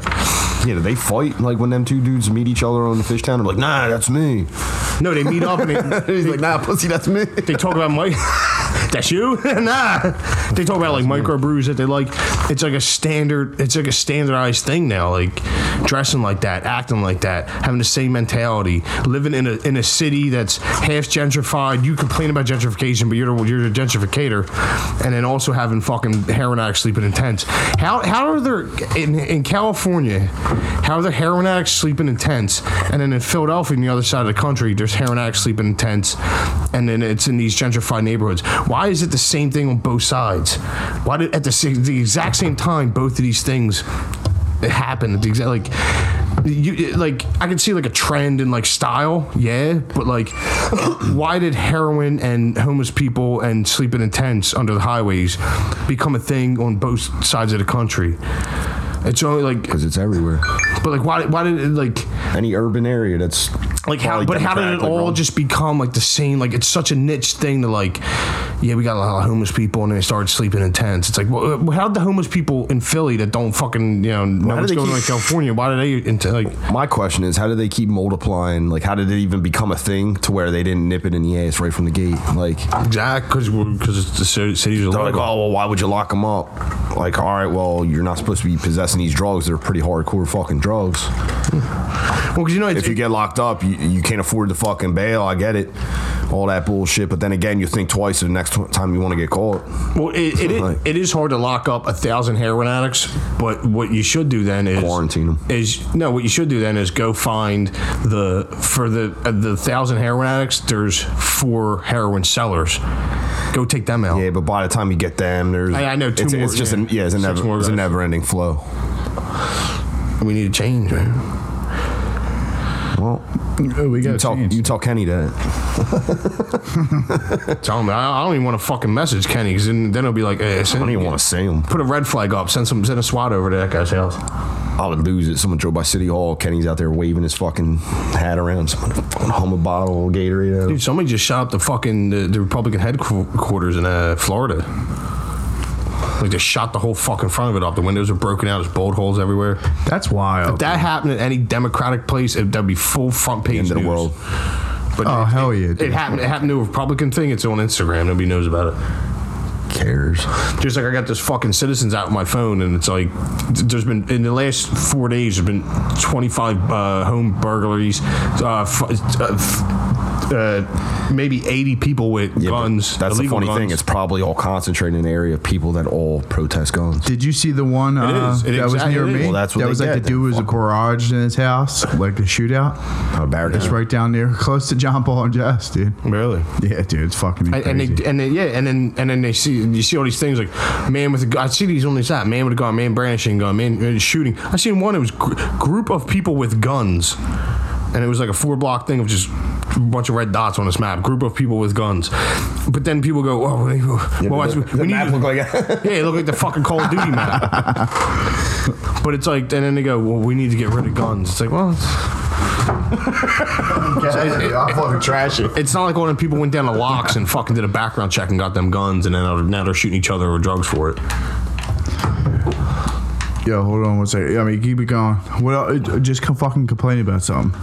Speaker 4: Yeah, do they fight like when them two dudes meet each other on the fish town. They're like, nah, that's me.
Speaker 3: no, they meet up and they,
Speaker 4: He's like, nah, pussy, that's me.
Speaker 3: they talk about Mike. That's you? nah. They talk about like microbrews that they like. It's like a standard. It's like a standardized thing now. Like dressing like that, acting like that, having the same mentality, living in a in a city that's half gentrified. You complain about gentrification, but you're the, you're the gentrificator, and then also having fucking heroin addicts sleeping in tents. How how are there in in California? How are there heroin addicts sleeping in tents, and then in Philadelphia, on the other side of the country, there's heroin addicts sleeping in tents, and then it's in these gentrified neighborhoods. Why is it the same thing on both sides? Why did at the sa- the exact same time both of these things happen at the exact like? You it- like I can see like a trend in like style, yeah, but like, why did heroin and homeless people and sleeping in tents under the highways become a thing on both sides of the country? It's only like,
Speaker 4: Because it's everywhere.
Speaker 3: but like, why? Why did it like?
Speaker 4: Any urban area that's
Speaker 3: like how
Speaker 4: probably
Speaker 3: but how did it
Speaker 4: democratically
Speaker 3: all
Speaker 4: run.
Speaker 3: just become like the same like it's such a niche thing to like yeah we got a lot of homeless people and they started sleeping in tents it's like well, how'd the homeless people in philly that don't fucking you know know
Speaker 4: do
Speaker 3: what's
Speaker 4: they
Speaker 3: going on in
Speaker 4: keep-
Speaker 3: california why do they into like
Speaker 4: My question is, how did they keep multiplying? Like, how did it even become a thing to where they didn't nip it in the ass right from the gate? Like,
Speaker 3: exact because because the ci- cities are
Speaker 4: they're like,
Speaker 3: local.
Speaker 4: oh, well, why would you lock them up? Like, all right, well, you're not supposed to be possessing these drugs. They're pretty hardcore fucking drugs.
Speaker 3: well because you know it's,
Speaker 4: If you get locked up, you, you can't afford the fucking bail. I get it. All that bullshit. But then again, you think twice the next t- time you want to get caught.
Speaker 3: well, it, it, it, it is hard to lock up a thousand heroin addicts but what you should do then is
Speaker 4: Quarantine 'em.
Speaker 3: is no what you should do then is go find the for the uh, the thousand heroin addicts there's four heroin sellers go take them out
Speaker 4: Yeah, but by the time you get them, there's.
Speaker 3: I- I know two
Speaker 4: it's,
Speaker 3: more-
Speaker 4: It's just
Speaker 3: yeah.
Speaker 4: an, yeah, it's a
Speaker 3: Six
Speaker 4: never,
Speaker 3: more
Speaker 4: it's a
Speaker 3: guys.
Speaker 4: never ending flow.
Speaker 3: we need to change man.
Speaker 1: Oh, we
Speaker 4: You
Speaker 1: got
Speaker 4: tell, you tell Kenny that.
Speaker 3: tell him I, I don't even want to fucking message Kenny because then, then he'll be like eh,
Speaker 4: I
Speaker 3: send,
Speaker 4: don't even want to see him.
Speaker 3: put a red flag up send some send a SWAT over to that guy's house
Speaker 4: I would lose it. Someone drove by City Hall. Kenny's out there waving his fucking hat around. Someone fucking hum a bottle of Gatorade. Out.
Speaker 3: dude somebody just shot up the fucking the, the Republican headquarters in uh, Florida like they shot the whole fucking front of it up the windows are broken out there's bolt holes everywhere
Speaker 1: That's wild.
Speaker 3: if that happened at any democratic place it, that'd be full front page
Speaker 4: End of the
Speaker 3: news.
Speaker 4: world.
Speaker 3: but
Speaker 1: Oh,
Speaker 3: it,
Speaker 1: hell yeah,
Speaker 3: it,
Speaker 1: dude.
Speaker 3: happened it happened to a Republican thing it's on Instagram nobody knows about it
Speaker 4: Cares.
Speaker 3: Just like I got this fucking citizens out on my phone, and it's like th- there's been in the last four days there's been 25 uh, home burglaries, uh, f- uh, f- uh, maybe 80 people with
Speaker 4: Yeah, but
Speaker 3: guns.
Speaker 4: That's the
Speaker 3: illegal
Speaker 4: funny thing.
Speaker 3: guns.
Speaker 4: It's probably all concentrated in an area of people that all protest guns.
Speaker 1: Did you see the one uh,
Speaker 3: is. It
Speaker 1: that was
Speaker 3: exactly
Speaker 1: near
Speaker 3: is.
Speaker 1: me?
Speaker 4: Well, that's what
Speaker 1: that
Speaker 4: they
Speaker 1: was like
Speaker 4: did
Speaker 1: the
Speaker 4: then.
Speaker 1: dude was garaged in his house, like the shootout.
Speaker 3: Oh,
Speaker 4: How bad
Speaker 1: It's right down there, close to John Paul and Jess, dude.
Speaker 3: Really?
Speaker 1: Yeah, dude, it's fucking
Speaker 3: And,
Speaker 1: crazy.
Speaker 3: and they and they, yeah and then and then they see you see all these things like man with a gun. I see these on the side man with a gun man brandishing gun man uh, shooting I seen one it was gr- group of people with guns and it was like a four block thing of just a bunch of red dots on this map group of people with guns but then people go oh we, well, I- we need to-
Speaker 4: like
Speaker 3: yeah it looked like the fucking Call of Duty map but it's like and then they go well we need to get rid of guns it's like well it's-
Speaker 1: I'm fucking trash it.
Speaker 3: it's not like when people went down to locks and fucking did a background check and got them guns and then now they're- now they're shooting each other with drugs for it.
Speaker 1: Yo, hold on one second. I mean, keep it going. What? el- uh, Just co- fucking complain about something.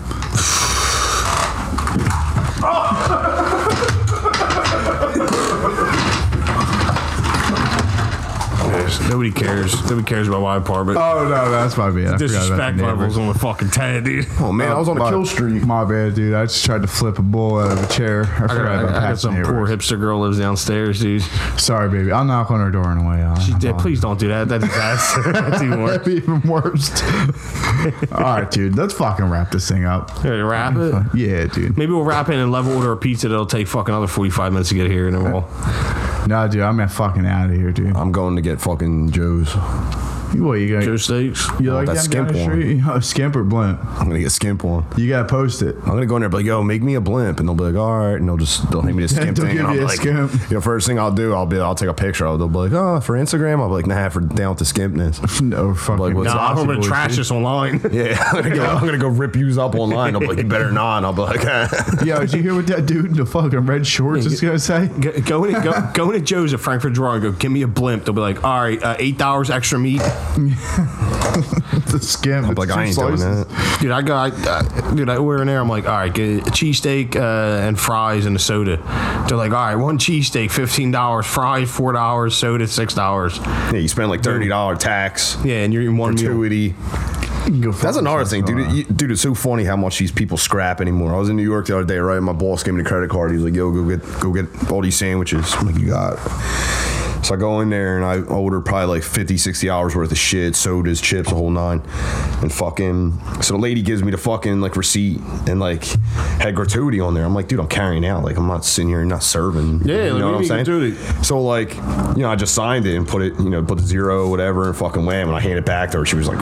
Speaker 3: Nobody cares. Nobody cares about my apartment.
Speaker 1: Oh no, that's my bad. I forgot about the
Speaker 3: Disrespect
Speaker 1: neighbors.
Speaker 3: levels on the fucking ten, dude.
Speaker 4: oh man, I was on a
Speaker 1: My-
Speaker 4: kill streak.
Speaker 1: My bad, dude. I just tried to flip a bull out of a chair. I
Speaker 3: I
Speaker 1: forgot
Speaker 3: got, I
Speaker 1: about
Speaker 3: got
Speaker 1: Pat's
Speaker 3: some
Speaker 1: neighbor.
Speaker 3: poor hipster girl lives downstairs, dude.
Speaker 1: Sorry, baby. I'll knock on her door on the way out.
Speaker 3: She- yeah, please don't do that. That's disaster. That's even worse.
Speaker 1: That'd be even worse. All right, dude. Let's fucking wrap this thing up.
Speaker 3: Here, you wrap it.
Speaker 1: Yeah, dude.
Speaker 3: Maybe we'll wrap it and level order a pizza that'll take fucking another forty five minutes to get here, and then we'll.
Speaker 1: No, dude. I'm fucking out of here, dude.
Speaker 4: I'm going to get fucking Joe's.
Speaker 1: You what? You
Speaker 3: Joe
Speaker 1: gonna?
Speaker 3: Steaks.
Speaker 1: You
Speaker 4: Oh,
Speaker 1: like
Speaker 4: that
Speaker 1: that down
Speaker 4: skimp
Speaker 1: the
Speaker 4: one.
Speaker 1: street? Oh, skimp or blimp?
Speaker 4: I'm gonna get skimp one.
Speaker 1: You gotta post it.
Speaker 4: I'm gonna go in there and be like, yo, make me a blimp, and they'll be like, all right, and they'll just they'll hand me this skimp
Speaker 1: They'll
Speaker 4: thing,
Speaker 1: give
Speaker 4: and I'll
Speaker 1: you
Speaker 4: be
Speaker 1: a
Speaker 4: like,
Speaker 1: skimp.
Speaker 4: you know, first thing I'll do, I'll be I'll take a picture. I'll, they'll be like, oh, for Instagram, I'll be like, nah, for down with the skimpness.
Speaker 1: No fucking.
Speaker 4: what's
Speaker 3: Nah,
Speaker 4: Nazi
Speaker 3: I'm gonna
Speaker 4: boys,
Speaker 3: trash this online.
Speaker 4: Yeah, I'm gonna, go, I'm gonna go rip yous up online. I'll be like, you better not. And I'll be like,
Speaker 1: Yo, did you hear what that dude in the fucking red shorts is gonna say?
Speaker 3: Go, go, in, go, go into Joe's at Frankfurt Draw and go, give me a blimp. They'll be like, all right, uh, $8 extra meat.
Speaker 1: The skimp.
Speaker 4: I'm like, I ain't doing that.
Speaker 3: Dude, I got, uh, dude, I order in there. I'm like, all right, get a cheesesteak uh, and fries and a soda. They're like, all right, one cheesesteak, $15, fries, $4, soda, $6.
Speaker 4: Yeah, you spend like thirty dollar tax.
Speaker 3: Yeah, and you're in one meal.
Speaker 4: gratuity. That's another thing, dude. You- dude, it's so funny how much these people scrap anymore. I was in New York the other day, right? My boss gave me the credit card. He's like, "Yo, go get go get all these sandwiches." I'm like, "You got." it." So I go in there and I order probably like 50, 60 hours worth of shit, sodas, chips, a whole nine, and fucking. So the lady gives me the fucking like receipt and like had gratuity on there. I'm like, dude, I'm carrying out. Like, I'm not sitting here and not serving.
Speaker 3: Yeah, like,
Speaker 4: you know
Speaker 3: what
Speaker 4: what I'm
Speaker 3: do you mean
Speaker 4: saying?
Speaker 3: gratuity?
Speaker 4: So like, you know, I just signed it and put it, you know, put the zero, whatever, and fucking wham. And I handed it back to her. She was like,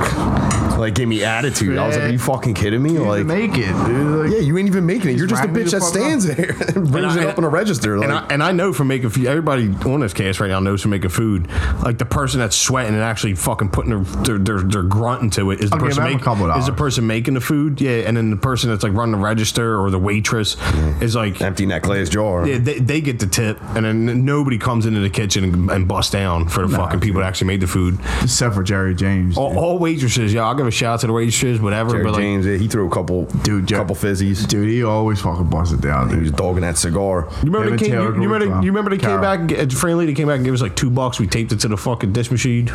Speaker 4: like gave me attitude. I was like, are you fucking kidding me?
Speaker 1: Like,
Speaker 4: Like,
Speaker 1: make it, dude. Like,
Speaker 4: yeah, you ain't even making it. You're just a
Speaker 1: rang me the
Speaker 4: bitch that
Speaker 1: fuck
Speaker 4: stands there and brings
Speaker 3: And I-
Speaker 4: it up on a register. Like,
Speaker 3: And I, and I know from making food, everybody on this cast right now knows from making food, like the person that's sweating and actually fucking putting their their, their, their grunt into it is the
Speaker 1: I'll give
Speaker 3: person
Speaker 1: them a
Speaker 3: making
Speaker 1: couple
Speaker 3: is
Speaker 1: dollars.
Speaker 3: the person making the food, yeah, and then the person that's like running the register or the waitress is like
Speaker 4: empty that glass jar.
Speaker 3: Yeah, they, they get the tip, and then nobody comes into the kitchen and, and busts down for the fucking people that actually made the food.
Speaker 1: Except for Jerry James.
Speaker 3: All, all waitresses, yeah, I'll give a shout out to the waitresses, whatever.
Speaker 4: Derek
Speaker 3: but like,
Speaker 4: James, yeah, he threw a couple,
Speaker 1: Dude, Jer-
Speaker 4: couple fizzies.
Speaker 1: Dude, he always fucking busts it down,
Speaker 4: He was
Speaker 1: dude.
Speaker 4: dogging that cigar.
Speaker 3: you remember, they
Speaker 1: David
Speaker 3: came, you,
Speaker 1: Taylor
Speaker 3: you remember,
Speaker 1: Gordon.
Speaker 3: they, you remember they came
Speaker 1: Carol.
Speaker 3: back, and get- Fran Lady came back and gave us like two bucks. We taped it to the fucking dish machine.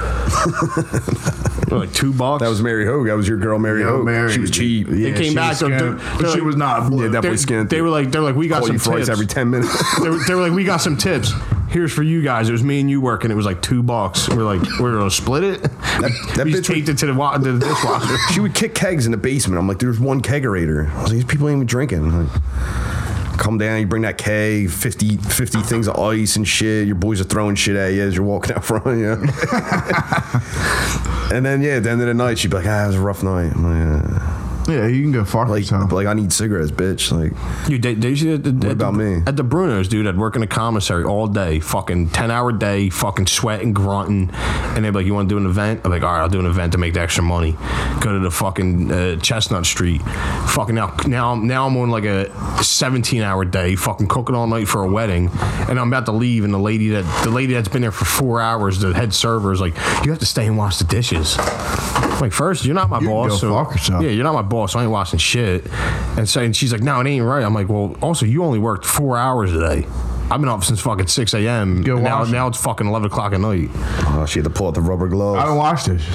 Speaker 3: like two bucks.
Speaker 4: That was Mary Hogue. That was your girl, Mary
Speaker 1: Yo,
Speaker 4: Hogue.
Speaker 1: Mary,
Speaker 4: she was cheap.
Speaker 1: dude. Yeah,
Speaker 3: They came
Speaker 1: she
Speaker 3: back,
Speaker 1: was
Speaker 3: they're-
Speaker 1: skimp,
Speaker 3: they're-
Speaker 1: but
Speaker 3: they're
Speaker 1: she
Speaker 3: like-
Speaker 1: was not.
Speaker 4: Yeah,
Speaker 1: blue.
Speaker 4: that
Speaker 3: they,
Speaker 4: boy skinned.
Speaker 3: they were like, they're like, we got
Speaker 4: all
Speaker 3: some
Speaker 4: you
Speaker 3: tips.
Speaker 4: flights every ten minutes.
Speaker 3: they, were, they were like, we got some tips. Here's for you guys. It was me and you working. It was like two bucks. We're like, we're gonna split it.
Speaker 4: that
Speaker 3: we just
Speaker 4: bitch would-
Speaker 3: taped it to the, wa- to the dishwasher.
Speaker 4: She would kick kegs in the basement. I'm like, there's one kegerator. I was like, these people ain't even drinking. I'm like, Come down, you bring that keg, 50, 50 things of ice and shit. Your boys are throwing shit at you as you're walking out front, you know? and then, yeah, at the end of the night, she'd be like, ah, it was a rough night. I'm like, "Yeah."
Speaker 1: Yeah, you can go far.
Speaker 4: like,
Speaker 1: yourself.
Speaker 4: like, I need cigarettes, bitch. Like,
Speaker 3: Dude, they, they should, at the,
Speaker 4: about me?
Speaker 3: At the Brunos, dude, I'd work in a commissary all day, fucking 10 hour day, fucking sweating, grunting. And they'd be like, You want to do an event? I'm like, All right, I'll do an event to make the extra money. Go to the fucking uh, Chestnut Street. Fucking now, now, now I'm on like a 17 hour day, fucking cooking all night for a wedding. And I'm about to leave, and the lady that the lady that's been there for four hours, the head server is like, You have to stay and wash the dishes. I'm like, first, you're not my
Speaker 1: You can
Speaker 3: boss.
Speaker 1: go
Speaker 3: so-
Speaker 1: fuck yourself.
Speaker 3: Yeah, you're not my boss. So I ain't watching shit. And so, and she's like, no, it ain't right. I'm like, well, also, you only worked four hours a day. I've been up since fucking 6 a.m.
Speaker 1: Go
Speaker 3: and Now,
Speaker 1: wash it.
Speaker 3: now it's fucking 11 o'clock at night.
Speaker 4: oh, she had to pull out the rubber gloves.
Speaker 1: I don't watch this.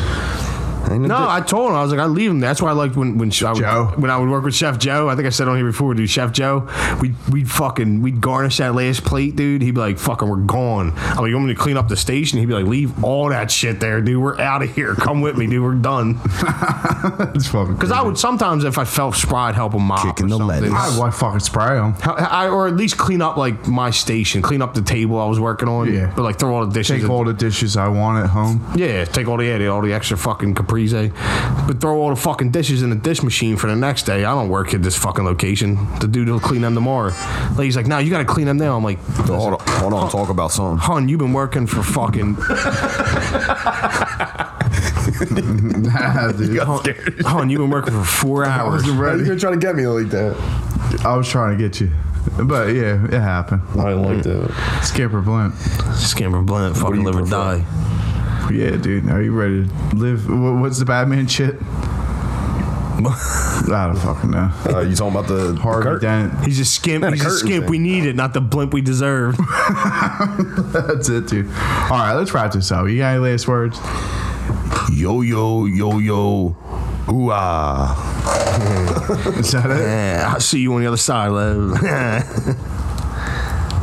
Speaker 8: Ain't
Speaker 3: No, I told him I was like I leave him. That's why I liked when when I would,
Speaker 1: Joe.
Speaker 3: when I would work with Chef Joe. I think I said on here before, dude. Chef Joe, we we'd fucking we'd garnish that last plate, dude. He'd be like, "Fucking, we're gone." I'm like, "You want me to clean up the station?" He'd be like, "Leave all that shit there, dude. We're out of here. Come with me, dude. We're done."
Speaker 1: It's fucking.
Speaker 3: Because I would sometimes, if I felt spry, I'd help him mop
Speaker 8: Kicking the
Speaker 3: or something.
Speaker 8: lettuce.
Speaker 1: I would fucking spray him.
Speaker 3: How- I, or at least clean up like my station, clean up the table I was working on,
Speaker 1: Yeah.
Speaker 3: but like throw all the dishes.
Speaker 1: Take all the dishes I want at home.
Speaker 3: Yeah, take all the yeah, all the extra fucking caprese, but throw all the fucking dishes in the dish machine for the next day. I don't work at this fucking location. The dude will clean them tomorrow. Lady's like, no, you got to clean them now. I'm like,
Speaker 4: Hold on, hold on, talk about something.
Speaker 3: hon, you've been working for fucking
Speaker 1: Nah, dude.
Speaker 3: hon, you've been working for four hours.
Speaker 1: Ready?
Speaker 8: trying to get me like that.
Speaker 1: I was trying to get you, but yeah, it happened.
Speaker 8: I like that.
Speaker 1: Skipper Blunt.
Speaker 3: Scammer blunt, fucking live or die.
Speaker 1: Yeah, dude. Are you ready to live? wha- What's the Batman shit? I don't fucking know.
Speaker 8: Uh, you talking about the
Speaker 1: Harvey
Speaker 8: Kurt?
Speaker 1: Dent.
Speaker 3: He's a skimp.
Speaker 8: Not a
Speaker 3: He's a
Speaker 8: curtain
Speaker 3: skimp.
Speaker 8: thing.
Speaker 3: We need it, not the blimp we deserve.
Speaker 1: That's it, dude. All right, let's wrap this up. You got any last words?
Speaker 4: Yo yo yo yo, ooh ah.
Speaker 1: Is that it?
Speaker 3: Eh, I'll see you on the other side, love.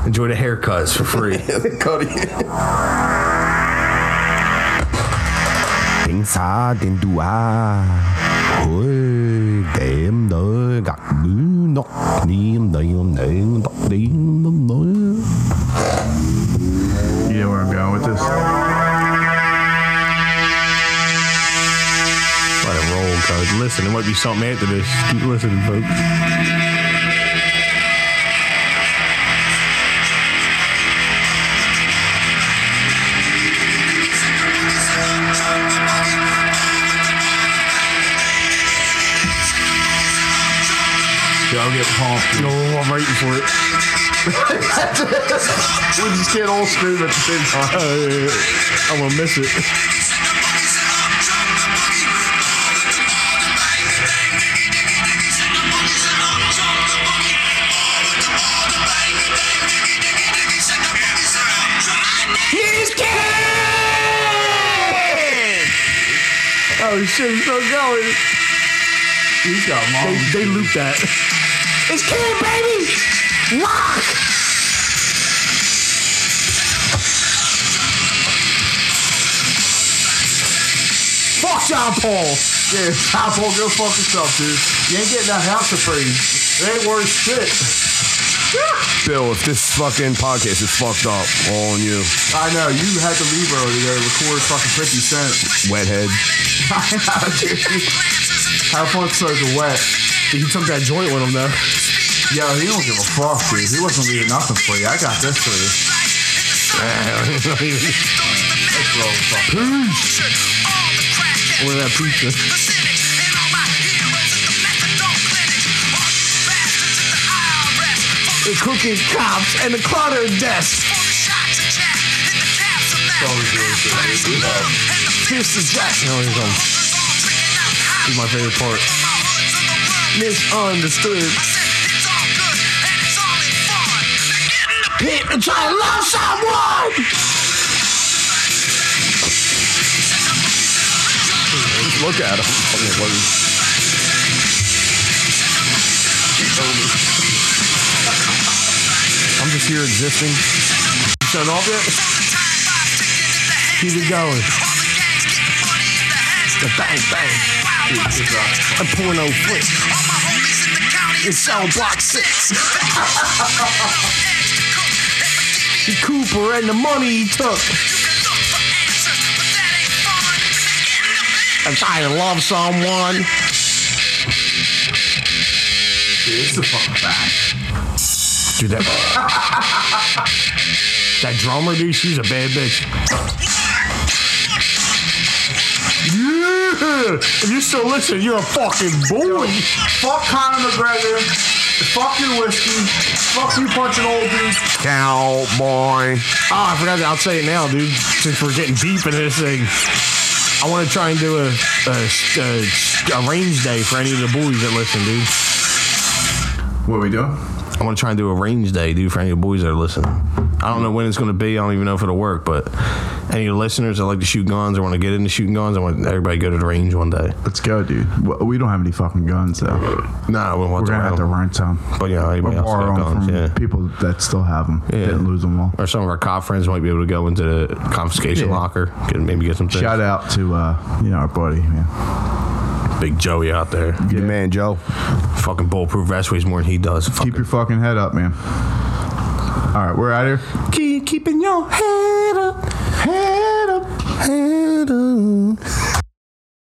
Speaker 3: Enjoy the haircuts for free.
Speaker 8: Things I didn't do I. Ôi, damn đời gặt ngữ nọ, niềm đầy lòng đen tóc đen lắm nỗi.
Speaker 1: You know where I'm going with this?
Speaker 3: Let it roll, cuz. Listen, there might be something after this. Keep listening, folks. Y'all get pumped. No, I'm waiting for it.
Speaker 1: We just get all scream at the same time.
Speaker 3: I'm gonna miss it. Oh shit, he's still going.
Speaker 1: He's got mom.
Speaker 3: They looped that. It's Kid, baby! Fuck John Paul!
Speaker 1: Yeah, Paul, go fuck yourself, dude. You ain't getting that house for free. It ain't worth shit.
Speaker 4: Bill, if this fucking podcast is fucked up, all on you,
Speaker 1: I know. You had to leave early to record fucking 50 Cent.
Speaker 4: wethead.
Speaker 1: I know, dude. Have fun soaking wet.
Speaker 3: He took that joint with him though.
Speaker 1: Yo, he don't give a fuck, dude. He wasn't leaving nothing for you. I got this for you.
Speaker 3: What that pizza? The cooking cops and the cluttered desk. Here's the Jackson. No, he's on. This is my favorite part. Misunderstood. Hit and try to love someone.
Speaker 4: Look at him. Fucking look.
Speaker 3: I'm just here existing. Shut off yet? Keep it going. The bang bang. A porno flick. It's cell block six. The Cooper and the money he took. I'm trying to love someone.
Speaker 1: It's the fucking back.
Speaker 3: Dude, that. that drummer, dude, she's a bad bitch. Yeah! If you still listen, you're a fucking boy.
Speaker 1: Fuck Conor McGregor. Fuck your whiskey. Fuck you punching old dudes.
Speaker 4: Cowboy.
Speaker 3: Oh, I forgot. I'll say it now, dude. Since we're getting deep into this thing, I want to try and do a, a, a, a range day for any of the boys that listen, dude.
Speaker 1: What we doing?
Speaker 3: I want to try and do a range day, dude, for any of the boys that are listening. I don't know when it's going to be. I don't even know if it'll work, but any listeners that like to shoot guns or want to get into shooting guns, I want everybody to go to the range one day.
Speaker 9: Let's go, dude. W- We don't have any fucking guns, though. We're
Speaker 3: Nah, we want to
Speaker 9: gonna
Speaker 3: rent
Speaker 9: have to
Speaker 3: 'em.
Speaker 9: rent some.
Speaker 3: But yeah,
Speaker 9: Or
Speaker 3: anybody else
Speaker 9: borrow
Speaker 3: got
Speaker 9: 'em
Speaker 3: guns,
Speaker 9: from
Speaker 3: yeah.
Speaker 9: people that still have them. Didn't lose them all.
Speaker 3: Or some of our cop friends might be able to go into the confiscation
Speaker 9: Yeah.
Speaker 3: locker, get, maybe get some things.
Speaker 9: Shout out to uh, you know our buddy, man.
Speaker 3: Big Joey out there.
Speaker 4: Good man, Joe.
Speaker 3: Fucking bulletproof vest weighs more than he does.
Speaker 9: Keep your fucking head up, man. All right, we're out here.
Speaker 3: keep, keeping your head up. Head